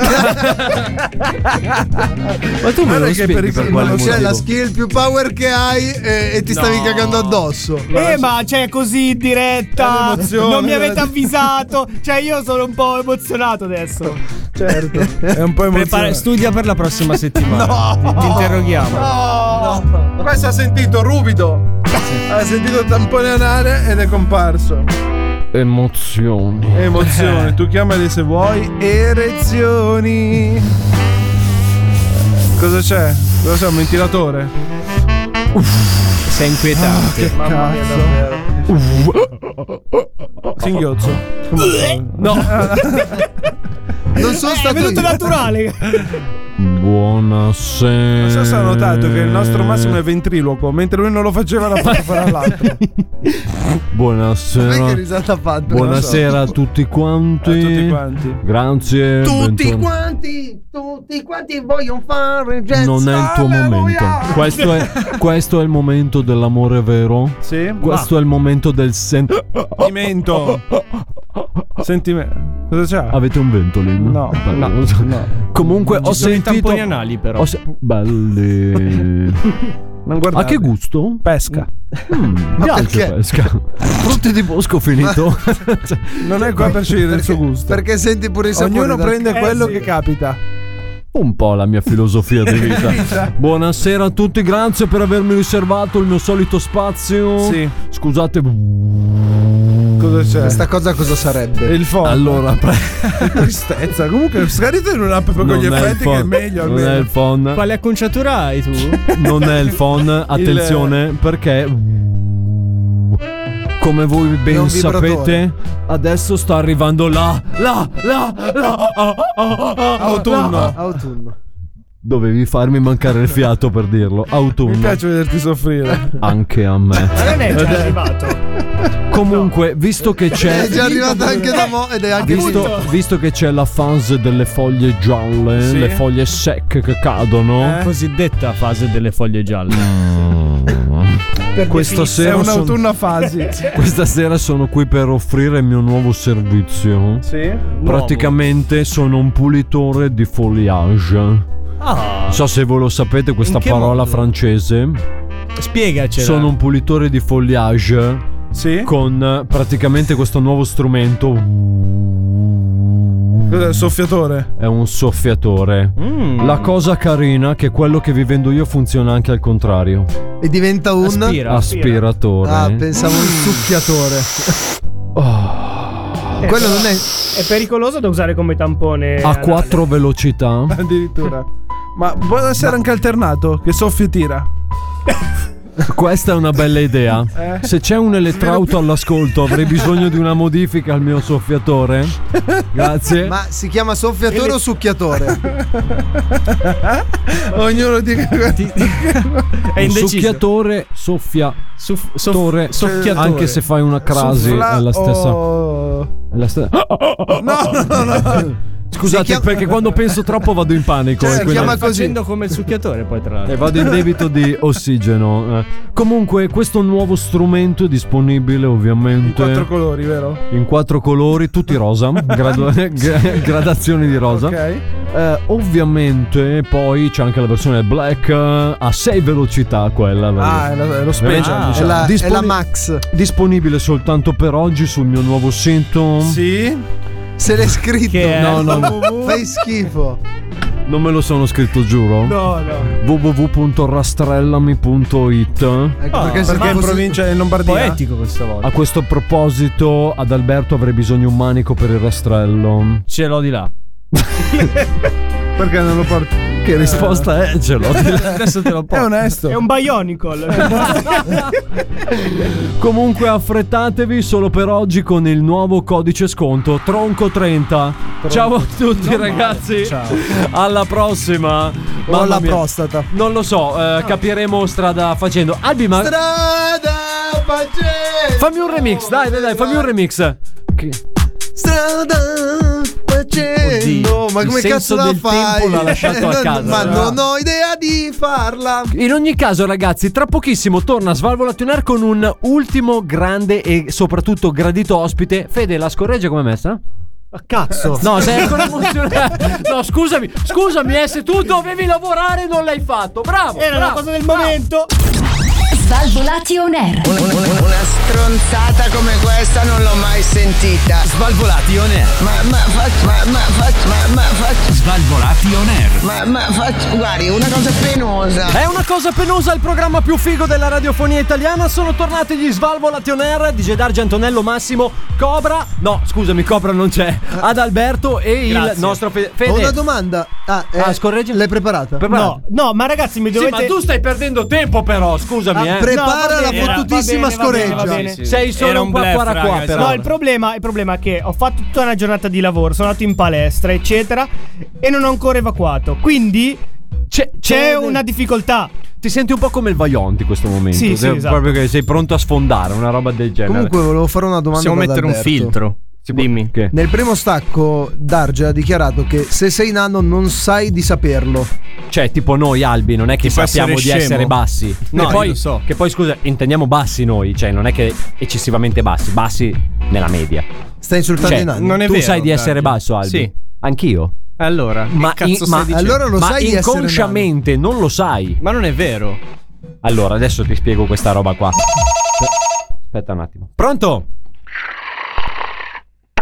[SPEAKER 8] tu me
[SPEAKER 3] Guarda
[SPEAKER 8] lo
[SPEAKER 3] che
[SPEAKER 8] spieghi per
[SPEAKER 3] pericolo,
[SPEAKER 8] quale motivo?
[SPEAKER 3] C'è la skill più power che hai e, e ti stavi cagando addosso.
[SPEAKER 10] Eh, ma cioè, così in diretta.
[SPEAKER 3] L'emozione.
[SPEAKER 10] Non mi avete avvisato. Cioè, io sono un po' emozionato adesso.
[SPEAKER 7] Certo. È un po'
[SPEAKER 16] Prepara-
[SPEAKER 7] emozionante.
[SPEAKER 16] studia per la prossima settimana. Ti interroghiamo.
[SPEAKER 7] No! Questo ha sentito ruvido. Ha sentito il tampone anale ed è comparso.
[SPEAKER 8] Emozioni.
[SPEAKER 7] Emozione, tu chiamali se vuoi. Erezioni. Cosa c'è? Cosa c'è? Un ventilatore?
[SPEAKER 16] Sei inquietante.
[SPEAKER 7] Mamma mia, davvero. Singhiozzo.
[SPEAKER 8] No.
[SPEAKER 3] Non sono
[SPEAKER 10] Eh, È
[SPEAKER 3] stato
[SPEAKER 10] venuto
[SPEAKER 3] io.
[SPEAKER 10] naturale.
[SPEAKER 8] Buonasera.
[SPEAKER 7] Non so se ha notato che il nostro Massimo è ventriloquo, mentre lui non lo faceva l'ha fatto fare all'altro.
[SPEAKER 3] Sai che
[SPEAKER 8] Buonasera.
[SPEAKER 3] risata ha fatto?
[SPEAKER 8] Buonasera a tutti quanti.
[SPEAKER 7] A tutti quanti.
[SPEAKER 8] Grazie.
[SPEAKER 27] Tutti
[SPEAKER 8] bentorn-
[SPEAKER 27] quanti, tutti quanti vogliono fare jazz.
[SPEAKER 8] Non è il tuo momento. Questo è, questo è il momento dell'amore vero.
[SPEAKER 7] Sì?
[SPEAKER 8] Questo è il momento del sen.
[SPEAKER 7] Sentimento. Sentimento. Cosa c'è?
[SPEAKER 8] Avete un ventolin?
[SPEAKER 7] No,
[SPEAKER 8] Bello. Comunque ho
[SPEAKER 16] sono i
[SPEAKER 8] sentito.
[SPEAKER 16] tamponi anali, però.
[SPEAKER 8] ho se- Belli.
[SPEAKER 7] Non guardate.
[SPEAKER 8] A che gusto?
[SPEAKER 7] Pesca.
[SPEAKER 8] Mm, piace
[SPEAKER 3] perché?
[SPEAKER 8] pesca. Cioè, Frutti di bosco finito.
[SPEAKER 7] Non è qua per scegliere il suo gusto.
[SPEAKER 3] Perché senti pure i sapori.
[SPEAKER 7] Ognuno
[SPEAKER 3] dal-
[SPEAKER 7] prende
[SPEAKER 10] Eh,
[SPEAKER 7] quello
[SPEAKER 10] sì.
[SPEAKER 7] che capita.
[SPEAKER 8] Un po' la mia filosofia di vita. Buonasera a tutti, grazie per avermi riservato il mio solito spazio.
[SPEAKER 7] Sì. Oh.
[SPEAKER 8] Scusate.
[SPEAKER 7] Cosa c'è?
[SPEAKER 3] Questa cosa cosa sarebbe?
[SPEAKER 8] Eh,
[SPEAKER 7] Il fondo.
[SPEAKER 8] Allora, pre-
[SPEAKER 7] Tristezza. Comunque, scaricate in un'app con
[SPEAKER 8] non
[SPEAKER 7] gli
[SPEAKER 8] è il
[SPEAKER 7] effetti che è
[SPEAKER 8] phon-
[SPEAKER 7] meglio
[SPEAKER 8] Non è il
[SPEAKER 7] almeno.
[SPEAKER 8] phon.
[SPEAKER 16] Quale acconciatura hai tu?
[SPEAKER 8] Non è il phon, attenzione, perché come voi
[SPEAKER 3] È
[SPEAKER 8] ben
[SPEAKER 3] un vibratore.
[SPEAKER 8] sapete, adesso sta arrivando la la la la ah, ah, ah,
[SPEAKER 7] Autunno.
[SPEAKER 8] la-
[SPEAKER 3] Autunno.
[SPEAKER 8] Dovevi farmi mancare il fiato per dirlo.
[SPEAKER 7] Mi
[SPEAKER 8] Autunno
[SPEAKER 7] piace vederti soffrire.
[SPEAKER 8] anche a me.
[SPEAKER 10] Ma non è già arrivato.
[SPEAKER 8] Comunque, visto che c'è
[SPEAKER 3] È già arrivata anche da mo ed è anche
[SPEAKER 8] Visto, visto che c'è la fase delle foglie gialle,
[SPEAKER 7] Sì.
[SPEAKER 8] le foglie secche che cadono,
[SPEAKER 7] Eh?
[SPEAKER 16] Cosiddetta fase delle foglie gialle.
[SPEAKER 8] questa
[SPEAKER 7] È
[SPEAKER 8] sera,
[SPEAKER 7] un
[SPEAKER 8] son-
[SPEAKER 7] autunno a fasi.
[SPEAKER 8] questa sera sono qui per offrire il mio nuovo servizio.
[SPEAKER 7] Sì.
[SPEAKER 8] Praticamente sono un pulitore di foliage. Non
[SPEAKER 16] Ah,
[SPEAKER 8] so se voi lo sapete questa
[SPEAKER 16] In che
[SPEAKER 8] parola
[SPEAKER 16] modo?
[SPEAKER 8] francese.
[SPEAKER 16] spiegacela.
[SPEAKER 8] Sono un pulitore di foliage
[SPEAKER 7] Sì.
[SPEAKER 8] con eh, praticamente questo nuovo strumento.
[SPEAKER 7] Cos'è? Soffiatore.
[SPEAKER 8] È un soffiatore.
[SPEAKER 16] Mm.
[SPEAKER 8] La cosa carina è che quello che vi vendo io funziona anche al contrario.
[SPEAKER 3] E diventa un.
[SPEAKER 16] Aspira.
[SPEAKER 8] Aspiratore.
[SPEAKER 3] Ah, pensavo un succhiatore.
[SPEAKER 8] Oh.
[SPEAKER 3] Quello non è.
[SPEAKER 10] È pericoloso da usare come tampone.
[SPEAKER 8] a
[SPEAKER 10] anale.
[SPEAKER 8] quattro velocità.
[SPEAKER 7] Addirittura. Ah. Ma può essere anche alternato, che soffia e tira.
[SPEAKER 8] Questa è una bella idea.
[SPEAKER 16] Eh.
[SPEAKER 8] Se c'è un elettrauto all'ascolto, avrei bisogno di una modifica al mio soffiatore. Grazie.
[SPEAKER 3] Ma si chiama soffiatore o succhiatore?
[SPEAKER 7] Ognuno dica
[SPEAKER 16] È
[SPEAKER 8] Un
[SPEAKER 16] indeciso.
[SPEAKER 8] succhiatore soffia.
[SPEAKER 16] Suff- soff-
[SPEAKER 8] Tore,
[SPEAKER 16] soffiatore.
[SPEAKER 8] anche se fai una crasi
[SPEAKER 7] Suffla
[SPEAKER 8] è la stessa.
[SPEAKER 7] o-
[SPEAKER 8] è la ste-
[SPEAKER 7] No, no, no.
[SPEAKER 8] Scusate,
[SPEAKER 3] Si chiama- Cioè,
[SPEAKER 8] perché quando penso troppo vado in panico. e
[SPEAKER 3] si
[SPEAKER 8] quindi-
[SPEAKER 3] chiama così.
[SPEAKER 16] Facendo come il succhiatore, poi tra
[SPEAKER 8] E
[SPEAKER 16] l'altro.
[SPEAKER 8] vado in debito di ossigeno. eh. Comunque, questo nuovo strumento è disponibile ovviamente in
[SPEAKER 7] Quattro
[SPEAKER 8] quattro,
[SPEAKER 7] colori, vero?
[SPEAKER 8] colori, tutti rosa, gradu- gra- gradazioni di rosa.
[SPEAKER 7] Ok.
[SPEAKER 8] Eh, ovviamente, poi c'è anche la versione black eh, a 6 velocità. Quella
[SPEAKER 7] Ah, è,
[SPEAKER 8] perché-
[SPEAKER 7] la- è lo special.
[SPEAKER 8] Ah,
[SPEAKER 3] È
[SPEAKER 7] diciamo.
[SPEAKER 3] la, è
[SPEAKER 8] Disponi-
[SPEAKER 3] la Max.
[SPEAKER 8] disponibile soltanto per oggi sul mio nuovo sito.
[SPEAKER 7] Sì.
[SPEAKER 3] Se l'è scritto.
[SPEAKER 16] Che è?
[SPEAKER 8] No, no, no.
[SPEAKER 3] Fai schifo.
[SPEAKER 8] Non me lo sono scritto, giuro.
[SPEAKER 10] No, no.
[SPEAKER 8] www.rastrellami.it Oh,
[SPEAKER 7] Ecco, perché se Perché in fosse- provincia di Lombardia?
[SPEAKER 10] Poetico
[SPEAKER 7] questa volta.
[SPEAKER 8] A questo proposito, ad Alberto avrei bisogno un manico per il rastrello. Ce l'ho di là.
[SPEAKER 7] Perché non lo porti?
[SPEAKER 8] Che risposta è? Ce l'ho di là.
[SPEAKER 10] Adesso
[SPEAKER 8] te lo
[SPEAKER 10] porto. È
[SPEAKER 7] onesto.
[SPEAKER 10] È un bionicle.
[SPEAKER 8] Comunque affrettatevi solo per oggi con il nuovo codice sconto Tronco 30. Ciao a tutti ragazzi. Alla prossima.
[SPEAKER 3] Ho
[SPEAKER 8] Mamma
[SPEAKER 3] la
[SPEAKER 8] mia.
[SPEAKER 3] prostata.
[SPEAKER 8] Non lo so, eh, capiremo strada facendo. Albi, ma
[SPEAKER 3] Strada facendo.
[SPEAKER 8] fammi un remix, dai, dai, dai, fammi un remix.
[SPEAKER 3] Strada facendo.
[SPEAKER 8] Oddio,
[SPEAKER 3] ma
[SPEAKER 8] il
[SPEAKER 3] come
[SPEAKER 8] senso
[SPEAKER 3] cazzo la
[SPEAKER 8] del
[SPEAKER 3] fai?
[SPEAKER 8] tempo l'ha lasciato a
[SPEAKER 3] Eh,
[SPEAKER 8] casa,
[SPEAKER 3] Ma
[SPEAKER 8] però.
[SPEAKER 3] non ho idea di farla.
[SPEAKER 8] In ogni caso, ragazzi, tra pochissimo torna Svalvola Tuner con un ultimo grande e soprattutto gradito ospite. Fede, la scorreggia come è messa?
[SPEAKER 28] Cazzo.
[SPEAKER 8] No, sei ancora emozionato. No, scusami, scusami, eh, se tu dovevi lavorare non l'hai fatto. Bravo.
[SPEAKER 10] Era
[SPEAKER 8] bravo,
[SPEAKER 10] la cosa del
[SPEAKER 8] bravo.
[SPEAKER 10] momento.
[SPEAKER 29] Svalvolati on air.
[SPEAKER 30] Una stronzata come questa non l'ho mai sentita.
[SPEAKER 26] Svalvolati on air.
[SPEAKER 30] Ma ma faccio, ma ma faccio, ma ma faccio.
[SPEAKER 26] Svalvolati on air.
[SPEAKER 30] Ma ma faccio, guardi, una cosa penosa.
[SPEAKER 8] È una cosa penosa il programma più figo della radiofonia italiana. Sono tornati gli Svalvolati on Air di Gedarge Antonello Massimo, Cobra. No, scusami, Cobra non c'è. Ad Alberto e il
[SPEAKER 3] Grazie.
[SPEAKER 8] nostro Fe- Fede.
[SPEAKER 3] Ho una domanda. Ah, eh,
[SPEAKER 8] Ah, scorreggia.
[SPEAKER 3] L'hai preparata?
[SPEAKER 8] Preparata. Eh?
[SPEAKER 10] No, ma ragazzi, mi dovete.
[SPEAKER 8] Sì, ma tu stai perdendo tempo, però. Scusami,
[SPEAKER 3] Ah,
[SPEAKER 8] eh.
[SPEAKER 3] prepara
[SPEAKER 10] No, va
[SPEAKER 3] la
[SPEAKER 10] bene, era-
[SPEAKER 3] fottutissima
[SPEAKER 10] va bene, va bene, va
[SPEAKER 3] scoreggia.
[SPEAKER 10] bene.
[SPEAKER 8] Sei solo un esatto. qua, qua, qua, però.
[SPEAKER 10] No, il problema, il problema è che ho fatto tutta una giornata di lavoro, sono andato in palestra, eccetera, e non ho ancora evacuato. Quindi
[SPEAKER 8] c'è,
[SPEAKER 10] c'è una difficoltà.
[SPEAKER 8] Cioè, Ti senti un po' come il Vaionti in questo momento.
[SPEAKER 10] Sì, sì,
[SPEAKER 8] Sei-
[SPEAKER 10] esatto.
[SPEAKER 8] Proprio che sei pronto a sfondare, una roba del genere.
[SPEAKER 3] Comunque volevo fare una domanda. ad Alberto.
[SPEAKER 8] Dimmi. Che?
[SPEAKER 3] Nel primo stacco Darge ha dichiarato che se sei nano non sai di saperlo.
[SPEAKER 8] Cioè, tipo noi albi, non è che
[SPEAKER 3] Tipo
[SPEAKER 8] sappiamo di
[SPEAKER 3] essere scemo.
[SPEAKER 8] essere bassi.
[SPEAKER 3] No,
[SPEAKER 8] che
[SPEAKER 3] io
[SPEAKER 8] poi,
[SPEAKER 3] lo so.
[SPEAKER 8] che poi, scusa, intendiamo bassi noi, cioè non è che eccessivamente bassi, bassi nella media.
[SPEAKER 3] Stai insultando
[SPEAKER 8] Cioè,
[SPEAKER 3] i nani.
[SPEAKER 8] tu sai di essere basso, Albi?
[SPEAKER 28] Sì.
[SPEAKER 8] Anch'io.
[SPEAKER 28] Allora,
[SPEAKER 8] ma,
[SPEAKER 28] che cazzo
[SPEAKER 8] in-
[SPEAKER 28] stai
[SPEAKER 8] ma-
[SPEAKER 28] dicendo?
[SPEAKER 3] Allora lo
[SPEAKER 8] ma
[SPEAKER 3] sai di essere nano.
[SPEAKER 8] inconsciamente non lo sai.
[SPEAKER 28] Ma non è vero.
[SPEAKER 8] Allora, adesso ti spiego questa roba qua. Aspetta un attimo. Pronto?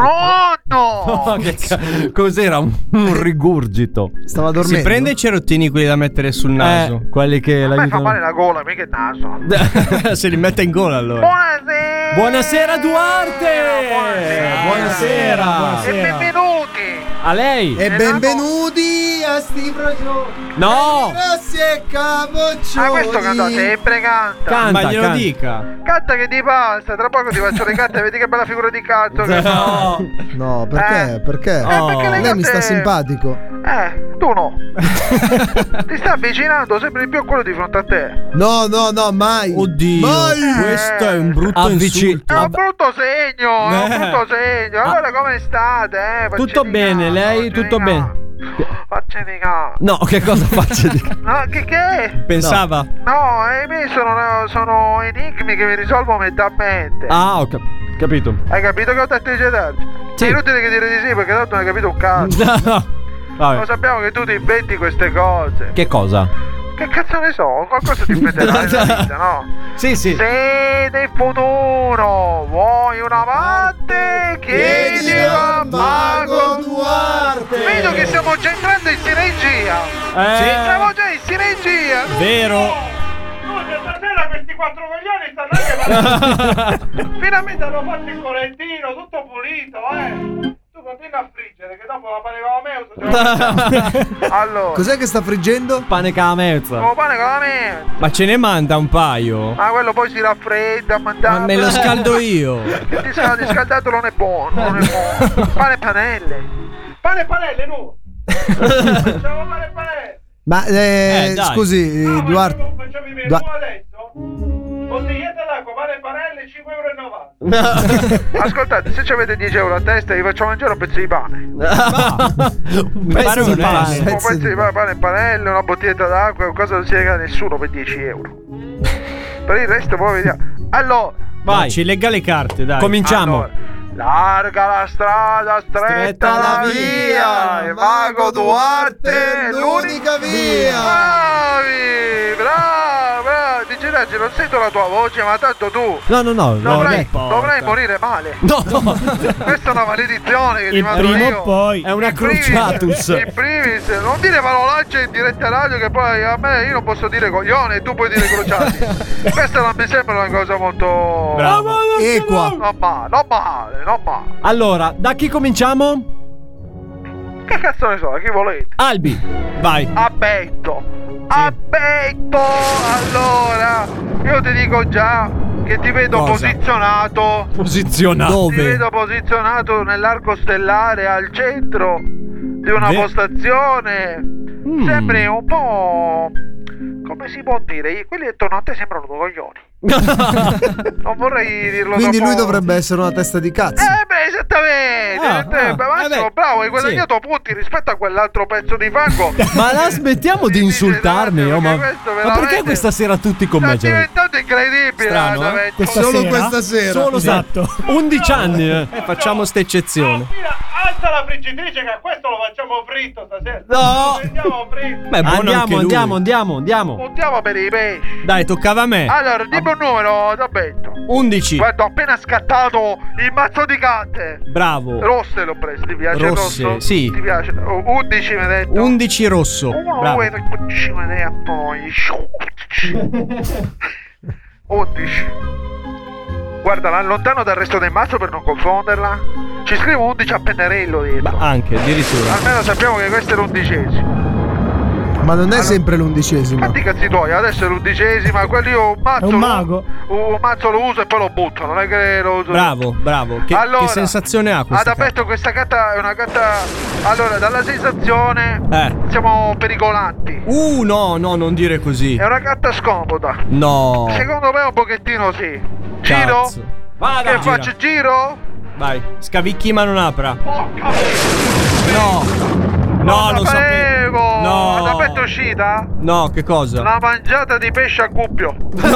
[SPEAKER 9] Oh.
[SPEAKER 19] Pronto!
[SPEAKER 8] che ca- cos'era? Un, un rigurgito. Eh,
[SPEAKER 3] Stava
[SPEAKER 28] Si prende i cerottini quelli da mettere sul naso.
[SPEAKER 8] quelli che
[SPEAKER 9] Mi fa male la gola, mica il naso.
[SPEAKER 28] Se li mette in gola allora.
[SPEAKER 9] Buonasera!
[SPEAKER 8] Buonasera Duarte!
[SPEAKER 9] Buonasera! E benvenuti!
[SPEAKER 8] A lei!
[SPEAKER 9] Eh,
[SPEAKER 3] E benvenuti a sti progetti.
[SPEAKER 8] No!
[SPEAKER 3] Grazie
[SPEAKER 9] Ma
[SPEAKER 3] capoccioli.
[SPEAKER 9] questo canta sempre, canta!
[SPEAKER 8] Canta,
[SPEAKER 28] Ma glielo
[SPEAKER 8] canta.
[SPEAKER 28] dica.
[SPEAKER 9] Canta che ti passa, tra poco ti faccio le carte e vedi che bella figura di cazzo che fa.
[SPEAKER 3] No, perché? Perché?
[SPEAKER 9] Eh. perché le
[SPEAKER 3] Lei mi sta
[SPEAKER 9] carte-
[SPEAKER 3] simpatico.
[SPEAKER 9] Eh, tu no. ti sta avvicinando sempre di più a quello di fronte a te. Eh,
[SPEAKER 3] No, no, no, mai. Oddio. Mai.
[SPEAKER 28] Questo è un brutto
[SPEAKER 8] Avvici-
[SPEAKER 28] insulto.
[SPEAKER 9] È un brutto segno, è un
[SPEAKER 28] Eh.
[SPEAKER 9] brutto segno. Allora come state? Eh?
[SPEAKER 8] Ah. Tutto bene, lei? Tutto bene?
[SPEAKER 9] Faccemi ca.
[SPEAKER 8] No, che cosa faccio di...
[SPEAKER 9] No, che che?
[SPEAKER 28] Pensava.
[SPEAKER 9] No, eh, me sono, sono enigmi che mi risolvo mentalmente.
[SPEAKER 8] Ah, ho cap- capito.
[SPEAKER 9] Hai capito che ho detto di gedarci? È inutile che dire di sì perché tanto non hai capito un cazzo.
[SPEAKER 8] No.
[SPEAKER 9] Lo
[SPEAKER 8] Vabbè.
[SPEAKER 9] sappiamo che tu ti inventi queste cose.
[SPEAKER 8] Che cosa?
[SPEAKER 9] Che cazzo ne so? Qualcosa ti inventerai nella
[SPEAKER 8] Esatto.
[SPEAKER 9] vita, no?
[SPEAKER 8] Sì, sì.
[SPEAKER 9] Se nel futuro vuoi una parte, chiedi a Mago Duarte. Vedo che stiamo già entrando in sinergia.
[SPEAKER 28] Eh.
[SPEAKER 9] Sì, Siamo già in sinergia.
[SPEAKER 28] Vero.
[SPEAKER 9] Scusa, stasera questi quattro coglioni stanno anche Finalmente hanno fatto il correntino, tutto pulito, eh. Tu continua a friggere, che dopo la pareva me. allora,
[SPEAKER 3] Cos'è che sta friggendo?
[SPEAKER 8] Pane con la mezza.
[SPEAKER 9] come pane con la me.
[SPEAKER 28] Ma ce ne manda un paio.
[SPEAKER 9] Ma quello poi si raffredda, mangiato.
[SPEAKER 28] Ma me lo scaldo io.
[SPEAKER 9] Il disca- discaldato non è buono, non è buono. Pane e panelle. Pane e panelle, no. Facciamo pane e panelle.
[SPEAKER 3] Ma eh,
[SPEAKER 28] Eh, dai.
[SPEAKER 3] scusi,
[SPEAKER 9] No,
[SPEAKER 3] Duarte.
[SPEAKER 9] facciamo- facciamo i menù
[SPEAKER 3] Dua-
[SPEAKER 9] adesso. Bottiglietta d'acqua, pane e panelle, 5,90 euro. Ascoltate, se ci avete 10 euro a testa, vi faccio mangiare un pezzo di pane.
[SPEAKER 8] Un pezzo di
[SPEAKER 3] Ah,
[SPEAKER 8] pane.
[SPEAKER 9] Un pezzo di pane, pane e panelle, una bottiglietta d'acqua, qualcosa non si regala a nessuno per 10 euro. Per il resto poi vediamo. Allora,
[SPEAKER 28] Vai. Ci legga le carte, dai.
[SPEAKER 8] Cominciamo.
[SPEAKER 9] Allora, larga la strada, stretta,
[SPEAKER 28] Stretta
[SPEAKER 9] la
[SPEAKER 28] la
[SPEAKER 9] via. Il mago Duarte è l'unica via. Bravi, bravi, bravi. Di Raggi, Raggi, non sento la tua voce, ma tanto tu.
[SPEAKER 28] No, no, no, no,
[SPEAKER 9] Dovrai,
[SPEAKER 28] no.
[SPEAKER 9] dovrai morire male.
[SPEAKER 28] No,
[SPEAKER 9] Questa è una maledizione che ti
[SPEAKER 28] Il
[SPEAKER 9] mando
[SPEAKER 28] prima o
[SPEAKER 9] io.
[SPEAKER 28] poi. È una
[SPEAKER 9] In primis-
[SPEAKER 28] cruciatus.
[SPEAKER 9] In primis, non dire parolacce in diretta radio che poi a me io non posso dire coglione e tu puoi dire crociati. Questa non mi sembra una cosa molto...
[SPEAKER 8] Bravo. Equa.
[SPEAKER 9] Non male, non male, non male.
[SPEAKER 8] Allora, da chi cominciamo?
[SPEAKER 9] Che cazzo ne so, chi volete?
[SPEAKER 8] Albi. Vai.
[SPEAKER 9] Abbetto. Abbetto. Allora, io ti dico già che ti vedo
[SPEAKER 8] Cosa?
[SPEAKER 9] posizionato.
[SPEAKER 8] Posizionato.
[SPEAKER 9] Ti
[SPEAKER 8] Dove?
[SPEAKER 9] vedo posizionato nell'arco stellare al centro di una
[SPEAKER 8] Ve-
[SPEAKER 9] postazione.
[SPEAKER 3] Mm.
[SPEAKER 9] Sembri un po'. Come si può dire? Quelli attorno a te sembrano due coglioni. non vorrei dirlo
[SPEAKER 3] Quindi
[SPEAKER 9] dopo.
[SPEAKER 3] lui dovrebbe Ah, essere una testa di cazzo.
[SPEAKER 9] Eh beh, esattamente,
[SPEAKER 3] Eh,
[SPEAKER 9] esattamente, ma Massimo, bravo, hai guadagnato punti rispetto a quell'altro pezzo di fango.
[SPEAKER 8] Ma la smettiamo di insultarmi, oh, ma...
[SPEAKER 9] questo
[SPEAKER 8] ma
[SPEAKER 9] veramente-
[SPEAKER 8] perché questa sera tutti con
[SPEAKER 9] Sta
[SPEAKER 8] me? cioè?
[SPEAKER 9] diventando incredibile,
[SPEAKER 28] Strano, eh?
[SPEAKER 9] veramente.
[SPEAKER 28] Questa sera? Solo esatto. 11 anni. Eh. facciamo sta eccezione.
[SPEAKER 9] Alza la friggitrice che a questo lo facciamo fritto stasera.
[SPEAKER 28] No.
[SPEAKER 9] Lo prendiamo fritto.
[SPEAKER 28] Beh, buono
[SPEAKER 8] andiamo,
[SPEAKER 28] anche lui.
[SPEAKER 8] andiamo, andiamo, andiamo.
[SPEAKER 9] Puntiamo per i pesci.
[SPEAKER 28] Dai, toccava a me.
[SPEAKER 9] Allora, dimmi un numero, Dabetto.
[SPEAKER 28] 11.
[SPEAKER 9] Guarda, ho appena scattato il mazzo di carte.
[SPEAKER 28] Bravo.
[SPEAKER 9] Rosse l'ho preso, ti piace?
[SPEAKER 28] Rosse,
[SPEAKER 9] rosso?
[SPEAKER 28] sì.
[SPEAKER 9] Ti piace? Oh, 11 mi hai detto.
[SPEAKER 28] 11 rosso.
[SPEAKER 9] Uno,
[SPEAKER 28] Bravo.
[SPEAKER 9] due, tre, quattrocino, e poi. 11. Guardala, lontano dal resto del mazzo per non confonderla. Ci scrivo 11 a pennarello dietro.
[SPEAKER 28] Anche, addirittura.
[SPEAKER 9] Almeno sappiamo che questo è l'undicesimo.
[SPEAKER 3] Ma non è sempre l'undicesima.
[SPEAKER 9] Fatti i cazzi tuoi, adesso è l'undicesima, quello io un mazzo.
[SPEAKER 3] È un
[SPEAKER 9] lo-
[SPEAKER 3] mago.
[SPEAKER 9] un mazzo lo uso e poi lo butto, non è che lo uso.
[SPEAKER 28] Bravo, bravo. Che, che
[SPEAKER 9] Allora,
[SPEAKER 28] sensazione ha
[SPEAKER 9] Ad
[SPEAKER 28] questa? carta?
[SPEAKER 9] aperto questa carta è una carta. Allora, dalla sensazione
[SPEAKER 28] Eh.
[SPEAKER 9] siamo pericolanti.
[SPEAKER 28] Uh, no, no, non dire così.
[SPEAKER 9] È una carta scomoda.
[SPEAKER 28] No.
[SPEAKER 9] Secondo me un pochettino sì. Giro?
[SPEAKER 28] Cazzo. Vada.
[SPEAKER 9] Che
[SPEAKER 28] Gira.
[SPEAKER 9] faccio giro?
[SPEAKER 28] Vai, scavicchi ma non apra.
[SPEAKER 9] Porca
[SPEAKER 28] No. No,
[SPEAKER 9] lo
[SPEAKER 28] lo sapevo.
[SPEAKER 9] sapevo.
[SPEAKER 28] No.
[SPEAKER 9] Ad aperto è uscita?
[SPEAKER 28] No, che cosa?
[SPEAKER 9] Una mangiata di pesce a cubbio.
[SPEAKER 28] No,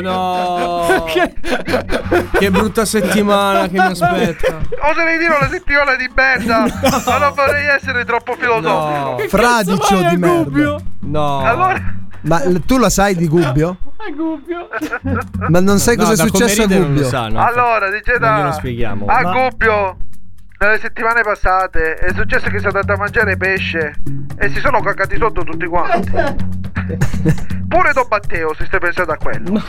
[SPEAKER 28] no, no. che brutta settimana che mi aspetta.
[SPEAKER 9] Oserei dire una settimana di merda, ma non vorrei essere troppo filosofico.
[SPEAKER 3] Fradicio di merda.
[SPEAKER 28] No.
[SPEAKER 9] Allora,
[SPEAKER 3] Ma l- tu la sai di Gubbio?
[SPEAKER 9] è Gubbio.
[SPEAKER 3] Ma non sai
[SPEAKER 28] No,
[SPEAKER 3] cosa è
[SPEAKER 28] da come
[SPEAKER 3] successo a
[SPEAKER 28] ride non lo
[SPEAKER 3] Gubbio?
[SPEAKER 28] sa, no.
[SPEAKER 9] Allora, dice
[SPEAKER 28] Non
[SPEAKER 9] da
[SPEAKER 28] glielo spieghiamo.
[SPEAKER 9] A
[SPEAKER 28] Ma-
[SPEAKER 9] Gubbio, nelle settimane passate, è successo che sono andato a mangiare pesce e si sono cagati sotto tutti quanti. Pure Don Matteo, se stai pensando a quello.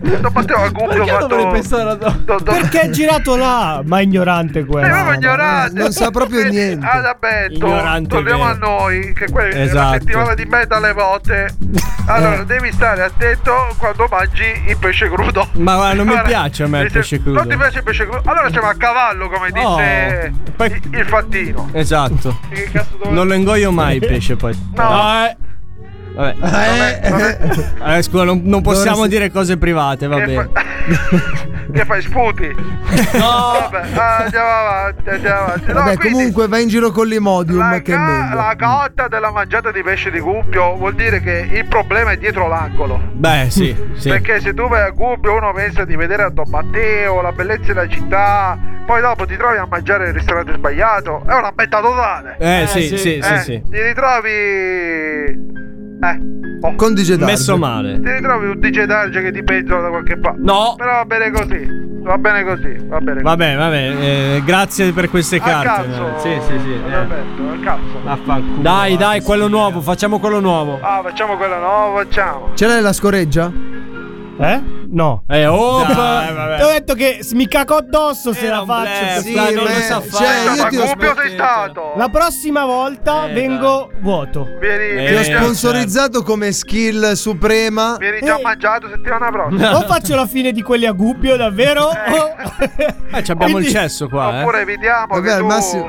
[SPEAKER 9] Don Matteo a Gubbio ha
[SPEAKER 10] Perché
[SPEAKER 9] fatto...
[SPEAKER 10] dovrei pensare Perché è girato là? Ma ignorante
[SPEAKER 9] Eh,
[SPEAKER 10] quello.
[SPEAKER 9] proprio ignorante.
[SPEAKER 3] non sa proprio niente.
[SPEAKER 9] Ah, vabbè, to-
[SPEAKER 10] Ignorante,
[SPEAKER 9] torniamo a
[SPEAKER 10] vero.
[SPEAKER 9] noi, che quella è una
[SPEAKER 10] Esatto. Eh.
[SPEAKER 9] settimana di merda alle volte. Allora, devi stare attento quando mangi il pesce crudo.
[SPEAKER 28] Ma guarda, non mi
[SPEAKER 9] Guarda,
[SPEAKER 28] piace a me il
[SPEAKER 9] mi se-
[SPEAKER 28] pesce crudo.
[SPEAKER 9] Non ti piace il pesce crudo? Allora siamo a cavallo, come
[SPEAKER 28] Oh,
[SPEAKER 9] disse
[SPEAKER 28] pe-
[SPEAKER 9] il, il fattino.
[SPEAKER 28] Esatto.
[SPEAKER 9] Che cazzo dovevo-
[SPEAKER 28] Non lo ingoio mai il pesce poi.
[SPEAKER 9] No.
[SPEAKER 28] eh. Vabbè. Eh, scusa, non, non possiamo
[SPEAKER 9] Dovresti-
[SPEAKER 28] dire cose private,
[SPEAKER 9] Eh,
[SPEAKER 28] va bene.
[SPEAKER 9] Che fai sputi? No! Vabbè, ah, andiamo avanti, andiamo avanti. No,
[SPEAKER 3] Vabbè,
[SPEAKER 9] quindi-
[SPEAKER 3] comunque va in giro con l'imodium che è
[SPEAKER 9] Ah,
[SPEAKER 3] meglio.
[SPEAKER 9] La cotta della mangiata di pesce di Gubbio vuol dire che il problema è dietro l'angolo.
[SPEAKER 28] Beh, sì, sì.
[SPEAKER 9] Perché se tu vai a Gubbio uno pensa di vedere a Don Matteo, la bellezza della città, poi dopo ti trovi a mangiare il ristorante sbagliato. È una betta totale.
[SPEAKER 28] Eh, sì, sì, sì,
[SPEAKER 9] Eh,
[SPEAKER 28] sì.
[SPEAKER 9] Ti ritrovi. Eh.
[SPEAKER 3] Con Digedarge.
[SPEAKER 28] Messo male.
[SPEAKER 9] Ti ritrovi un DJ Darge che ti pentola da qualche parte.
[SPEAKER 28] No.
[SPEAKER 9] Però va bene così. Va bene così. Va bene così.
[SPEAKER 28] Vabbè, vabbè, eh, grazie per queste
[SPEAKER 9] Al
[SPEAKER 28] carte. Ah.
[SPEAKER 9] cazzo.
[SPEAKER 28] Sì, sì, sì. eh.
[SPEAKER 9] Perfetto, al cazzo.
[SPEAKER 28] Vaffanculo.
[SPEAKER 8] Dai, dai, quello nuovo, facciamo quello nuovo.
[SPEAKER 9] Ah, facciamo quella nuova, facciamo.
[SPEAKER 3] Ce l'hai la scoreggia?
[SPEAKER 10] Eh? No.
[SPEAKER 8] Eh, oh,
[SPEAKER 10] Dai, vabbè. Ti ho detto che s- mi cacco addosso se la faccio.
[SPEAKER 28] Sì,
[SPEAKER 10] questa-
[SPEAKER 28] non lo sa fare.
[SPEAKER 3] cioè, io ti ho
[SPEAKER 9] Gubbio sei stato.
[SPEAKER 10] La prossima volta
[SPEAKER 28] Eh,
[SPEAKER 10] vengo vuoto.
[SPEAKER 3] Ti
[SPEAKER 9] Vieni,
[SPEAKER 3] ho
[SPEAKER 9] vieni, già,
[SPEAKER 3] sponsorizzato come skill suprema.
[SPEAKER 9] vieni già mangiato settimana prossima.
[SPEAKER 10] O faccio la fine di quelli a Gubbio, davvero? o-
[SPEAKER 28] Eh, ci abbiamo il
[SPEAKER 10] Quindi-
[SPEAKER 28] cesso qua, eh.
[SPEAKER 9] Oppure evitiamo
[SPEAKER 3] Vabbè,
[SPEAKER 9] che
[SPEAKER 3] al
[SPEAKER 9] tu
[SPEAKER 3] massimo-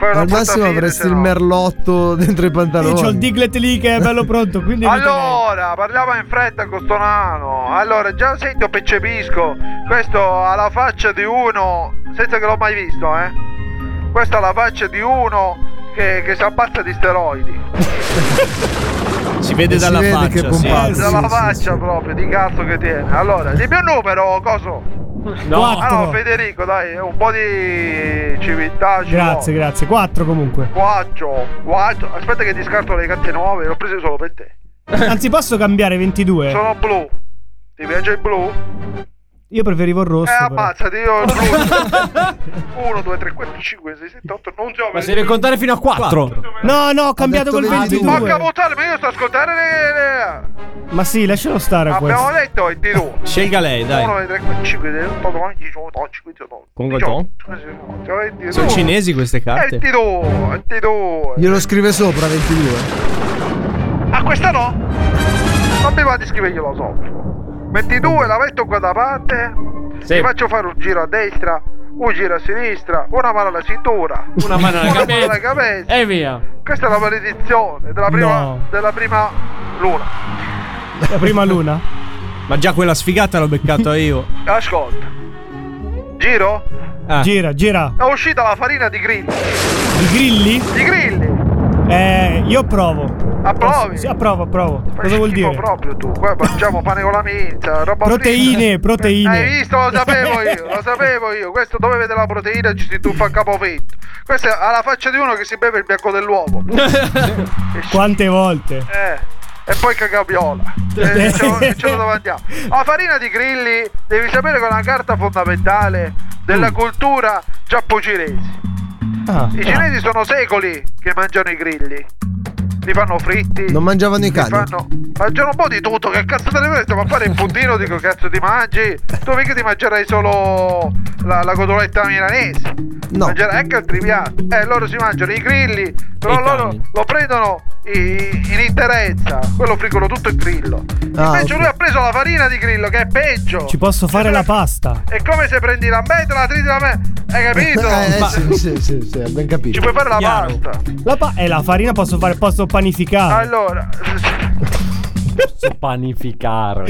[SPEAKER 9] fai una
[SPEAKER 3] Al
[SPEAKER 9] brutta
[SPEAKER 3] massimo
[SPEAKER 9] fine,
[SPEAKER 3] avresti
[SPEAKER 9] se
[SPEAKER 3] il
[SPEAKER 9] no.
[SPEAKER 3] merlotto dentro i
[SPEAKER 10] Io c'ho il
[SPEAKER 3] pantaloni.
[SPEAKER 10] Diglett lì che è bello pronto, quindi...
[SPEAKER 9] Allora, parliamo in fretta con sto nano. Allora, già sento percepisco. Questo ha la faccia di uno, senza che l'ho mai visto, eh. Questo ha la faccia di uno che, che si abbassa di steroidi.
[SPEAKER 28] Si vede
[SPEAKER 3] Si
[SPEAKER 28] dalla
[SPEAKER 3] vede che
[SPEAKER 28] faccia, sì.
[SPEAKER 3] pompazzo.
[SPEAKER 9] Dalla faccia proprio, di cazzo che tiene. Allora, di mio numero, coso?
[SPEAKER 10] No.
[SPEAKER 9] Allora, Federico, dai, un po' di civiltà. ci
[SPEAKER 10] Grazie,
[SPEAKER 9] vuole.
[SPEAKER 10] grazie. Quattro comunque.
[SPEAKER 9] Quattro, quattro. Aspetta che ti scarto le carte nuove, le ho prese solo per te.
[SPEAKER 7] Anzi, posso cambiare 22?
[SPEAKER 9] Sono blu. Ti piace il blu?
[SPEAKER 7] Io preferivo il rosso.
[SPEAKER 9] eh,
[SPEAKER 7] però.
[SPEAKER 9] ammazzati, io il blu. 1, 2, 3, 4, 5, 6, 7, 8, non so.
[SPEAKER 31] Ma se devi contare fino a 4.
[SPEAKER 7] No, no, ho cambiato col 22.
[SPEAKER 9] Ma votare, ma io sto ascoltando le... le-
[SPEAKER 7] Ma sì, lascialo stare a
[SPEAKER 9] Abbiamo
[SPEAKER 7] questo.
[SPEAKER 9] detto il di tu.
[SPEAKER 8] Scelga lei, dai.
[SPEAKER 9] 1, 2, 3, 4, 5, 6, 7, 8, 9, 10, 11, 12, 15, 18.
[SPEAKER 8] Comunque Tom. Sono cinesi queste
[SPEAKER 9] È il
[SPEAKER 8] carte.
[SPEAKER 9] tiro, è il tiro.
[SPEAKER 3] Glielo scrive sopra 22.
[SPEAKER 9] Ah, questa no? Non mi va di scriverglielo sopra. 22, la metto qua da parte. Ti faccio fare un giro a destra, un giro a sinistra, una mano alla cintura,
[SPEAKER 32] Una mano alla
[SPEAKER 9] mano alla
[SPEAKER 32] capella.
[SPEAKER 9] cabeza.
[SPEAKER 32] E via.
[SPEAKER 9] Questa è la maledizione della prima,
[SPEAKER 7] No.
[SPEAKER 9] della prima luna.
[SPEAKER 7] La prima luna.
[SPEAKER 8] Ma già quella sfigata l'ho beccata io.
[SPEAKER 9] Ascolta. Giro?
[SPEAKER 8] Ah.
[SPEAKER 7] Gira, gira.
[SPEAKER 9] È uscita la farina di grilli.
[SPEAKER 7] I grilli?
[SPEAKER 9] Di grilli.
[SPEAKER 7] Eh, io approvo.
[SPEAKER 9] Approvi?
[SPEAKER 7] Sì, approvo, approvo. Cosa
[SPEAKER 9] Fai
[SPEAKER 7] vuol
[SPEAKER 9] schifo
[SPEAKER 7] dire?
[SPEAKER 9] proprio tu. Qua mangiamo pane con la minza, roba
[SPEAKER 7] Proteine,
[SPEAKER 9] fritta.
[SPEAKER 7] proteine.
[SPEAKER 9] Hai visto? Lo sapevo io, lo sapevo io. Questo dove vede la proteina ci si tuffa a capofitto. Questa è alla faccia di uno che si beve il bianco dell'uovo.
[SPEAKER 7] Quante volte?
[SPEAKER 9] Eh, e poi cagabiola. Eh, ce, lo, ce lo domandiamo. La farina di grilli, devi sapere che è una carta fondamentale della cultura giapponese.
[SPEAKER 3] Mm. Ah,
[SPEAKER 9] I cinesi sono secoli che mangiano i grilli. Li fanno fritti.
[SPEAKER 3] Non mangiavano i cani.
[SPEAKER 9] Fanno, mangiano un po' di tutto, che cazzo te ne frega? Stiamo a fare il puntino, dico cazzo ti mangi? Tu mica ti mangerai solo la, la cotoletta milanese.
[SPEAKER 3] No.
[SPEAKER 9] Mangerai anche altri piatti. Eh, loro si mangiano i grilli, però
[SPEAKER 8] E i
[SPEAKER 9] loro
[SPEAKER 8] cani.
[SPEAKER 9] lo prendono i- in interezza. Quello friggono tutto il grillo.
[SPEAKER 7] Ah,
[SPEAKER 9] Invece
[SPEAKER 7] ok.
[SPEAKER 9] lui ha preso la farina di grillo, che è peggio.
[SPEAKER 7] Ci posso fare la pasta.
[SPEAKER 9] È come se prendi la metà, la triti la me. Hai capito?
[SPEAKER 3] Eh,
[SPEAKER 9] Ma-
[SPEAKER 3] sì, sì, sì, sì, ben
[SPEAKER 9] Ci
[SPEAKER 3] capito.
[SPEAKER 9] puoi fare la
[SPEAKER 7] Chiaro.
[SPEAKER 9] pasta.
[SPEAKER 7] La pa- eh, la farina posso fare, posso panificare.
[SPEAKER 9] Allora,
[SPEAKER 31] Posso panificare.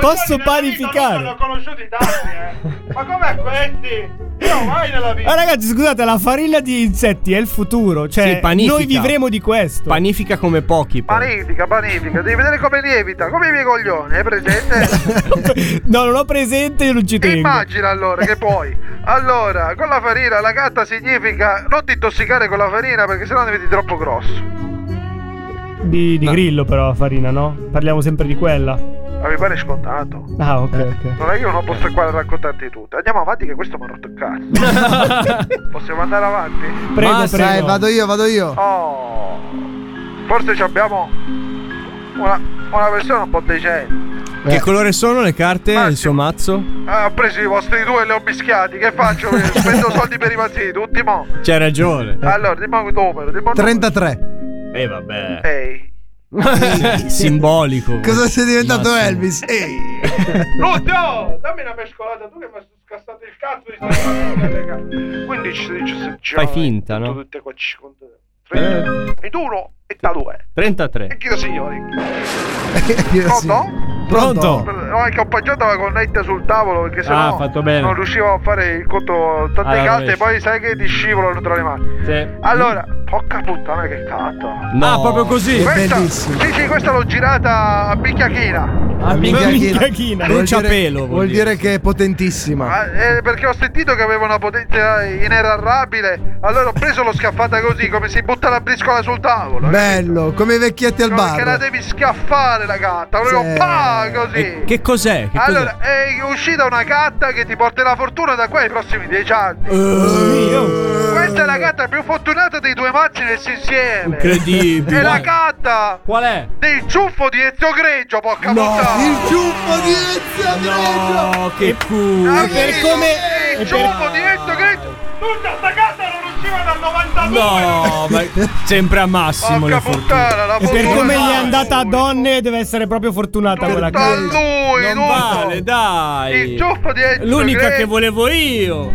[SPEAKER 7] Posso panificare.
[SPEAKER 9] conosciuti tanti, eh. Ma com'è questi? Io mai nella vita.
[SPEAKER 7] Ma ragazzi, scusate, la farina di insetti è il futuro. Cioè,
[SPEAKER 8] Sì, panifica.
[SPEAKER 7] noi vivremo di questo.
[SPEAKER 8] Panifica come pochi. poi.
[SPEAKER 9] Panifica, panifica, devi vedere come lievita, come i miei coglioni, hai presente?
[SPEAKER 7] no, non ho presente e non ci tengo.
[SPEAKER 9] Immagina allora che puoi. Allora, con la farina la gatta significa non ti intossicare con la farina perché sennò diventi troppo grosso.
[SPEAKER 7] Di, di grillo, però, la farina, no? Parliamo sempre di quella.
[SPEAKER 9] Ma mi pare scontato.
[SPEAKER 7] Ah, ok,
[SPEAKER 8] Eh.
[SPEAKER 7] ok.
[SPEAKER 9] Non è che io non posso qua a raccontarti tutto. Andiamo avanti che questo mi ha rotto il cazzo. Possiamo andare avanti?
[SPEAKER 7] Prego, prego.
[SPEAKER 3] Dai, vado io, vado io.
[SPEAKER 9] Oh, forse ci abbiamo una, una persona un po' decente.
[SPEAKER 8] Che colore sono le carte? Il suo mazzo?
[SPEAKER 9] Ah, ho preso i vostri due e li ho mischiati. Che faccio? Spendo soldi per i mazzini, tutti mo.
[SPEAKER 8] C'hai ragione.
[SPEAKER 9] Allora, dimmi un numero. Dimmi un
[SPEAKER 3] 33.
[SPEAKER 8] Eh vabbè.
[SPEAKER 9] numero. Ehi.
[SPEAKER 8] Simbolico.
[SPEAKER 3] Cosa sei diventato
[SPEAKER 8] Mazzo.
[SPEAKER 3] Elvis? Ehi.
[SPEAKER 9] Luzio, dammi una mescolata. Tu che mi hai scassato il cazzo di sta 15, 16,
[SPEAKER 8] Fai finta, no? Eh.
[SPEAKER 9] Tutte qua 50. 30. E uno e da due.
[SPEAKER 8] 33.
[SPEAKER 9] E chi lo signori?
[SPEAKER 8] Eh,
[SPEAKER 3] Io sì.
[SPEAKER 9] Pronto?
[SPEAKER 8] Pronto.
[SPEAKER 9] No, è che ho appoggiato la connetta sul tavolo perché sennò
[SPEAKER 8] Ah, fatto bene. Ah,
[SPEAKER 9] non riuscivo a fare il conto tante
[SPEAKER 8] Alla
[SPEAKER 9] carte e
[SPEAKER 8] rovescia.
[SPEAKER 9] poi sai che ti scivolano tra le mani. Allora, porca puttana che cazzo.
[SPEAKER 8] No. Ah, proprio così.
[SPEAKER 9] Questa,
[SPEAKER 3] bellissimo.
[SPEAKER 9] sì, sì, questa l'ho girata a picchiachina.
[SPEAKER 3] Minchia china.
[SPEAKER 7] Minchiachina.
[SPEAKER 3] Vuol
[SPEAKER 8] Brucia
[SPEAKER 3] dire-
[SPEAKER 8] pelo, Ah, vuol
[SPEAKER 3] Vuol
[SPEAKER 8] dire.
[SPEAKER 3] dire che è potentissima.
[SPEAKER 9] Ah, eh, perché ho sentito che aveva una potenza inerrarrabile. Allora ho preso l'ho scaffata così, come si butta la briscola sul tavolo.
[SPEAKER 3] Bello, come i vecchietti al
[SPEAKER 9] No, Perché
[SPEAKER 3] bar.
[SPEAKER 9] la devi scaffare la gatta. Proprio
[SPEAKER 3] Sì.
[SPEAKER 9] pa, così.
[SPEAKER 8] E che cos'è? Che
[SPEAKER 9] Allora, è uscita una gatta che ti porterà fortuna da qua ai prossimi dieci anni.
[SPEAKER 8] Eh,
[SPEAKER 9] Questa è la gatta più fortunata dei due mazzi nel insieme.
[SPEAKER 8] cos'è? Incredibile.
[SPEAKER 9] È la gatta
[SPEAKER 31] Qual è?
[SPEAKER 9] del ciuffo di Ezio Greggio, porca
[SPEAKER 8] No.
[SPEAKER 9] puttana.
[SPEAKER 3] Il ciuffo di Ezio Greggio.
[SPEAKER 8] No, Oh, che culo.
[SPEAKER 9] Ah,
[SPEAKER 7] per
[SPEAKER 9] sì,
[SPEAKER 7] come-
[SPEAKER 9] sì,
[SPEAKER 7] e
[SPEAKER 9] Il ciuffo
[SPEAKER 7] per-
[SPEAKER 9] di Ezio Greggio. Tutta sta gatta non usciva dal 92.
[SPEAKER 8] No, ma sempre a massimo le
[SPEAKER 9] Porca
[SPEAKER 8] fortune.
[SPEAKER 9] puttana, la
[SPEAKER 7] E per
[SPEAKER 9] fortuna
[SPEAKER 7] come gli
[SPEAKER 9] dai.
[SPEAKER 7] è andata a donne, deve essere proprio fortunata quella
[SPEAKER 9] Tutta a
[SPEAKER 7] cosa.
[SPEAKER 9] lui,
[SPEAKER 8] Non
[SPEAKER 9] tutto.
[SPEAKER 8] vale,
[SPEAKER 9] Il
[SPEAKER 8] dai.
[SPEAKER 9] ciuffo di Ezio
[SPEAKER 8] L'unica
[SPEAKER 9] Greggio.
[SPEAKER 8] che volevo io.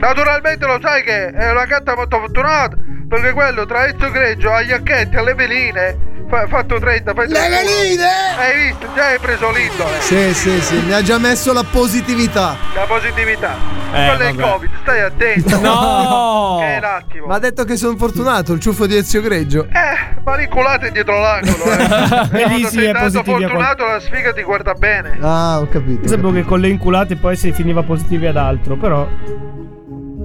[SPEAKER 9] Naturalmente lo sai che è una gatta molto fortunata perché quello tra Ezio Greggio, agli acchetti, alle veline fa fatto 30, fai
[SPEAKER 3] Le
[SPEAKER 9] 31.
[SPEAKER 3] veline!
[SPEAKER 9] Hai visto? Già hai preso l'indole,
[SPEAKER 3] Sì, sì, sì, mi ha già messo la positività.
[SPEAKER 9] la positività.
[SPEAKER 8] Eh,
[SPEAKER 9] Quello è il
[SPEAKER 8] vabbè.
[SPEAKER 9] Covid, stai attento. Eh,
[SPEAKER 8] No.
[SPEAKER 9] Che è l'attimo.
[SPEAKER 3] Ma ha detto che sono fortunato, il ciuffo di Ezio Greggio.
[SPEAKER 9] Eh, ma rinculate dietro l'angolo. Eh.
[SPEAKER 7] E lì
[SPEAKER 9] Quando
[SPEAKER 7] sì,
[SPEAKER 9] sei
[SPEAKER 7] è
[SPEAKER 9] tanto
[SPEAKER 7] positivi a
[SPEAKER 9] fortunato la sfiga ti guarda bene.
[SPEAKER 3] Ah, ho capito. ho
[SPEAKER 7] Sapevo
[SPEAKER 3] capito.
[SPEAKER 7] che con le inculate poi si finiva positivi ad altro, però.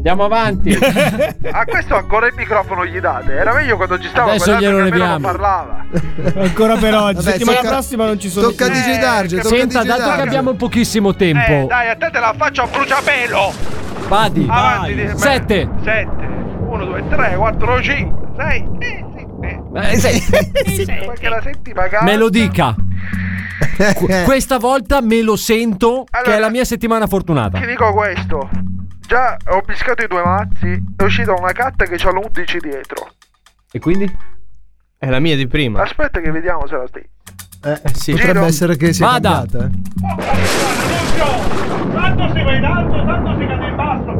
[SPEAKER 28] Andiamo avanti.
[SPEAKER 9] A questo ancora il microfono gli date. Era meglio quando ci stava
[SPEAKER 28] Adesso
[SPEAKER 9] quell'altro
[SPEAKER 28] glielo
[SPEAKER 9] che almeno non
[SPEAKER 28] leviamo.
[SPEAKER 9] parlava.
[SPEAKER 10] Ancora per oggi.
[SPEAKER 9] Vabbè,
[SPEAKER 10] Settimana
[SPEAKER 9] tocca-
[SPEAKER 10] prossima non ci sono.
[SPEAKER 9] tocca a DJ Darge, tocca a
[SPEAKER 8] Senta,
[SPEAKER 9] DJ
[SPEAKER 8] dato che
[SPEAKER 9] Darge.
[SPEAKER 8] abbiamo pochissimo
[SPEAKER 9] Eh,
[SPEAKER 8] tempo.
[SPEAKER 9] dai, a te te la faccio a bruciapelo.
[SPEAKER 8] Vadi.
[SPEAKER 9] Avanti,
[SPEAKER 8] Vai.
[SPEAKER 9] di-
[SPEAKER 8] Sette.
[SPEAKER 9] 7 1 2 3 4 5 6
[SPEAKER 8] Eh, sei-
[SPEAKER 9] Perché la senti magari?
[SPEAKER 8] Me lo dica. Qu- Questa volta me lo sento che è la mia settimana fortunata.
[SPEAKER 9] Ti dico questo. Già ho biscato i due mazzi, è uscita una carta che c'ha l'11 dietro.
[SPEAKER 28] E quindi? È la mia di prima.
[SPEAKER 9] Aspetta che vediamo se la stai.
[SPEAKER 28] sì.
[SPEAKER 3] Potrebbe essere che sia
[SPEAKER 28] Vada.
[SPEAKER 3] cambiata, eh.
[SPEAKER 9] Tanto si va in alto, tanto si cade in basso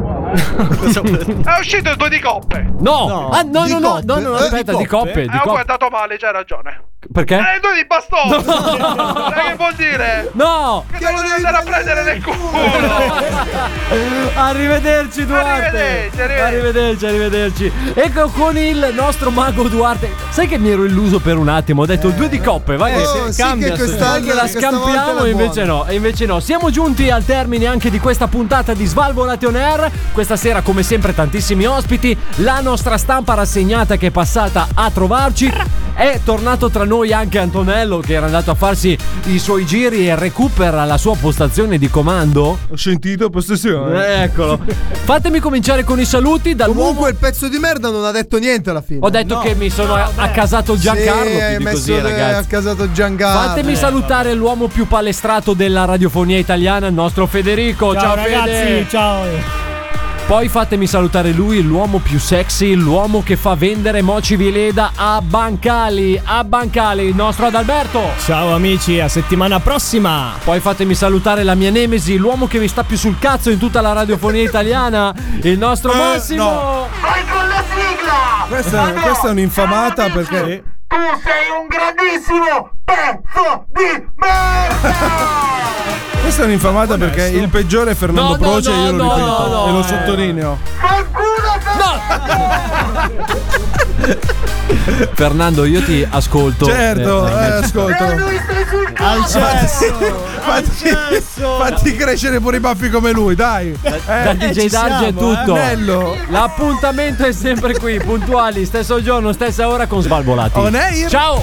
[SPEAKER 9] qua. eh. è uscito il due di coppe.
[SPEAKER 8] No, Ah, no, no, no, no, no, no, aspetta, di coppe, di
[SPEAKER 9] Eh, ho
[SPEAKER 8] coppe.
[SPEAKER 9] guardato male, c'hai ragione.
[SPEAKER 8] Perché?
[SPEAKER 9] Eh, due di bastone.
[SPEAKER 8] No.
[SPEAKER 9] Sai che vuol dire?
[SPEAKER 8] No!
[SPEAKER 9] Che devo andare a prendere nel culo.
[SPEAKER 8] Arrivederci Duarte
[SPEAKER 9] Arrivederci,
[SPEAKER 8] Arrivederci,
[SPEAKER 9] arrivederci.
[SPEAKER 8] arrivederci Ecco con il nostro mago Duarte Sai che mi ero illuso per un attimo Ho detto due di coppe Vai
[SPEAKER 28] eh,
[SPEAKER 8] che
[SPEAKER 28] sì,
[SPEAKER 8] se-
[SPEAKER 28] sì,
[SPEAKER 8] cambia,
[SPEAKER 28] che
[SPEAKER 8] se-
[SPEAKER 28] quest'anno-
[SPEAKER 8] vai che la
[SPEAKER 28] questa volta
[SPEAKER 8] scampiamo
[SPEAKER 28] la
[SPEAKER 8] e invece
[SPEAKER 28] buona.
[SPEAKER 8] no E invece no Siamo giunti al termine anche di questa puntata di Svalvo Lation Air Questa sera come sempre tantissimi ospiti La nostra stampa rassegnata che è passata a trovarci è tornato tra noi anche Antonello che era andato a farsi i suoi giri e recupera la sua postazione di comando.
[SPEAKER 7] Ho sentito possessione.
[SPEAKER 8] Eccolo. Fatemi cominciare con i saluti.
[SPEAKER 3] Comunque il pezzo di merda non ha detto niente alla fine.
[SPEAKER 8] Ho detto che mi sono accasato Giancarlo.
[SPEAKER 3] Ah, Sì,
[SPEAKER 8] più
[SPEAKER 3] hai
[SPEAKER 8] di
[SPEAKER 3] messo
[SPEAKER 8] così,
[SPEAKER 3] le- eh,
[SPEAKER 8] ragazzi.
[SPEAKER 3] ha casato Giancarlo.
[SPEAKER 8] Fatemi salutare l'uomo più palestrato della radiofonia italiana, il nostro Federico. Ciao,
[SPEAKER 10] Ciao, ragazzi,
[SPEAKER 8] Fede.
[SPEAKER 10] ciao.
[SPEAKER 8] Poi fatemi salutare lui, l'uomo più sexy, l'uomo che fa vendere Moci Vileda a Bancali, a Bancali, il nostro Adalberto.
[SPEAKER 16] Ciao amici, a settimana prossima.
[SPEAKER 8] Poi fatemi salutare la mia nemesi, l'uomo che mi sta più sul cazzo in tutta la radiofonia italiana, il nostro
[SPEAKER 7] Eh,
[SPEAKER 8] Massimo.
[SPEAKER 7] no.
[SPEAKER 19] Vai con la sigla!
[SPEAKER 7] Questa,
[SPEAKER 19] Ah, no!
[SPEAKER 7] questa è un'infamata perché.
[SPEAKER 19] Tu sei un grandissimo pezzo di merda!
[SPEAKER 7] Questa è un'infamata perché il peggiore è Fernando
[SPEAKER 19] No, no,
[SPEAKER 7] Proce e io
[SPEAKER 19] no,
[SPEAKER 7] lo
[SPEAKER 19] no,
[SPEAKER 7] ripeto
[SPEAKER 19] no, no,
[SPEAKER 7] e lo
[SPEAKER 19] eh.
[SPEAKER 7] sottolineo.
[SPEAKER 19] Fanculo No!
[SPEAKER 8] Fernando, io ti ascolto.
[SPEAKER 7] Certo, eh, ascolto.
[SPEAKER 19] Al
[SPEAKER 7] cesso! Fatti, fatti crescere pure i baffi come lui, dai.
[SPEAKER 8] da
[SPEAKER 7] eh,
[SPEAKER 8] DJ Darge è tutto.
[SPEAKER 7] Bello.
[SPEAKER 8] L'appuntamento è sempre qui, puntuali, stesso giorno, stessa ora con Svalvolati.
[SPEAKER 7] On air.
[SPEAKER 8] Ciao!